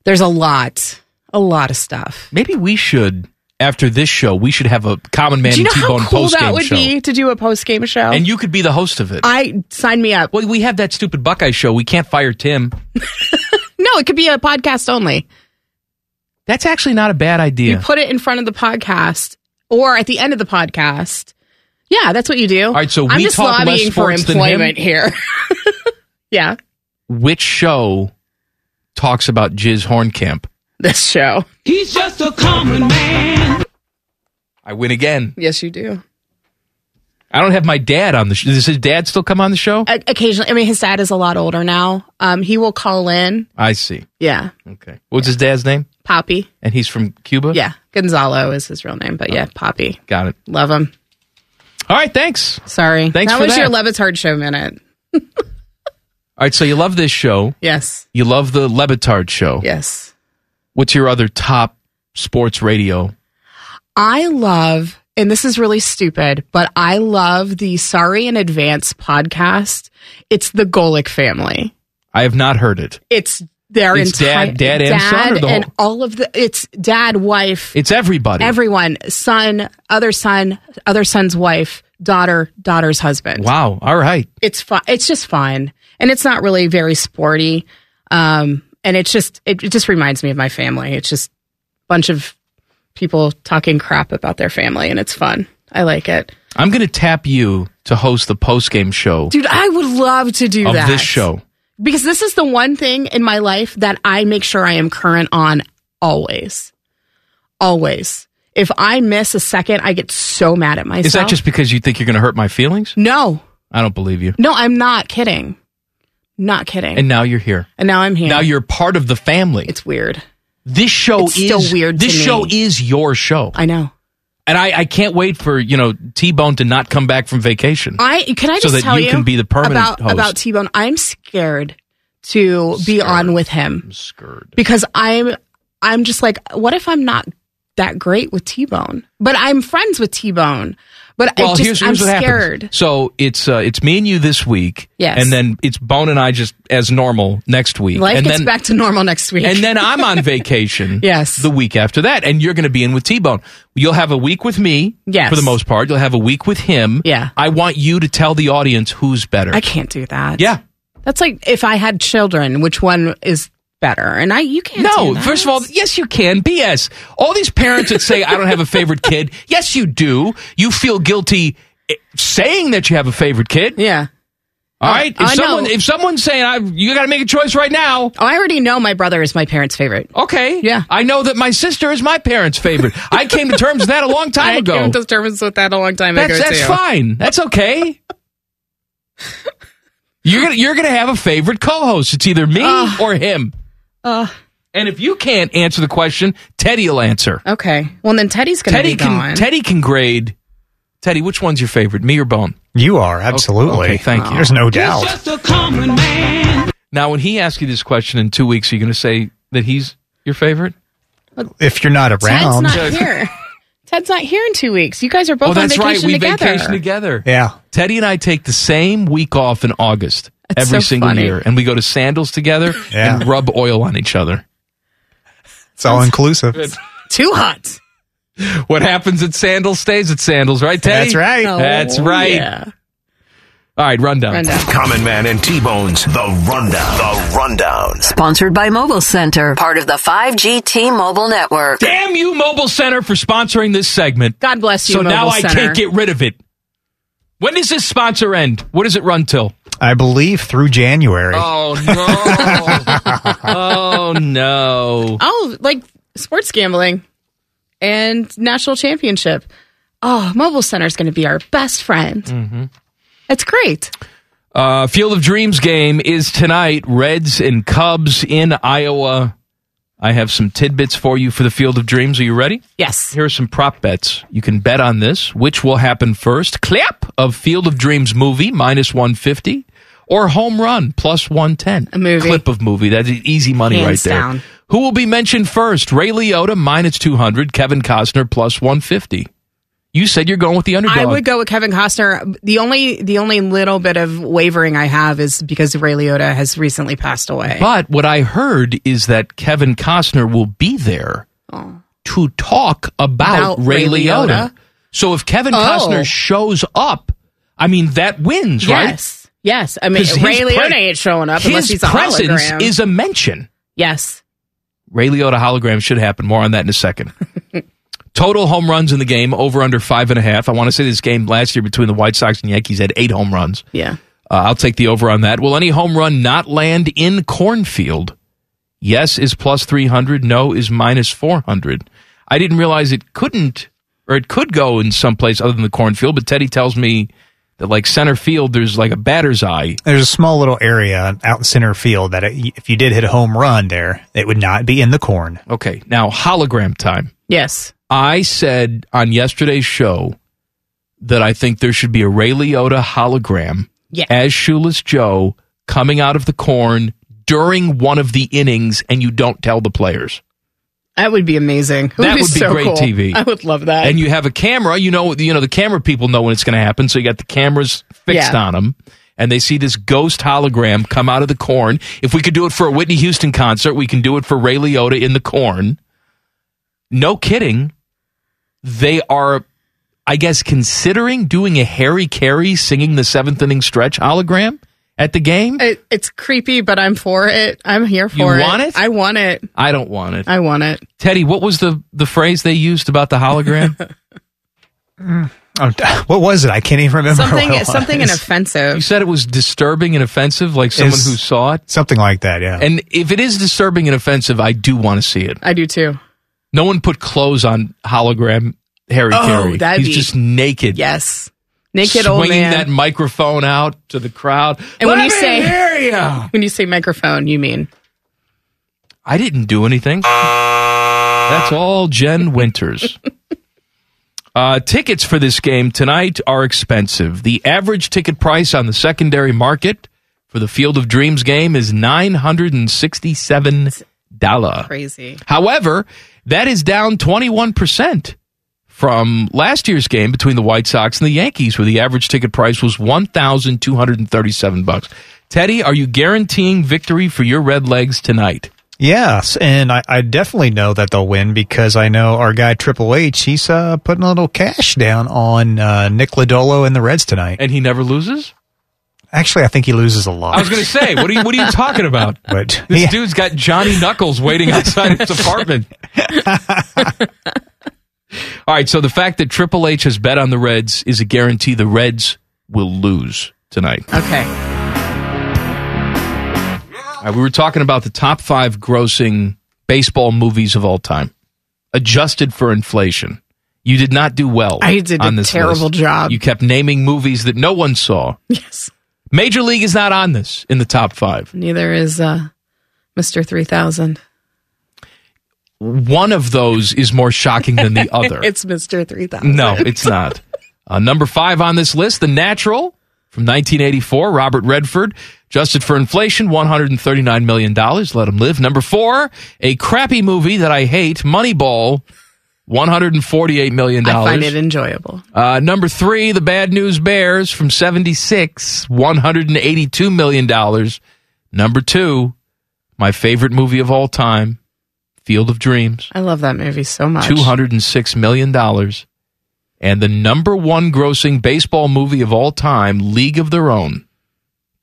Speaker 7: There's a lot, a lot of stuff.
Speaker 4: Maybe we should after this show, we should have a Common Man
Speaker 7: Do you know
Speaker 4: and T-Bone
Speaker 7: how cool
Speaker 4: post
Speaker 7: that
Speaker 4: game
Speaker 7: would
Speaker 4: show,
Speaker 7: be to do a post game show?
Speaker 4: and you could be the host of it.
Speaker 7: I sign me up.
Speaker 4: well, we have that stupid Buckeye show. We can't fire Tim.
Speaker 7: No, it could be a podcast only.
Speaker 4: That's actually not a bad
Speaker 7: You
Speaker 4: idea.
Speaker 7: put it in front of the podcast or at the end of the podcast. Yeah, that's what you do. All
Speaker 4: right, so
Speaker 7: I'm
Speaker 4: we
Speaker 7: just
Speaker 4: talk less
Speaker 7: lobbying for
Speaker 4: sports than him?
Speaker 7: employment here. yeah,
Speaker 4: Which show talks about Jiz Hornkamp?
Speaker 7: this show.
Speaker 12: He's just a common man.
Speaker 4: I win again.
Speaker 7: Yes, you do.
Speaker 4: I don't have my dad on the show. Does his dad still come on the show?
Speaker 7: O- occasionally, I mean, his dad is a lot older now. Um, he will call in.
Speaker 4: I see.
Speaker 7: Yeah,
Speaker 4: Okay. What's his dad's name?
Speaker 7: Poppy.
Speaker 4: And he's from Cuba?
Speaker 7: Yeah, Gonzalo is his real name, but
Speaker 4: Oh.
Speaker 7: yeah, Poppy.
Speaker 4: Got it.
Speaker 7: Love him.
Speaker 4: All right, thanks.
Speaker 7: Sorry.
Speaker 4: Thanks
Speaker 7: that
Speaker 4: for
Speaker 7: was
Speaker 4: that.
Speaker 7: your Levitard show minute.
Speaker 4: All right, so you love this show.
Speaker 7: Yes,
Speaker 4: You love the Lebitard show.
Speaker 7: yes.
Speaker 4: What's your other top sports radio?
Speaker 7: I love, and this is really stupid, but I love the Sorry in Advance podcast. It's the Golick family.
Speaker 4: I have not heard it.
Speaker 7: It's their
Speaker 4: It's
Speaker 7: entire
Speaker 4: dad- dad and son, or the whole-
Speaker 7: and all of the. It's dad, wife,
Speaker 4: It's everybody.
Speaker 7: everyone, son, other son, other son's wife, daughter, daughter's husband.
Speaker 4: wow. All right.
Speaker 7: It's fun. It's just fun, and it's not really very sporty. Um, and it's just it, it just reminds me of my family. It's just a bunch of people talking crap about their family, and it's fun. I like it.
Speaker 4: I'm going to tap you to host the post game show
Speaker 7: Dude, I would love to do
Speaker 4: of
Speaker 7: that.
Speaker 4: this show.
Speaker 7: Because this is the one thing in my life that I make sure I am current on always. Always. If I miss a second, I get so mad at myself.
Speaker 4: Is that just because you think you're going to hurt my feelings?
Speaker 7: No.
Speaker 4: I don't believe you.
Speaker 7: No, I'm not kidding. Not kidding.
Speaker 4: And now you're here.
Speaker 7: And now I'm here.
Speaker 4: Now you're part of the family.
Speaker 7: It's weird.
Speaker 4: This show
Speaker 7: It's
Speaker 4: is
Speaker 7: still weird to
Speaker 4: This
Speaker 7: me.
Speaker 4: show is your show.
Speaker 7: I know.
Speaker 4: And I, I can't wait for, you know, T Bone to not come back from vacation.
Speaker 7: I can I
Speaker 4: So
Speaker 7: just
Speaker 4: that
Speaker 7: tell
Speaker 4: you
Speaker 7: you,
Speaker 4: can be the permanent
Speaker 7: about
Speaker 4: host.
Speaker 7: about T Bone. I'm scared to be on with him.
Speaker 4: scared.
Speaker 7: because I'm I'm just like, what if I'm not that great with T Bone? But I'm friends with T Bone. But I
Speaker 4: Well,
Speaker 7: just,
Speaker 4: here's,
Speaker 7: I'm
Speaker 4: here's what happens.
Speaker 7: scared.
Speaker 4: So it's uh, it's me and you this week,
Speaker 7: Yes.
Speaker 4: and then it's Bone and I just as normal next week,
Speaker 7: Life
Speaker 4: and
Speaker 7: gets
Speaker 4: then
Speaker 7: back to normal next week.
Speaker 4: and then I'm on vacation.
Speaker 7: Yes.
Speaker 4: the week after that, and you're going to be in with T Bone. You'll have a week with me,
Speaker 7: Yes.
Speaker 4: for the most part. You'll have a week with him. Yeah, I want you to tell the audience who's better.
Speaker 7: I can't do that.
Speaker 4: Yeah.
Speaker 7: That's like if I had children, which one is better? And I you can't
Speaker 4: No, first of all, yes, you can. BS. All these parents that say, I don't have a favorite kid, yes, you do. You feel guilty eh, saying that you have a favorite kid.
Speaker 7: Yeah.
Speaker 4: All right.
Speaker 7: oh,
Speaker 4: If
Speaker 7: I
Speaker 4: someone,
Speaker 7: know.
Speaker 4: if someone's saying, I, you got to make a choice right now.
Speaker 7: Oh, I already know my brother is my parents' favorite.
Speaker 4: Okay. Yeah. I know that my sister is my parents' favorite. I came to terms with that a long time
Speaker 7: I
Speaker 4: ago.
Speaker 7: came to terms with that a long time
Speaker 4: that's
Speaker 7: ago.
Speaker 4: that's
Speaker 7: too.
Speaker 4: fine. That's okay. you're gonna you're gonna have a favorite co-host. It's either me or him.
Speaker 7: Uh,
Speaker 4: And if you can't answer the question, Teddy will answer.
Speaker 7: okay. Well, then Teddy's going to
Speaker 4: Teddy
Speaker 7: be
Speaker 4: can
Speaker 7: gone.
Speaker 4: Teddy can grade. Teddy, which one's your favorite, me or Bone?
Speaker 6: You are absolutely.
Speaker 4: Okay, thank you.
Speaker 6: There's no doubt.
Speaker 4: Now, when he asks you this question in two weeks, are you going to say that he's your favorite?
Speaker 6: If you're not
Speaker 7: Ted's
Speaker 6: around,
Speaker 7: not here. Ted's not here in two weeks. You guys are both
Speaker 4: oh,
Speaker 7: on
Speaker 4: that's right.
Speaker 7: vacation
Speaker 4: We
Speaker 7: together.
Speaker 4: vacation together.
Speaker 6: Yeah.
Speaker 4: Teddy and I take the same week off in August
Speaker 7: That's
Speaker 4: every
Speaker 7: so
Speaker 4: single
Speaker 7: funny.
Speaker 4: year, and we go to sandals together
Speaker 6: Yeah.
Speaker 4: and rub oil on each other.
Speaker 6: it's all inclusive.
Speaker 7: Too hot.
Speaker 4: What happens at sandals stays at sandals, right, Teddy?
Speaker 1: That's right. Oh,
Speaker 4: That's right.
Speaker 1: yeah.
Speaker 4: All right, rundown.
Speaker 1: Common Man and T Bones, the rundown. The rundown.
Speaker 5: Sponsored by Mobile Center, part of the 5G T Mobile Network.
Speaker 4: Damn you, Mobile Center, for sponsoring this segment.
Speaker 7: God bless you,
Speaker 4: So now
Speaker 7: Mobile
Speaker 4: I
Speaker 7: Center.
Speaker 4: can't get rid of it. When does this sponsor end? What does it run till?
Speaker 6: I believe through January.
Speaker 4: Oh no! oh no!
Speaker 7: Oh, like sports gambling and national championship. Oh, Mobile Center is going to be our best friend.
Speaker 4: Mm-hmm.
Speaker 7: That's great.
Speaker 4: Uh, Field of Dreams game is tonight. Reds and Cubs in Iowa. I have some tidbits for you for the Field of Dreams. Are you ready?
Speaker 7: Yes.
Speaker 4: Here are some prop bets. You can bet on this. Which will happen first? Clap of Field of Dreams movie minus 150 or home run plus 110. A movie. Clip of movie. That's easy money
Speaker 13: Hands
Speaker 4: right there.
Speaker 13: down.
Speaker 4: Who will be mentioned first? Ray Liotta minus 200, Kevin Costner plus 150. You said you're going with the underdog.
Speaker 7: I would go with Kevin Costner. The only the only little bit of wavering I have is because Ray Liotta has recently passed away.
Speaker 4: But what I heard is that Kevin Costner will be there to talk about,
Speaker 7: About
Speaker 4: Ray,
Speaker 7: Ray
Speaker 4: Liotta.
Speaker 7: Liotta?
Speaker 4: So if Kevin
Speaker 7: Oh.
Speaker 4: Costner shows up, I mean that wins,
Speaker 7: yes, yes. I mean
Speaker 4: 'Cause his
Speaker 7: Ray
Speaker 4: pre-
Speaker 7: Liotta ain't showing
Speaker 4: right?
Speaker 7: up unless
Speaker 4: His
Speaker 7: he's a
Speaker 4: presence
Speaker 7: hologram.
Speaker 4: is a mention.
Speaker 7: yes.
Speaker 4: Ray Liotta hologram should happen. More on that in a second. Total home runs in the game over under five and a half. I want to say this game last year between the White Sox and Yankees had eight home runs.
Speaker 7: Yeah.
Speaker 4: Uh, I'll take the over on that. Will any home run not land in cornfield? Yes is plus 300. No is minus 400. I didn't realize it couldn't, or it could go in some place other than the cornfield, but Teddy tells me that like center field, there's like a batter's eye.
Speaker 6: There's a small little area out in center field that it, if you did hit a home run there, it would not be in the corn.
Speaker 4: Okay. Now, hologram time.
Speaker 7: Yes.
Speaker 4: I said on yesterday's show that I think there should be a Ray Liotta hologram
Speaker 7: Yeah.
Speaker 4: as Shoeless Joe coming out of the corn during one of the innings, and you don't tell the players.
Speaker 7: That would be amazing. It
Speaker 4: That
Speaker 7: be
Speaker 4: would be
Speaker 7: so
Speaker 4: great
Speaker 7: cool.
Speaker 4: TV.
Speaker 7: I would love that.
Speaker 4: and you have a camera. You know, you know the camera people know when it's going to happen, so you got the cameras fixed
Speaker 7: Yeah.
Speaker 4: on them, and they see this ghost hologram come out of the corn. If we could do it for a Whitney Houston concert, we can do it for Ray Liotta in the corn. No kidding, they are, I guess, considering doing a Harry Carey singing the seventh inning stretch hologram at the game.
Speaker 7: It, it's creepy, but I'm for it. I'm here for it.
Speaker 4: want it?
Speaker 7: I want it.
Speaker 4: I don't want it.
Speaker 7: I want it.
Speaker 4: Teddy, what was the the phrase they used about the hologram?
Speaker 6: I'm- what was it? I can't even remember.
Speaker 7: Oh, Something
Speaker 6: what it
Speaker 7: something
Speaker 6: was.
Speaker 7: inoffensive.
Speaker 4: You said it was disturbing and offensive, like someone
Speaker 6: It's
Speaker 4: who saw it.
Speaker 6: Something like that, yeah.
Speaker 4: And if it is disturbing and offensive, I do want to see it.
Speaker 7: I do too.
Speaker 4: No one put clothes on hologram Harry
Speaker 7: Oh,
Speaker 4: Carey.
Speaker 7: that'd
Speaker 4: He's
Speaker 7: be-
Speaker 4: just naked.
Speaker 7: Yes. Naked old
Speaker 4: swinging
Speaker 7: man.
Speaker 4: that microphone out to the crowd.
Speaker 7: and when
Speaker 4: Let
Speaker 7: you
Speaker 4: me
Speaker 7: say
Speaker 4: hear ya!
Speaker 7: when you say microphone, you mean
Speaker 4: I didn't do anything. That's all Jen Winters. uh, tickets for this game tonight are expensive. The average ticket price on the secondary market for the Field of Dreams game is nine hundred and sixty-seven dollar.
Speaker 7: crazy.
Speaker 4: However, that is down 21% from last year's game between the White Sox and the Yankees, where the average ticket price was one thousand two hundred and thirty-seven bucks. Teddy, are you guaranteeing victory for your Red Legs tonight?
Speaker 6: Yes, and I, I definitely know that they'll win because I know our guy Triple H. He's uh, putting a little cash down on uh, Nick Lodolo and the Reds tonight,
Speaker 4: and he never loses.
Speaker 6: Actually, I think he loses a lot.
Speaker 4: I was going to say, what are you what are you talking about?
Speaker 6: But
Speaker 4: This dude's got Johnny Knuckles waiting outside his apartment. All right, so the fact that Triple H has bet on the Reds is a guarantee the Reds will lose tonight.
Speaker 7: Okay.
Speaker 4: Uh, we were talking about the top five grossing baseball movies of all time, adjusted for inflation. You did not do well.
Speaker 7: I did a
Speaker 4: on this
Speaker 7: terrible
Speaker 4: list.
Speaker 7: job.
Speaker 4: You kept naming movies that no one saw.
Speaker 7: Yes.
Speaker 4: Major League is not on this in the top five.
Speaker 7: Neither is uh, Mr. 3000.
Speaker 4: One of those is more shocking than the other.
Speaker 7: it's Mr. 3000.
Speaker 4: No, it's not. Uh, number five on this list, The Natural from 1984, Robert Redford. Adjusted for inflation, $139 million. Let him live. Number four, a crappy movie that I hate, Moneyball, $148 million.
Speaker 7: I find it enjoyable.
Speaker 4: Uh, number three, The Bad News Bears from 76, $182 million. Number two, my favorite movie of all time, Field of Dreams.
Speaker 7: I love that movie so much.
Speaker 4: $206 million. And the number one grossing baseball movie of all time, League of Their Own,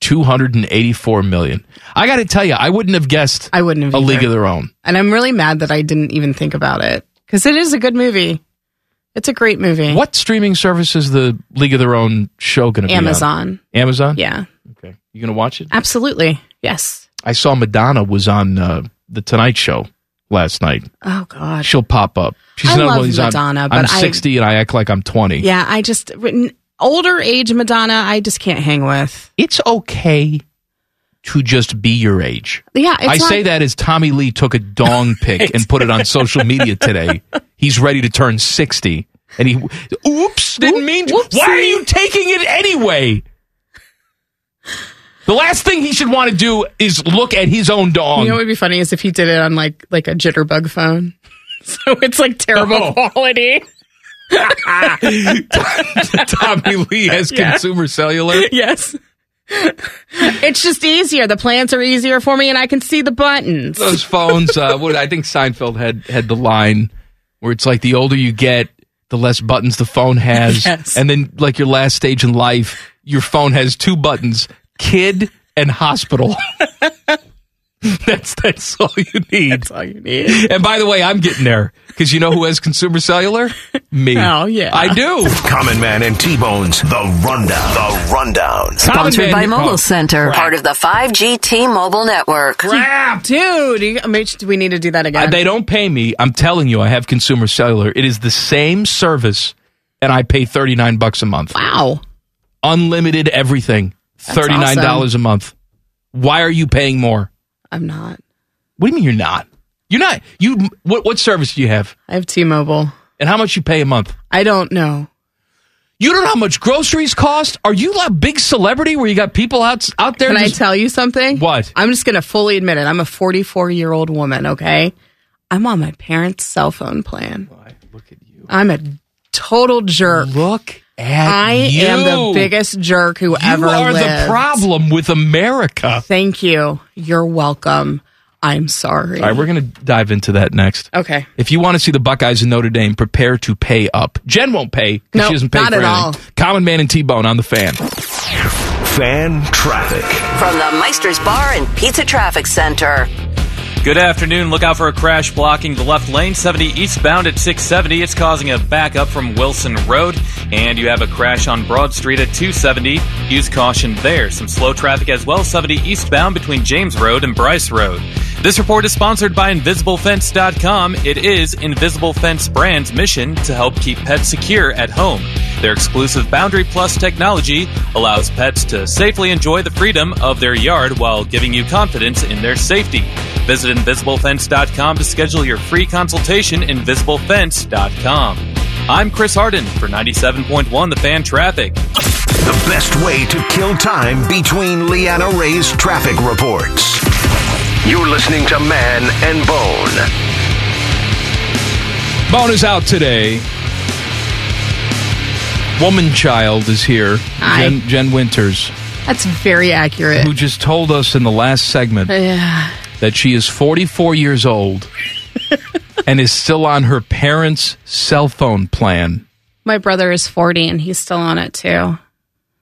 Speaker 4: $284 million. I got to tell you, I wouldn't have guessed
Speaker 7: I wouldn't have
Speaker 4: a League
Speaker 7: either.
Speaker 4: of Their Own.
Speaker 7: And I'm really mad that I didn't even think about it because it is a good movie. It's a great movie.
Speaker 4: What streaming service is the League of Their Own show going to be on?
Speaker 7: Amazon.
Speaker 4: Amazon?
Speaker 7: Yeah.
Speaker 4: Okay. You going to watch it?
Speaker 7: Absolutely. Yes.
Speaker 4: I saw Madonna was on uh, The Tonight Show last night.
Speaker 7: Oh, God.
Speaker 4: She'll pop up. She's
Speaker 7: I
Speaker 4: not
Speaker 7: love
Speaker 4: one of these.
Speaker 7: Madonna,
Speaker 4: I'm,
Speaker 7: but
Speaker 4: I'm
Speaker 7: I-
Speaker 4: 60 and I act like I'm 20.
Speaker 7: Yeah. I just, n- older age Madonna, I just can't hang with.
Speaker 4: It's okay to just be your age.
Speaker 7: Yeah. It's
Speaker 4: I
Speaker 7: not-
Speaker 4: say that as Tommy Lee took a dong pic
Speaker 7: Right.
Speaker 4: and put it on social media today. He's ready to turn 60. And he, oops, didn't mean to. Why are you taking it anyway? The last thing he should want to do is look at his own dong.
Speaker 7: You know what would be funny is if he did it on like like a jitterbug phone. so it's like terrible
Speaker 4: Oh.
Speaker 7: quality.
Speaker 4: Tommy Lee has
Speaker 7: Yeah.
Speaker 4: consumer cellular.
Speaker 7: yes. it's just easier. The plans are easier for me and I can see the buttons.
Speaker 4: Those phones, uh, what I think Seinfeld had had the line where it's like the older you get, the less buttons the phone has,
Speaker 7: Yes.
Speaker 4: and then like your last stage in life, your phone has two buttons: kid and hospital. that's that's all you need. That's
Speaker 7: all you need.
Speaker 4: And by the way, I'm getting there because you know who has consumer cellular? Me.
Speaker 1: Oh,
Speaker 7: yeah.
Speaker 4: I do.
Speaker 1: Common Man and T Bones, The Rundown. The Rundown.
Speaker 5: Sponsored by Mobile Center, part of the 5G T Mobile Network.
Speaker 7: Dude, you, Mitch, do we need to do that
Speaker 4: I-
Speaker 7: again?
Speaker 4: they don't pay me. I'm telling you, I have consumer cellular. It is the same service, and I pay thirty nine bucks a month.
Speaker 7: Wow,
Speaker 4: unlimited everything. Thirty nine dollars
Speaker 7: awesome.
Speaker 4: a month. Why are you paying more?
Speaker 7: I'm not.
Speaker 4: What do you mean you're not? You're not. You what? What service do you have?
Speaker 7: I have T-Mobile.
Speaker 4: And how much you pay a month?
Speaker 7: I don't know.
Speaker 4: You don't know how much groceries cost. Are you a big celebrity where you got people out out there?
Speaker 7: Can I
Speaker 4: just-
Speaker 7: tell you something?
Speaker 4: What?
Speaker 7: I'm just going to fully admit it. I'm a 44 year old woman, okay? I'm on my parents' cell phone plan. look at you. I'm a total jerk.
Speaker 4: Look at
Speaker 7: I am
Speaker 4: you.
Speaker 7: the biggest jerk who
Speaker 4: you
Speaker 7: ever
Speaker 4: are the
Speaker 7: lived.
Speaker 4: problem with America.
Speaker 7: Thank you. You're welcome. I'm sorry.
Speaker 4: All right, we're gonna dive into that next.
Speaker 7: okay.
Speaker 4: If you want to see the Buckeyes in Notre Dame, prepare to pay up. Jen won't pay because
Speaker 7: Nope,
Speaker 4: she doesn't pay
Speaker 7: not
Speaker 4: for
Speaker 7: at
Speaker 4: anything.
Speaker 7: all.
Speaker 4: Common Man and T Bone on the fan.
Speaker 1: Fan traffic.
Speaker 5: From the Meister's Bar and Pizza Traffic Center.
Speaker 8: Good afternoon. Look out for a crash blocking the left lane, 70 eastbound at 670. It's causing a backup from Wilson Road, and you have a crash on Broad Street at 270. Use caution there. Some slow traffic as well, 70 eastbound between James Road and Bryce Road. This report is sponsored by InvisibleFence.com. It is Invisible Fence Brand's mission to help keep pets secure at home. Their exclusive Boundary Plus technology allows pets to safely enjoy the freedom of their yard while giving you confidence in their safety. Visit InvisibleFence.com to schedule your free consultation. InvisibleFence.com. I'm Chris Harden for 97.1 The Fan Traffic.
Speaker 1: The best way to kill time between Leanna Ray's traffic reports. You're listening to Man and Bone.
Speaker 4: Bone is out today. woman child is here,
Speaker 7: Hi.
Speaker 4: Jen, Jen Winters,
Speaker 7: That's very accurate.
Speaker 4: who just told us in the last segment
Speaker 7: Yeah.
Speaker 4: that she is 44 years old and is still on her parents' cell phone plan.
Speaker 7: My brother is 40 and he's still on it too.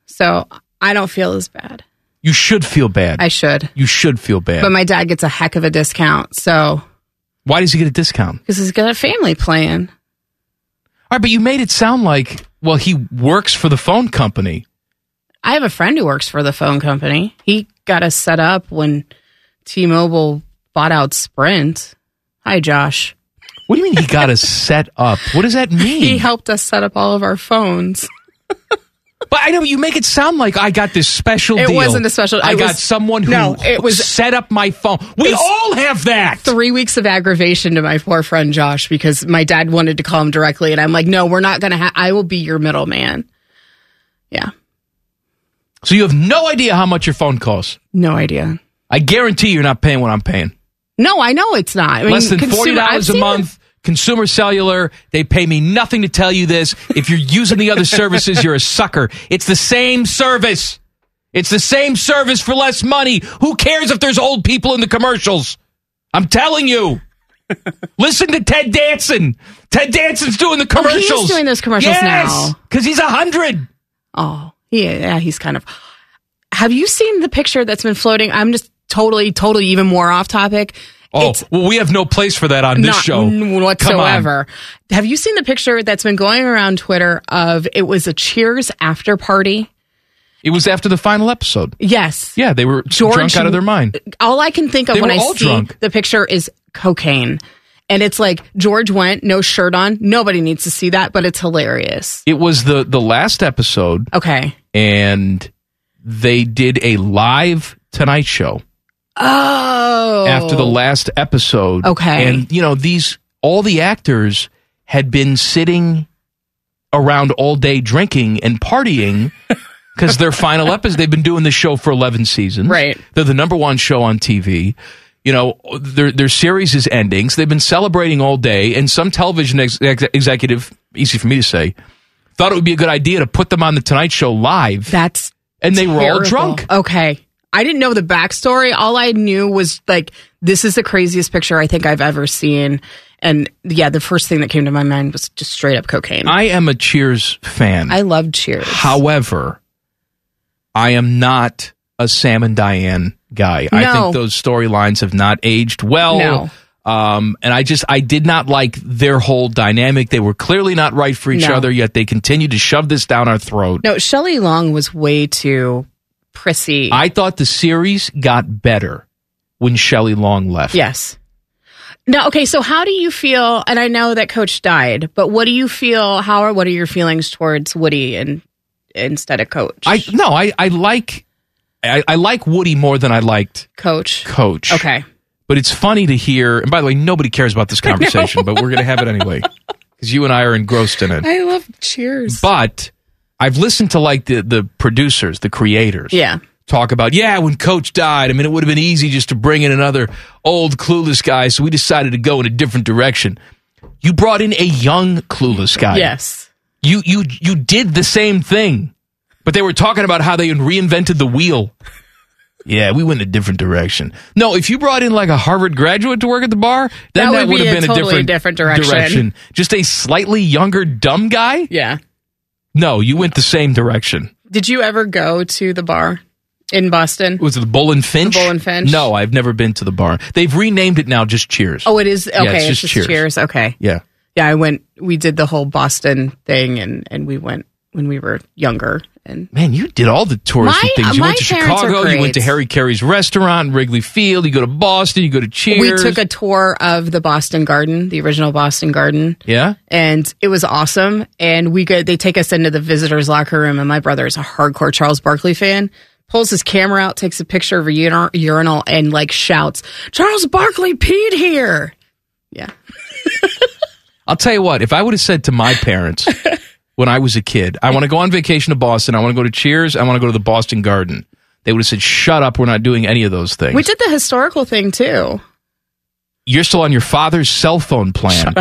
Speaker 7: So I don't feel as bad.
Speaker 4: You should feel bad.
Speaker 7: I should.
Speaker 4: you should feel bad.
Speaker 7: But my dad gets a heck of a discount. So,
Speaker 4: Why does he get a discount?
Speaker 7: because he's got a family plan.
Speaker 4: All right, but you made it sound like well, he works for the phone company.
Speaker 7: I have a friend who works for the phone company. He got us set up when T Mobile bought out Sprint. Hi, Josh.
Speaker 4: What do you mean he got us set up? What does that mean?
Speaker 7: He helped us set up all of our phones.
Speaker 4: But I know you make it sound like I got this special
Speaker 7: It
Speaker 4: deal.
Speaker 7: wasn't a special-
Speaker 4: I
Speaker 7: it
Speaker 4: got
Speaker 7: was-
Speaker 4: someone who
Speaker 7: no, it was-
Speaker 4: set up my phone. We
Speaker 7: It's-
Speaker 4: all have that.
Speaker 7: Three weeks of aggravation to my poor friend Josh because my dad wanted to call him directly. And I'm like, no, we're not going to have, I will be your middleman. Yeah.
Speaker 4: So you have no idea how much your phone costs.
Speaker 7: No idea.
Speaker 4: I guarantee you're not paying what I'm paying.
Speaker 7: No, I know it's not. I mean,
Speaker 4: Less than
Speaker 7: consumer-
Speaker 4: forty
Speaker 7: I've
Speaker 4: dollars a
Speaker 7: seen
Speaker 4: month. Consumer cellular, they pay me nothing to tell you this. If you're using the other services, you're a sucker. It's the same service. It's the same service for less money. Who cares if there's old people in the commercials? I'm telling you. Listen to Ted Danson. Ted Danson's doing the
Speaker 7: Oh, he
Speaker 4: commercials.
Speaker 7: is doing those commercials now.
Speaker 4: Because he's a hundred.
Speaker 7: Oh, yeah, yeah, he's kind of. Have you seen the picture that's been floating? I'm just totally, totally even more off topic.
Speaker 4: Oh, well, we have no place for that on this
Speaker 7: Not
Speaker 4: show.
Speaker 7: n-
Speaker 4: Come on.
Speaker 7: whatsoever. Have you seen the picture that's been going around Twitter of it was a Cheers after party?
Speaker 4: It was after the final episode.
Speaker 7: Yes.
Speaker 4: Yeah, they were
Speaker 7: George-
Speaker 4: drunk out of their mind.
Speaker 7: All I can think of
Speaker 4: They
Speaker 7: when
Speaker 4: were
Speaker 7: I
Speaker 4: all
Speaker 7: see
Speaker 4: drunk.
Speaker 7: the picture is cocaine. And it's like George went, no shirt on. Nobody needs to see that, but it's hilarious.
Speaker 4: It was the the last episode,
Speaker 7: Okay.
Speaker 4: and they did a live Tonight Show
Speaker 7: Oh.
Speaker 4: after the last episode.
Speaker 7: Okay.
Speaker 4: and you know these all the actors had been sitting around all day drinking and partying because their final episode. They've been doing this show for eleven seasons.
Speaker 7: Right.
Speaker 4: They're the number one show on TV. You know, their their series is ending. So they've been celebrating all day, and some television ex- ex- executive, easy for me to say, thought it would be a good idea to put them on the Tonight Show live.
Speaker 7: That's
Speaker 4: and they were all
Speaker 7: Terrible.
Speaker 4: drunk.
Speaker 7: Okay. I didn't know the backstory. All I knew was like, this is the craziest picture I think I've ever seen. And yeah, the first thing that came to my mind was just straight up cocaine.
Speaker 4: I am a Cheers fan.
Speaker 7: I love Cheers.
Speaker 4: However, I am not a Sam and Diane guy. I
Speaker 7: No.
Speaker 4: think those storylines have not aged well.
Speaker 7: No.
Speaker 4: Um, and I just I did not like their whole dynamic. They were clearly not right for each
Speaker 7: No.
Speaker 4: other, yet they continued to shove this down our throat.
Speaker 7: No, Shelley Long was way too prissy.
Speaker 4: I thought the series got better when Shelley Long left.
Speaker 7: yes. Now, okay, so how do you feel? And I know that Coach died, but what do you feel? How are what are your feelings towards Woody and instead of Coach?
Speaker 4: I no, I, I like I, I like Woody more than I liked
Speaker 7: Coach.
Speaker 4: Coach.
Speaker 7: Okay.
Speaker 4: But it's funny to hear. And by the way, nobody cares about this conversation, but we're going to have it anyway because you and I are engrossed in it.
Speaker 7: I love Cheers.
Speaker 4: But I've listened to like the the producers, the creators,
Speaker 7: Yeah.
Speaker 4: talk about yeah, when Coach died, I mean, it would have been easy just to bring in another old clueless guy. So we decided to go in a different direction. You brought in a young clueless guy.
Speaker 7: Yes.
Speaker 4: You you you did the same thing, but they were talking about how they reinvented the wheel. Yeah, we went a different direction. No, if you brought in like a Harvard graduate to work at the bar, then
Speaker 7: That
Speaker 4: that,
Speaker 7: would be
Speaker 4: have
Speaker 7: a
Speaker 4: been
Speaker 7: totally
Speaker 4: a different,
Speaker 7: different direction.
Speaker 4: Just a slightly younger dumb guy?
Speaker 7: Yeah.
Speaker 4: No, you went the same direction.
Speaker 7: Did you ever go to the bar in Boston?
Speaker 4: Was it the Bull and Finch?
Speaker 7: Bull and Finch?
Speaker 4: No, I've never been to the bar. They've renamed it now just Cheers.
Speaker 7: Oh, it is okay.
Speaker 4: Yeah, it's
Speaker 7: it's,
Speaker 4: just
Speaker 7: just
Speaker 4: Cheers.
Speaker 7: cheers. Okay.
Speaker 4: Yeah.
Speaker 7: Yeah, I went. We did the whole Boston thing, and and we went when we were younger. And
Speaker 4: Man, you did all the touristy
Speaker 7: My-
Speaker 4: things. You
Speaker 7: my
Speaker 4: went to
Speaker 7: parents are
Speaker 4: Chicago, you went
Speaker 7: great.
Speaker 4: to Harry Carey's restaurant, Wrigley Field, you go to Boston, you go to Cheers.
Speaker 7: we took a tour of the Boston Garden, the original Boston Garden,
Speaker 4: Yeah?
Speaker 7: and it was awesome. And we go. They take us into the visitors' locker room, and my brother is a hardcore Charles Barkley fan. Pulls his camera out, takes a picture of a urinal, urinal and like shouts, "Charles Barkley peed here!" Yeah.
Speaker 4: I'll tell you what, if I would have said to my parents when I was a kid, I want to go on vacation to Boston, I want to go to Cheers, I want to go to the Boston Garden, they would have said, shut up, we're not doing any of those things.
Speaker 7: We did the historical thing too.
Speaker 4: You're still on your father's cell phone plan.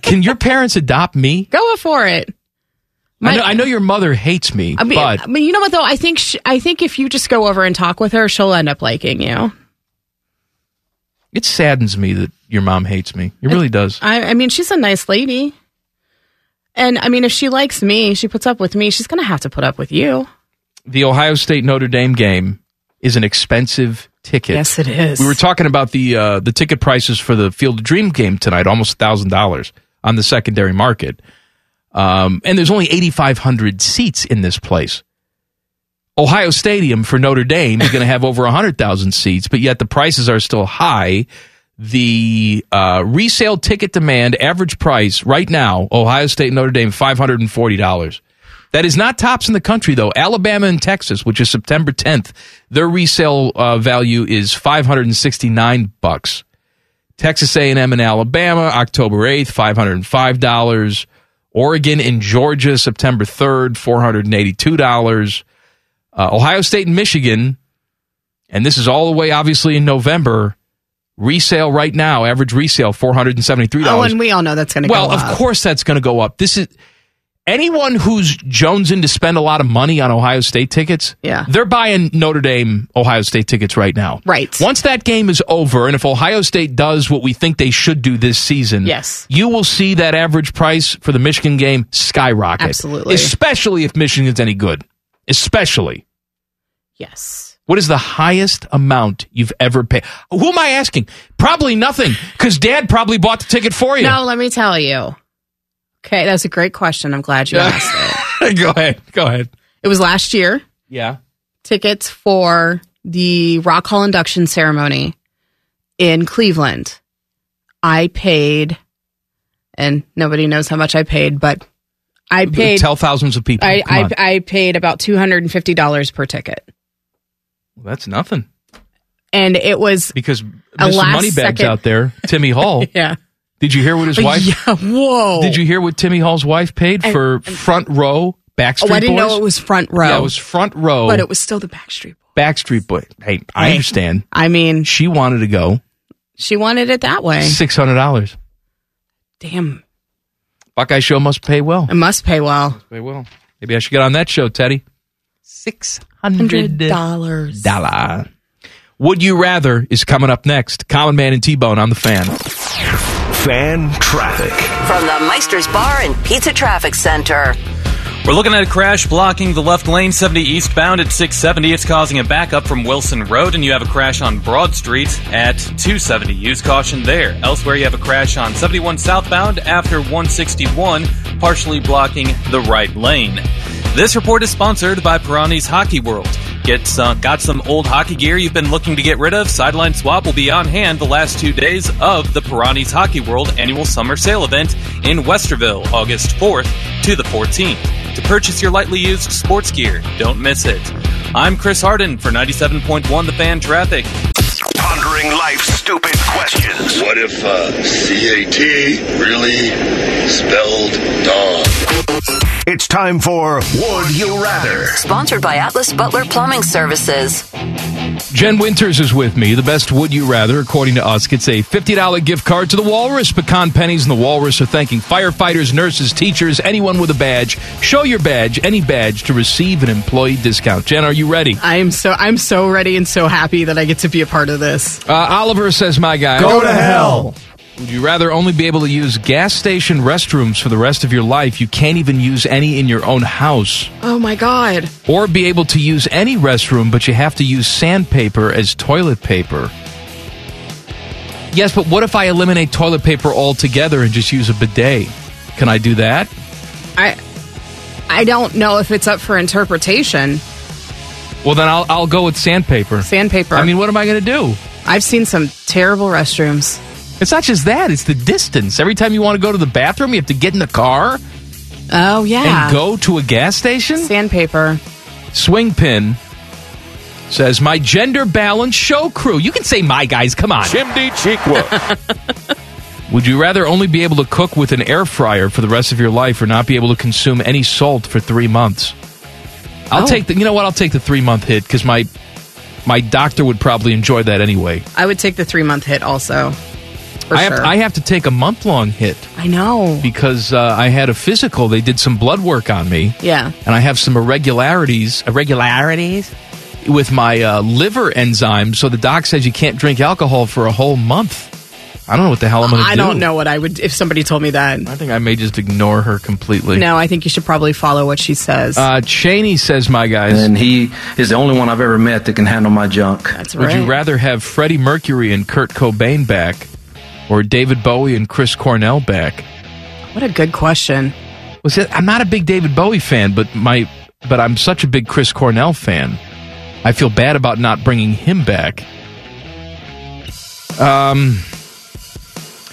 Speaker 4: Can your parents adopt me?
Speaker 7: Go for it.
Speaker 4: I, know, I know your mother hates me,
Speaker 7: I mean,
Speaker 4: but
Speaker 7: I mean, you know what though? I think sh I think if you just go over and talk with her, she'll end up liking you.
Speaker 4: it saddens me that your mom hates me. It really does.
Speaker 7: I, I mean, she's a nice lady, and I mean, if she likes me, she puts up with me. She's gonna have to put up with you.
Speaker 4: the Ohio State Notre Dame game is an expensive ticket.
Speaker 7: Yes, it is.
Speaker 4: We were talking about the uh, the ticket prices for the Field of Dream game tonight, almost thousand dollars on the secondary market, um, and there's only eighty five hundred seats in this place. Ohio Stadium for Notre Dame is going to have over hundred thousand seats, but yet the prices are still high. The uh, resale ticket demand average price right now, Ohio State Notre Dame five hundred and forty dollars. That is not tops in the country, though. Alabama and Texas, which is September 10th, their resale uh, value is 569 bucks. Texas A&M and Alabama, October 8th, $505. Oregon and Georgia, September 3rd, $482. Uh, Ohio State and Michigan, and this is all the way, obviously, in November. Resale right now, average resale, $473
Speaker 7: Oh, and we all know that's gonna
Speaker 4: well,
Speaker 7: go
Speaker 4: of
Speaker 7: up.
Speaker 4: course that's going to go up. This is anyone who's jonesing to spend a lot of money on Ohio State tickets. Yeah, they're buying Notre Dame Ohio State tickets right now. Right. Once that game is over, and if Ohio State does what we think they should do this season, yes, you will see that average price for the Michigan game skyrocket.
Speaker 7: Absolutely.
Speaker 4: especially if Michigan's any good. Especially.
Speaker 7: Yes.
Speaker 4: What is the highest amount you've ever paid? Who am I asking? Probably nothing, because Dad probably bought the ticket for you.
Speaker 7: No, let me tell you. Okay, that's a great question. I'm glad you asked it.
Speaker 4: go ahead. Go ahead.
Speaker 7: It was last year.
Speaker 4: Yeah.
Speaker 7: tickets for the Rock Hall induction ceremony in Cleveland. I paid, and nobody knows how much I paid, but I paid.
Speaker 4: Tell thousands of people.
Speaker 7: I,
Speaker 4: Come
Speaker 7: I
Speaker 4: on.
Speaker 7: I paid about two hundred and fifty dollars per ticket,
Speaker 4: Well, that's nothing
Speaker 7: and it was
Speaker 4: because
Speaker 7: A
Speaker 4: Mr.
Speaker 7: last
Speaker 4: Moneybags
Speaker 7: second-
Speaker 4: out there, Timmy Hall.
Speaker 7: yeah.
Speaker 4: Did you hear what his wife?
Speaker 7: Yeah, whoa!
Speaker 4: Did you hear what Timmy Hall's wife paid
Speaker 7: And-
Speaker 4: for front row Backstreet
Speaker 7: Oh, I didn't
Speaker 4: Boys?
Speaker 7: know it was front row.
Speaker 4: Yeah, it was front row.
Speaker 7: but it was still the Backstreet.
Speaker 4: Backstreet Boys. Hey, I
Speaker 7: Hey.
Speaker 4: understand.
Speaker 7: I mean,
Speaker 4: she wanted to go
Speaker 7: She wanted it that way.
Speaker 4: six hundred dollars.
Speaker 7: Damn,
Speaker 4: Buckeye Show must pay well.
Speaker 7: I must pay well.
Speaker 4: Pay well. Maybe I should get on that show, Teddy. Six
Speaker 7: hundred dollars.
Speaker 4: Dollar. Would you rather is coming up next. Common Man and T Bone on the fan.
Speaker 1: Fan traffic.
Speaker 5: From the Meister's Bar and Pizza Traffic Center.
Speaker 8: We're looking at a crash blocking the left lane 70 eastbound at 670. It's causing a backup from Wilson Road, and you have a crash on Broad Street at 270. Use caution there. Elsewhere, you have a crash on 71 southbound after 161, partially blocking the right lane. This report is sponsored by Pirani's Hockey World. Get some, got some old hockey gear you've been looking to get rid of? Sideline Swap will be on hand the last two days of the Pirani's Hockey World annual summer sale event in Westerville, August 4th to the 14th. To purchase your lightly used sports gear, don't miss it. I'm Chris Harden for 97.1 The Fan Traffic.
Speaker 1: Pondering life's stupid questions.
Speaker 13: What if uh, CAT really spelled dog?
Speaker 1: It's time for Would You Rather.
Speaker 5: Sponsored by Atlas Butler Plumbing Services.
Speaker 4: Jen Winters is with me. The best would you rather, according to us, gets a $50 gift card to the Walrus. Pecan Pennies and the Walrus are thanking firefighters, nurses, teachers, anyone with a badge. Show your badge, any badge, to receive an employee discount. Jen, are you ready?
Speaker 7: I am so I'm so ready and so happy that I get to be a part of this.
Speaker 4: Uh, Oliver says, my guy.
Speaker 7: Go to hell.
Speaker 4: Would you rather only be able to use gas station restrooms for the rest of your life? You can't even use any in your own house.
Speaker 7: Oh my god.
Speaker 4: Or be able to use any restroom, but you have to use sandpaper as toilet paper. Yes, but what if I eliminate toilet paper altogether and just use a bidet? Can I do that?
Speaker 7: I I don't know if it's up for interpretation.
Speaker 4: Well, then I'll, I'll go with sandpaper.
Speaker 7: Sandpaper.
Speaker 4: I mean, what am I going to do?
Speaker 7: I've seen some terrible restrooms.
Speaker 4: It's not just that, it's the distance. Every time you want to go to the bathroom, you have to get in the car
Speaker 7: Oh yeah.
Speaker 4: and go to a gas station?
Speaker 7: Sandpaper.
Speaker 4: Swing Pin says, My gender balance show crew. You can say my guys, come on. Chimney Cheekwa. Would you rather only be able to cook with an air fryer for the rest of your life or not be able to consume any salt for three months? I'll
Speaker 7: Oh.
Speaker 4: take the you know what, I'll take the three month hit because my my doctor would probably enjoy that anyway.
Speaker 7: I would take the three month hit also. for
Speaker 4: I have,
Speaker 7: sure.
Speaker 4: I have to take a month long hit
Speaker 7: I know.
Speaker 4: because uh, I had a physical. They did some blood work on me.
Speaker 7: Yeah.
Speaker 4: and I have some irregularities irregularities with my uh, liver enzyme. So the doc says you can't drink alcohol for a whole month. I don't know what the hell I'm going to do.
Speaker 7: I don't know what I would if somebody told me that.
Speaker 4: I think I may just ignore her completely.
Speaker 7: No, I think you should probably follow what she says.
Speaker 4: Uh, Cheney says, "My guys,"
Speaker 14: and he is the only one I've ever met that can handle my junk. That's
Speaker 4: Would you rather have Freddie Mercury and Kurt Cobain back, or David Bowie and Chris Cornell back?
Speaker 7: What a good question.
Speaker 4: Was it? I'm not a big David Bowie fan, but my but I'm such a big Chris Cornell fan. I feel bad about not bringing him back. Um,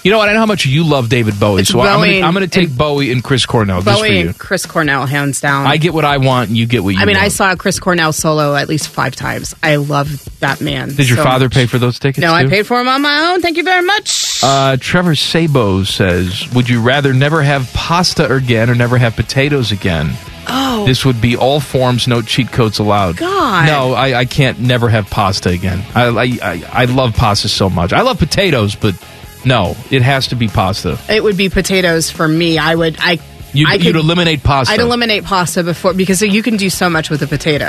Speaker 4: you know what? I know how much you love David Bowie,
Speaker 7: It's
Speaker 4: so I'm gonna-
Speaker 7: Bowie
Speaker 4: I'm going to take Bowie and Chris Cornell just for
Speaker 7: Bowie
Speaker 4: you.
Speaker 7: and Chris Cornell, hands down.
Speaker 4: I get what I want, and you get what you.
Speaker 7: I mean, I
Speaker 4: want.
Speaker 7: saw Chris Cornell solo at least five times. I love that man.
Speaker 4: Did your
Speaker 7: so
Speaker 4: father
Speaker 7: much.
Speaker 4: pay for those tickets?
Speaker 7: No, I
Speaker 4: too?
Speaker 7: paid for him on my own. Thank you very much.
Speaker 4: Uh, Trevor Sabo says, "Would you rather never have pasta again or never have potatoes again?
Speaker 7: Oh.
Speaker 4: This would be all forms, no cheat codes allowed.
Speaker 7: God.
Speaker 4: no, I, I can't never have pasta again. I, I I I love pasta so much. I love potatoes, but no, it has to be pasta.
Speaker 7: It would be potatoes for me. I would. I.
Speaker 4: You'd,
Speaker 7: I
Speaker 4: you'd eliminate pasta.
Speaker 7: I'd eliminate pasta before because you can do so much with a potato.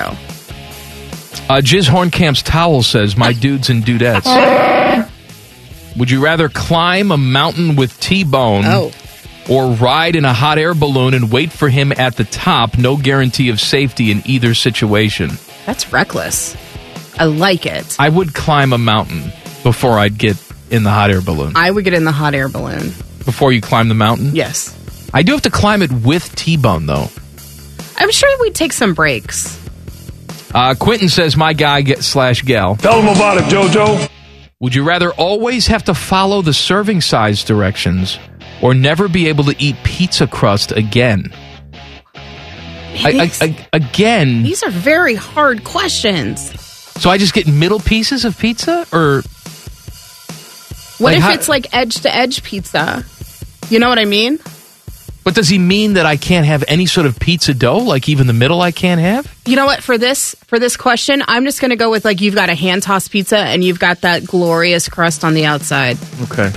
Speaker 4: Uh, Jizz Horncamp's towel says, "My dudes and dudettes." Would you rather climb a mountain with T-Bone,
Speaker 7: Oh.
Speaker 4: or ride in a hot air balloon and wait for him at the top? No guarantee of safety in either situation.
Speaker 7: That's reckless. I like it.
Speaker 4: I would climb a mountain before I'd get in the hot air balloon.
Speaker 7: I would get in the hot air balloon.
Speaker 4: Before you climb the mountain,
Speaker 7: Yes,
Speaker 4: I do have to climb it with T-Bone though.
Speaker 7: I'm sure we'd take some breaks.
Speaker 4: Uh, Quentin says, "My guy get slash gal."
Speaker 15: Tell him about it, JoJo.
Speaker 4: Would you rather always have to follow the serving size directions, or never be able to eat pizza crust again? I, I, I, again,
Speaker 7: These are very hard questions.
Speaker 4: so I just get middle pieces of pizza, or
Speaker 7: What
Speaker 4: Like
Speaker 7: if
Speaker 4: how-
Speaker 7: it's like edge to edge pizza? You know what I mean?
Speaker 4: but does he mean that I can't have any sort of pizza dough, like even the middle I can't have?
Speaker 7: You know what? For this for this question, I'm just going to go with like you've got a hand tossed pizza and you've got that glorious crust on the outside.
Speaker 4: Okay.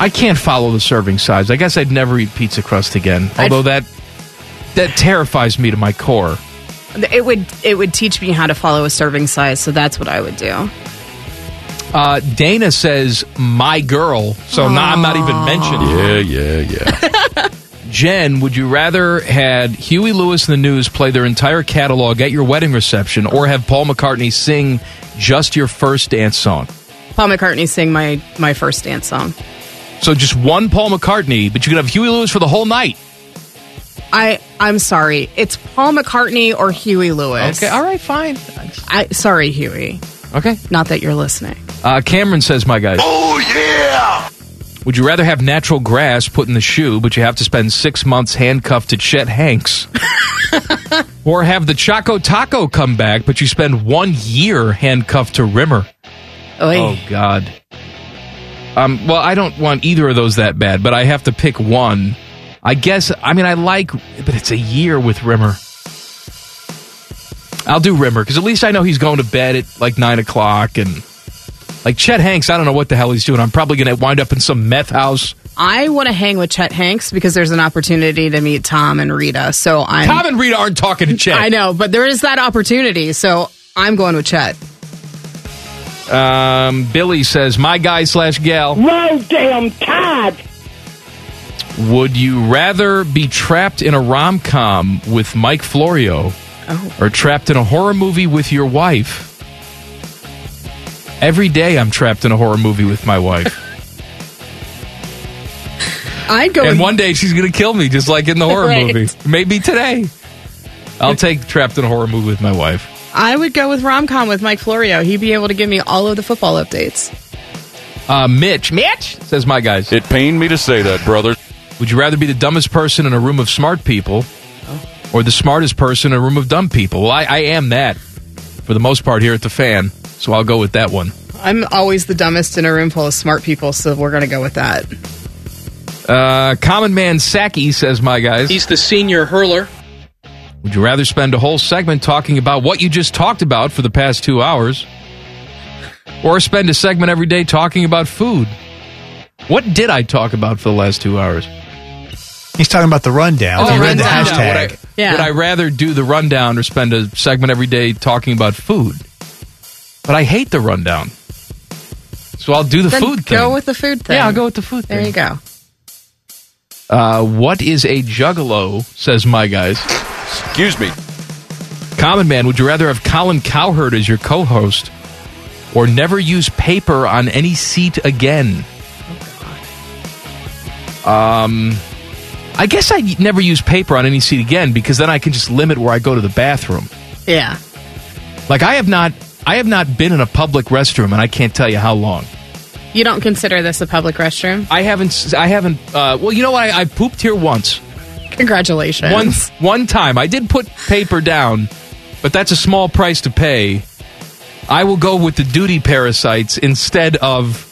Speaker 4: I can't follow the serving size. I guess I'd never eat pizza crust again. Although that that terrifies me to my core.
Speaker 7: It would it would teach me how to follow a serving size, so that's what I would do.
Speaker 4: Uh, Dana says, "My girl," so now I'm not even mentioned. Yeah, yeah, yeah. Jen, would you rather had Huey Lewis and the News play their entire catalog at your wedding reception, or have Paul McCartney sing just your first dance song?
Speaker 7: Paul McCartney sing my my first dance song.
Speaker 4: So just one Paul McCartney, but you could have Huey Lewis for the whole night.
Speaker 7: I I'm sorry. It's Paul McCartney or Huey Lewis.
Speaker 4: Okay, all right, fine.
Speaker 7: I sorry, Huey.
Speaker 4: Okay.
Speaker 7: Not that you're listening.
Speaker 4: Uh, Cameron says, "My guys."
Speaker 13: Oh, yeah!
Speaker 4: Would you rather have natural grass put in the shoe, but you have to spend six months handcuffed to Chet Hanks? or have the Choco Taco come back, but you spend one year handcuffed to Rimmer?
Speaker 7: Oy.
Speaker 4: Oh, God. Um, well, I don't want either of those that bad, but I have to pick one. I guess, I mean, I like, but it's a year with Rimmer. I'll do Rimmer, because at least I know he's going to bed at like 9 o'clock and. Like Chet Hanks, I don't know what the hell he's doing. I'm probably going to wind up in some meth house.
Speaker 7: I want to hang with Chet Hanks because there's an opportunity to meet Tom and Rita. So I'm
Speaker 4: Tom and Rita aren't talking to Chet.
Speaker 7: I know, but there is that opportunity. So I'm going with Chet.
Speaker 4: Um, Billy says, "My guy slash gal." No damn Todd. Would you rather be trapped in a rom com with Mike Florio, or trapped in a horror movie with your wife? Every day I'm trapped in a horror movie with my wife,
Speaker 7: I'd go
Speaker 4: and
Speaker 7: with
Speaker 4: one day she's gonna kill me, just like in the horror
Speaker 7: Oh, Right.
Speaker 4: movie. Maybe today. I'll take trapped in a horror movie with my wife.
Speaker 7: I would go with rom com with Mike Florio. He'd be able to give me all of the football updates.
Speaker 4: Uh, Mitch. Mitch says, "My guys." It pained me to say that, brother. Would you rather be the dumbest person in a room of smart people, or the smartest person in a room of dumb people? Well, I, I am that for the most part here at the fan, so I'll go with that one.
Speaker 7: I'm always the dumbest in a room full of smart people, so we're gonna go with that.
Speaker 4: Uh, Common man Saki says, "My guys."
Speaker 16: He's the senior hurler.
Speaker 4: Would you rather spend a whole segment talking about what you just talked about for the past two hours, or spend a segment every day talking about food? What did I talk about for the last two hours?
Speaker 6: He's talking about the rundown.
Speaker 4: Oh,
Speaker 6: if you read the hashtag.
Speaker 4: Would I, would I rather do the rundown or spend a segment every day talking about food? But I hate the rundown. So I'll do the
Speaker 7: Then
Speaker 4: food
Speaker 7: Go
Speaker 4: thing.
Speaker 7: with the food thing.
Speaker 4: Yeah, I'll go with the food
Speaker 7: there
Speaker 4: thing.
Speaker 7: you go.
Speaker 4: Uh, what is a juggalo? Says my guys. Excuse me. Common man, would you rather have Colin Cowherd as your co-host, or never use paper on any seat again? Um, I guess I never use paper on any seat again because then I can just limit where I go to the bathroom.
Speaker 7: Yeah.
Speaker 4: Like I have not, I have not been in a public restroom, and I can't tell you how long.
Speaker 7: You don't consider this a public restroom?
Speaker 4: I haven't. I haven't. Uh, well, you know what? I, I pooped here once.
Speaker 7: Congratulations.
Speaker 4: One one time, I did put paper down, but that's a small price to pay. I will go with the duty parasites instead of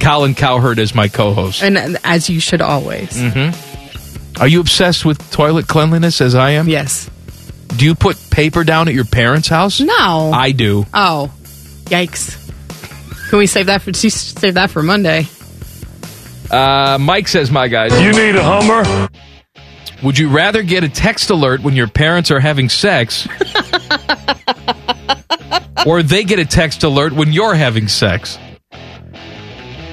Speaker 4: Colin Cowherd as my co-host.
Speaker 7: And and as you should always.
Speaker 4: Mm. Mm-hmm. Are you obsessed with toilet cleanliness as I am?
Speaker 7: Yes.
Speaker 4: Do you put paper down at your parents' house?
Speaker 7: No.
Speaker 4: I do.
Speaker 7: Oh, yikes! Can we save that for save that for Monday?
Speaker 4: Uh, Mike says, "My guys, you need a Hummer." Would you rather get a text alert when your parents are having sex, or they get a text alert when you're having sex?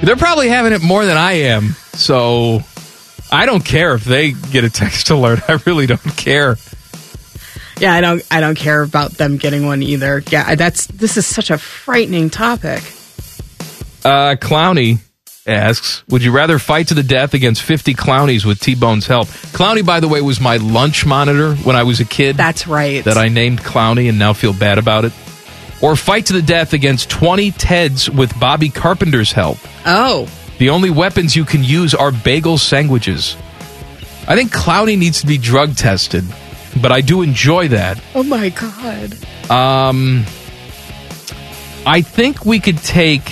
Speaker 4: They're probably having it more than I am, so I don't care if they get a text alert. I really don't care.
Speaker 7: Yeah, I don't. I don't care about them getting one either. Yeah, that's this is such a frightening topic.
Speaker 4: Uh, Clowney asks, "Would you rather fight to the death against 50 Clownies with T-Bone's help?" Clowney, by the way, was my lunch monitor when I was a kid.
Speaker 7: That's right.
Speaker 4: That I named Clowney and now feel bad about it. Or fight to the death against 20 Teds with Bobby Carpenter's help.
Speaker 7: Oh,
Speaker 4: The only weapons you can use are bagel sandwiches. I think Clowney needs to be drug tested, but I do enjoy that.
Speaker 7: oh my god!
Speaker 4: Um, I think we could take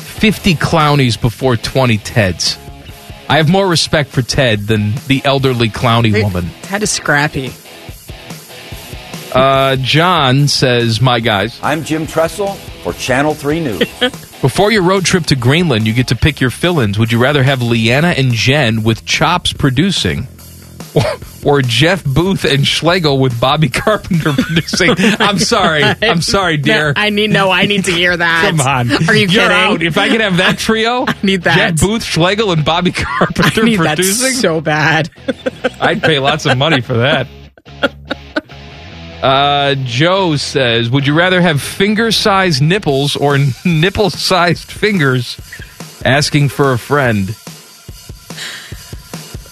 Speaker 4: 50 clownies before 20 Teds. I have more respect for Ted than the elderly clowny woman.
Speaker 7: That is scrappy.
Speaker 4: Uh, John says, My guys.
Speaker 15: I'm Jim Tressel for Channel 3 News.
Speaker 4: Before your road trip to Greenland, you get to pick your fill ins. Would you rather have Leanna and Jen with Chops producing? Or, or Jeff Booth and Schlegel with Bobby Carpenter producing? I'm sorry. I'm sorry, dear.
Speaker 7: No, I need no. I need to hear that.
Speaker 4: Come on.
Speaker 7: Are you
Speaker 4: You're
Speaker 7: kidding?
Speaker 4: out. If I could have that trio, I
Speaker 7: need that.
Speaker 4: Jeff Booth, Schlegel, and Bobby Carpenter
Speaker 7: I need that
Speaker 4: producing.
Speaker 7: so bad.
Speaker 4: I'd pay lots of money for that. Uh, Joe says, "Would you rather have finger-sized nipples or nipple-sized fingers?" Asking for a friend.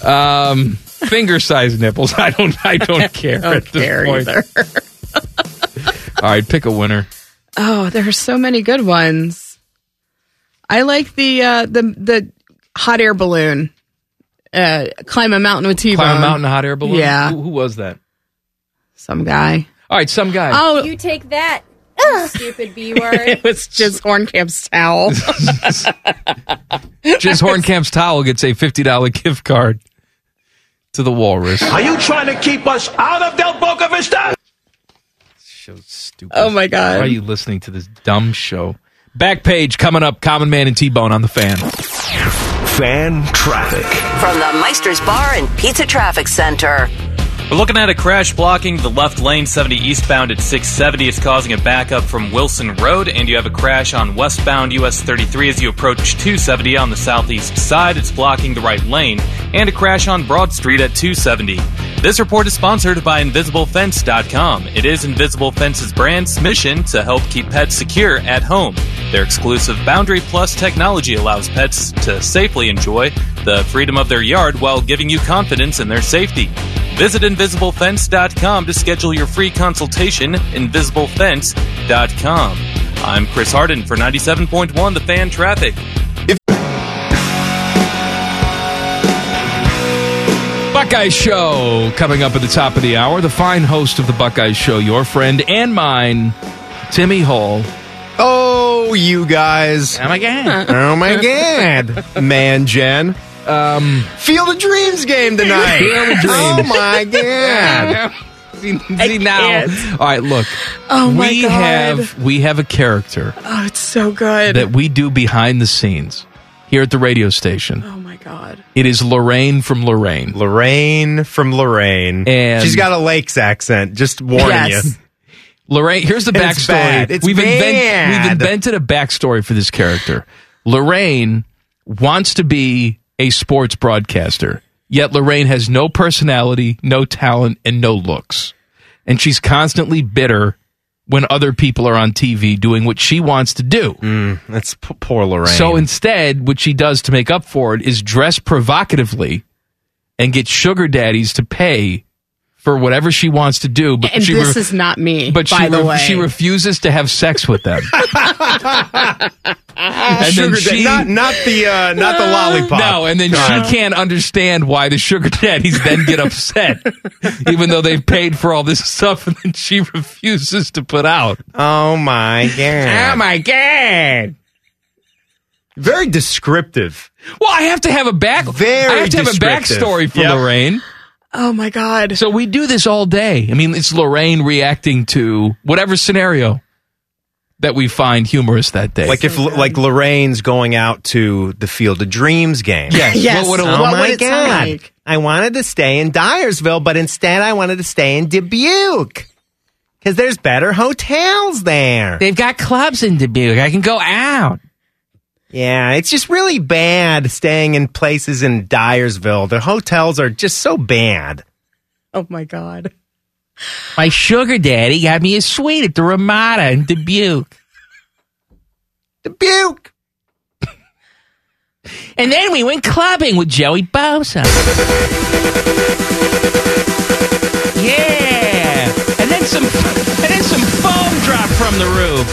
Speaker 4: Um, finger-sized nipples. I don't. I don't care
Speaker 7: Don't
Speaker 4: at this
Speaker 7: care
Speaker 4: point.
Speaker 7: either.
Speaker 4: All right, pick a winner.
Speaker 7: Oh, there are so many good ones. I like the uh, the the hot air balloon. Uh, climb a mountain with T-bone.
Speaker 4: Climb a mountain, hot air balloon.
Speaker 7: Um, Yeah,
Speaker 4: Who, who was that?
Speaker 7: some guy.
Speaker 4: All right, some guy.
Speaker 7: Oh,
Speaker 16: you take that, stupid B
Speaker 7: it was just Horncamp's towel.
Speaker 4: Just Horncamp's towel gets a fifty dollar gift card to the Walrus.
Speaker 1: Are you trying to keep us out of Del Boca Vista?
Speaker 7: oh my
Speaker 4: Why are
Speaker 7: god!
Speaker 4: you listening to this dumb show? Back page coming up. Common Man and T Bone on the fan.
Speaker 1: Fan traffic.
Speaker 5: From the Meister's Bar and Pizza Traffic Center.
Speaker 8: We're looking at a crash blocking the left lane 70 eastbound at 670. It's causing a backup from Wilson Road, and you have a crash on westbound US 33 as you approach 270 on the southeast side. It's blocking the right lane, and a crash on Broad Street at 270. This report is sponsored by InvisibleFence.com. It is Invisible Fence's brand's mission to help keep pets secure at home. Their exclusive Boundary Plus technology allows pets to safely enjoy the freedom of their yard while giving you confidence in their safety. Visit InvisibleFence.com to schedule your free consultation. InvisibleFence.com. I'm Chris Harden for 97.1 The Fan Traffic.
Speaker 4: Buckeye Show coming up at the top of the hour. The fine host of the Buckeye Show, your friend and mine, Timmy Hall.
Speaker 17: Oh, you guys.
Speaker 4: Oh my god.
Speaker 17: Oh my god. Man, Jen. Um Feel the Dreams game tonight.
Speaker 4: Feel the Dreams.
Speaker 17: Oh my god.
Speaker 4: see, see now. All right, look.
Speaker 7: Oh my
Speaker 4: we
Speaker 7: God.
Speaker 4: have we have a character
Speaker 7: Oh, it's so good.
Speaker 4: that we do behind the scenes. here at the radio station. Oh
Speaker 7: my god.
Speaker 4: It is Lorraine from Lorraine.
Speaker 17: Lorraine from Lorraine.
Speaker 4: And
Speaker 17: She's got a Lakes accent. Just warning
Speaker 4: Yes.
Speaker 17: you.
Speaker 4: Lorraine, here's the
Speaker 17: It's
Speaker 4: backstory.
Speaker 17: bad. It's
Speaker 4: we've, invent-
Speaker 17: bad.
Speaker 4: we've invented a backstory for this character. Lorraine wants to be a sports broadcaster, yet Lorraine has no personality, no talent, and no looks. And she's constantly bitter when other people are on TV doing what she wants to do.
Speaker 17: Mm, that's p- poor Lorraine.
Speaker 4: So instead, what she does to make up for it is dress provocatively and get sugar daddies to pay for whatever she wants to do. But
Speaker 7: And
Speaker 4: she
Speaker 7: this
Speaker 4: ref-
Speaker 7: is not me.
Speaker 4: but
Speaker 7: by
Speaker 4: she,
Speaker 7: the
Speaker 4: re-
Speaker 7: way,
Speaker 4: she refuses to have sex with them. and
Speaker 17: Sugar daddy- not- not the, uh, not the lollipop.
Speaker 4: No, and then
Speaker 17: Right.
Speaker 4: she can't understand why the sugar daddies then get upset, even though they've paid for all this stuff and then she refuses to put out.
Speaker 17: Oh my god.
Speaker 4: Oh my god.
Speaker 17: Very descriptive.
Speaker 4: Well, I have to have a back.
Speaker 17: Very
Speaker 4: I have to have a
Speaker 17: descriptive.
Speaker 4: backstory for
Speaker 17: Yep.
Speaker 4: Lorraine.
Speaker 7: Oh my god.
Speaker 4: So we do this all day. I mean, it's Lorraine reacting to whatever scenario that we find humorous that day.
Speaker 17: Like if like Lorraine's going out to the Field of Dreams game.
Speaker 4: Yes. Yes. What would it look-
Speaker 17: oh
Speaker 4: What
Speaker 17: my
Speaker 4: would it
Speaker 17: god.
Speaker 4: sound like?
Speaker 17: I wanted to stay in Dyersville, but instead I wanted to stay in Dubuque. Cuz there's better hotels there.
Speaker 4: They've got clubs in Dubuque. I can go out.
Speaker 17: Yeah, it's just really bad staying in places in Dyersville. The hotels are just so bad.
Speaker 7: oh my god.
Speaker 4: my sugar daddy got me a suite at the Ramada in Dubuque.
Speaker 17: Dubuque.
Speaker 4: And then we went clubbing with Joey Bosa. Yeah. And then some and then some foam dropped from the roof.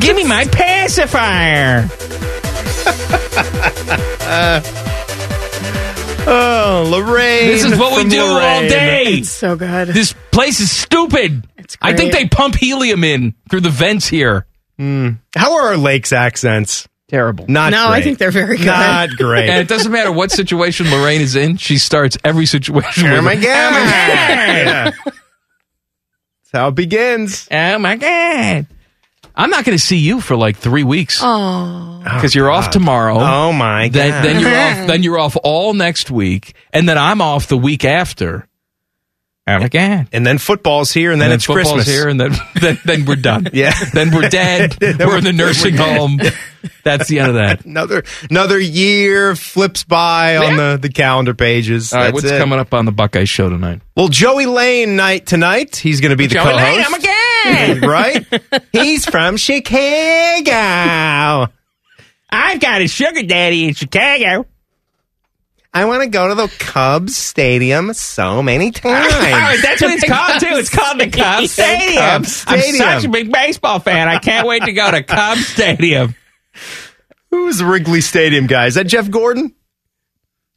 Speaker 4: Give me my pacifier.
Speaker 17: Oh, Lorraine.
Speaker 4: This is what we
Speaker 17: from
Speaker 4: do all
Speaker 17: Lorraine.
Speaker 4: day.
Speaker 7: It's so good.
Speaker 4: This place is stupid. I think
Speaker 7: great.
Speaker 4: they pump helium in through the vents here.
Speaker 17: How are our Lakes accents?
Speaker 4: Terrible.
Speaker 17: Not
Speaker 7: No, I
Speaker 17: great.
Speaker 7: think they're very good.
Speaker 17: Not great.
Speaker 4: And it doesn't matter what situation Lorraine is in, she starts every situation with
Speaker 17: Oh my
Speaker 4: a-
Speaker 17: god! Yeah. That's how it begins.
Speaker 4: Oh my god! I'm not going to see you for like three weeks
Speaker 7: Oh.
Speaker 4: because you're off tomorrow.
Speaker 17: Oh my
Speaker 4: Then,
Speaker 17: god!
Speaker 4: then you're off. Then you're off all next week, and then I'm off the week after. Oh my god!
Speaker 17: and then football's here, and then, it's
Speaker 4: football's
Speaker 17: Christmas
Speaker 4: here, and then, then then we're done.
Speaker 17: Yeah.
Speaker 4: Then we're dead.
Speaker 17: Then
Speaker 4: we're,
Speaker 17: we're-
Speaker 4: in the
Speaker 17: then
Speaker 4: nursing
Speaker 17: we're dead.
Speaker 4: home. That's the end of that.
Speaker 17: Another another year flips by on the, the calendar pages.
Speaker 4: All right,
Speaker 17: That's
Speaker 4: what's
Speaker 17: it.
Speaker 4: coming up on the Buckeye Show tonight?
Speaker 17: Well, Joey Lane night tonight. He's going to be the
Speaker 4: Joey Lane,
Speaker 17: co-host. right? He's from Chicago.
Speaker 4: I've got a sugar daddy in Chicago.
Speaker 17: I want to go to the Cubs stadium so many times.
Speaker 4: that's what it's called too. It's called the Cubs Stadium.
Speaker 17: Cubs Stadium.
Speaker 4: I'm such a big baseball fan. I can't wait to go to Cubs Stadium.
Speaker 17: Who was the Wrigley Stadium guy? Is that Jeff Gordon?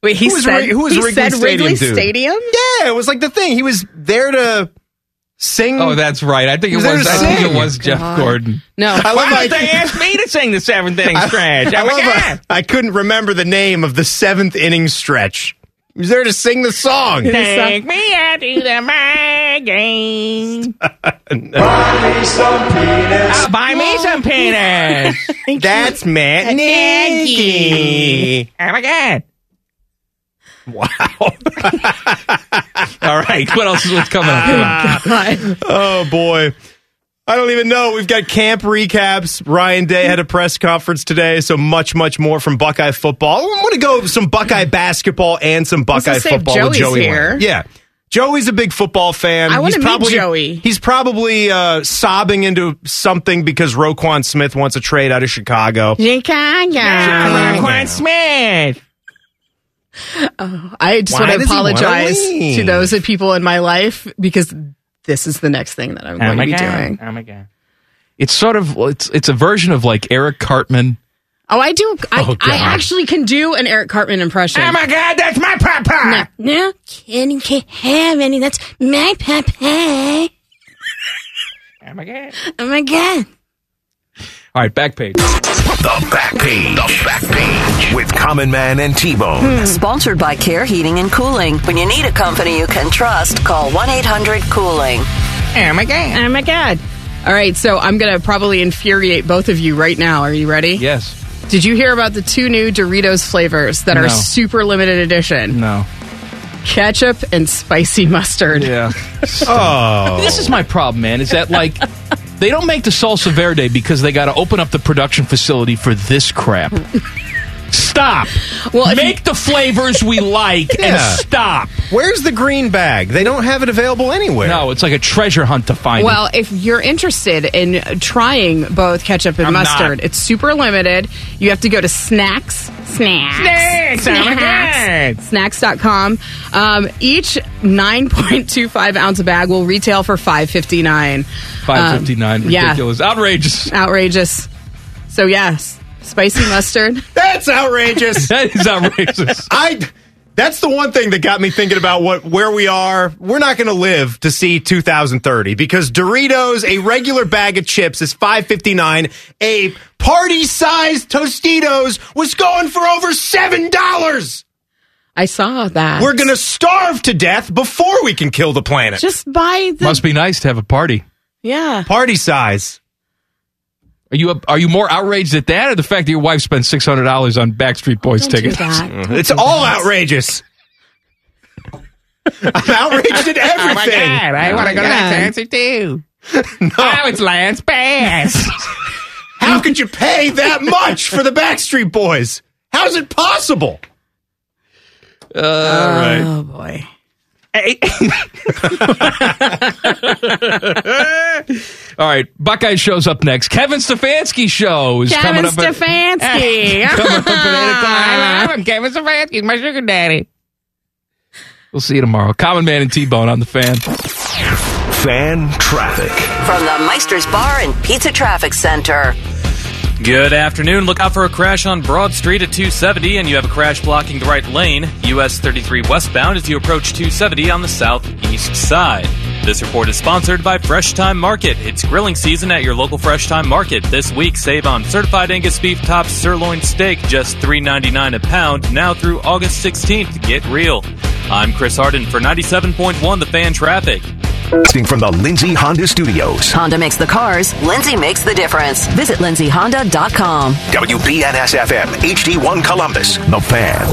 Speaker 7: Wait, he
Speaker 17: Who was
Speaker 7: said
Speaker 17: Wrig- who was
Speaker 7: he
Speaker 17: Wrigley
Speaker 7: said
Speaker 17: Stadium
Speaker 7: Wrigley
Speaker 17: dude?
Speaker 7: Stadium?
Speaker 17: Yeah, it was like the thing. He was there to sing.
Speaker 4: Oh, that's right. I think it was.
Speaker 17: Is there a
Speaker 4: I think
Speaker 17: sing?
Speaker 4: it was Jeff Gordon.
Speaker 7: No.
Speaker 17: I love how I-
Speaker 4: asked me to sing the seven things
Speaker 17: I, love how-
Speaker 7: "Ah!"
Speaker 17: I couldn't remember the name of the seventh inning stretch. He was there to sing the song.
Speaker 4: Take me out to the game. buy me some peanuts.
Speaker 17: That's Matt Nagy.
Speaker 4: oh my god!
Speaker 17: Wow.
Speaker 4: All right, what else is what's coming up? Come on.
Speaker 17: Oh boy. I don't even know. We've got camp recaps. Ryan Day had a press conference today, so much, much more from Buckeye football. I'm going to go some Buckeye basketball and some Buckeye
Speaker 7: gonna say, if
Speaker 17: football
Speaker 7: Joey's
Speaker 17: with Joey. Lane.
Speaker 7: here-
Speaker 17: Yeah. Joey's a big football fan.
Speaker 7: I wanna
Speaker 17: He's
Speaker 7: meet
Speaker 17: probably-
Speaker 7: Joey.
Speaker 17: He's probably uh, sobbing into something because Roquan Smith wants a trade out of Chicago.
Speaker 7: Chicago.
Speaker 4: Smith.
Speaker 7: I just
Speaker 17: Why
Speaker 7: want to
Speaker 17: does he wanna
Speaker 7: apologize
Speaker 17: leave?
Speaker 7: to those people in my life because this is the next thing that I'm going to be doing.
Speaker 4: Oh my god! It's sort of it's it's a version of like Eric Cartman.
Speaker 7: Oh, I do. I,
Speaker 4: Oh,
Speaker 7: I
Speaker 4: God.
Speaker 7: actually can do an Eric Cartman impression.
Speaker 4: Oh my god, that's my papa.
Speaker 7: no, no kidding, can't have any. That's my papa.
Speaker 4: Oh my god!
Speaker 7: Oh my god.
Speaker 4: All right, back page.
Speaker 1: The back page. The back page with Common Man and T-Bone.
Speaker 5: Hmm. Sponsored by Care Heating and Cooling. When you need a company you can trust, call 1 800 Cooling.
Speaker 7: Oh my god. Oh my god. All right, so I'm going to probably infuriate both of you right now. Are you ready?
Speaker 4: Yes.
Speaker 7: Did you hear about the two new Doritos flavors that
Speaker 4: No.
Speaker 7: are super limited edition?
Speaker 4: No.
Speaker 7: Ketchup and spicy mustard.
Speaker 4: Yeah. oh. This is my problem, man. Is that like they don't make the salsa verde because they got to open up the production facility for this crap. Stop.
Speaker 7: Well,
Speaker 4: make the flavors we like and
Speaker 17: Yeah.
Speaker 4: stop.
Speaker 17: Where's the green bag? They don't have it available anywhere.
Speaker 4: No, it's like a treasure hunt to find it.
Speaker 7: Well, if you're interested in trying both ketchup and
Speaker 4: I'm not.
Speaker 7: mustard, it's super limited. You have to go to snacks. Snacks.
Speaker 4: Oh
Speaker 7: Snacks. Snacks.com. Um, each 9.25 ounce bag will retail for 5.59.
Speaker 4: 559
Speaker 7: Um, yeah.
Speaker 4: ridiculous outrageous
Speaker 7: Outrageous. So yes, spicy mustard.
Speaker 17: That's outrageous.
Speaker 4: that is outrageous.
Speaker 17: I. That's the one thing that got me thinking about what where we are. We're not going to live to see 2030 because Doritos, a regular bag of chips, is 5.59. A party-sized Tostitos was going for over seven dollars.
Speaker 7: I saw that.
Speaker 17: We're going to starve to death before we can kill the planet.
Speaker 7: just buy the
Speaker 4: Must be nice to have a party.
Speaker 7: yeah.
Speaker 17: Party size.
Speaker 4: Are you are you more outraged at that or the fact that your wife spent six hundred dollars on Backstreet Boys
Speaker 7: Don't do
Speaker 4: tickets?
Speaker 7: that. Don't
Speaker 17: Mm-hmm. It's all outrageous. I'm outraged at
Speaker 3: Oh my
Speaker 17: everything.
Speaker 3: God, I wanna go to that fancy
Speaker 7: too.
Speaker 17: Now
Speaker 4: it's Lance Bass.
Speaker 17: How could you pay that much for the Backstreet Boys? How is it possible?
Speaker 7: Oh boy.
Speaker 4: All right, Buckeye shows up next. Kevin Stefanski show is
Speaker 3: Kevin
Speaker 4: coming up. at-
Speaker 3: Stefanski.
Speaker 4: coming up at 8 o'clock.
Speaker 3: I'm Kevin Stefanski, my sugar daddy.
Speaker 4: We'll see you tomorrow. Common Man and T Bone on the fan.
Speaker 1: Fan traffic.
Speaker 5: From the Meister's Bar and Pizza Traffic Center.
Speaker 8: Good afternoon. Look out for a crash on Broad Street at 270, and you have a crash blocking the right lane, US 33 westbound, as you approach 270 on the southeast side. This report is sponsored by Fresh Time Market. It's grilling season at your local Fresh Time Market. This week, save on certified Angus beef tops, sirloin steak, just $3.99 a pound, now through August 16th. Get real. I'm Chris Harden for 97.1 The Fan Traffic.
Speaker 1: Broadcasting From the Lindsay Honda Studios.
Speaker 5: Honda makes the cars, Lindsay makes the difference. Visit lindsayhonda.com.
Speaker 1: WBNSFM, HD1 Columbus. The Fan.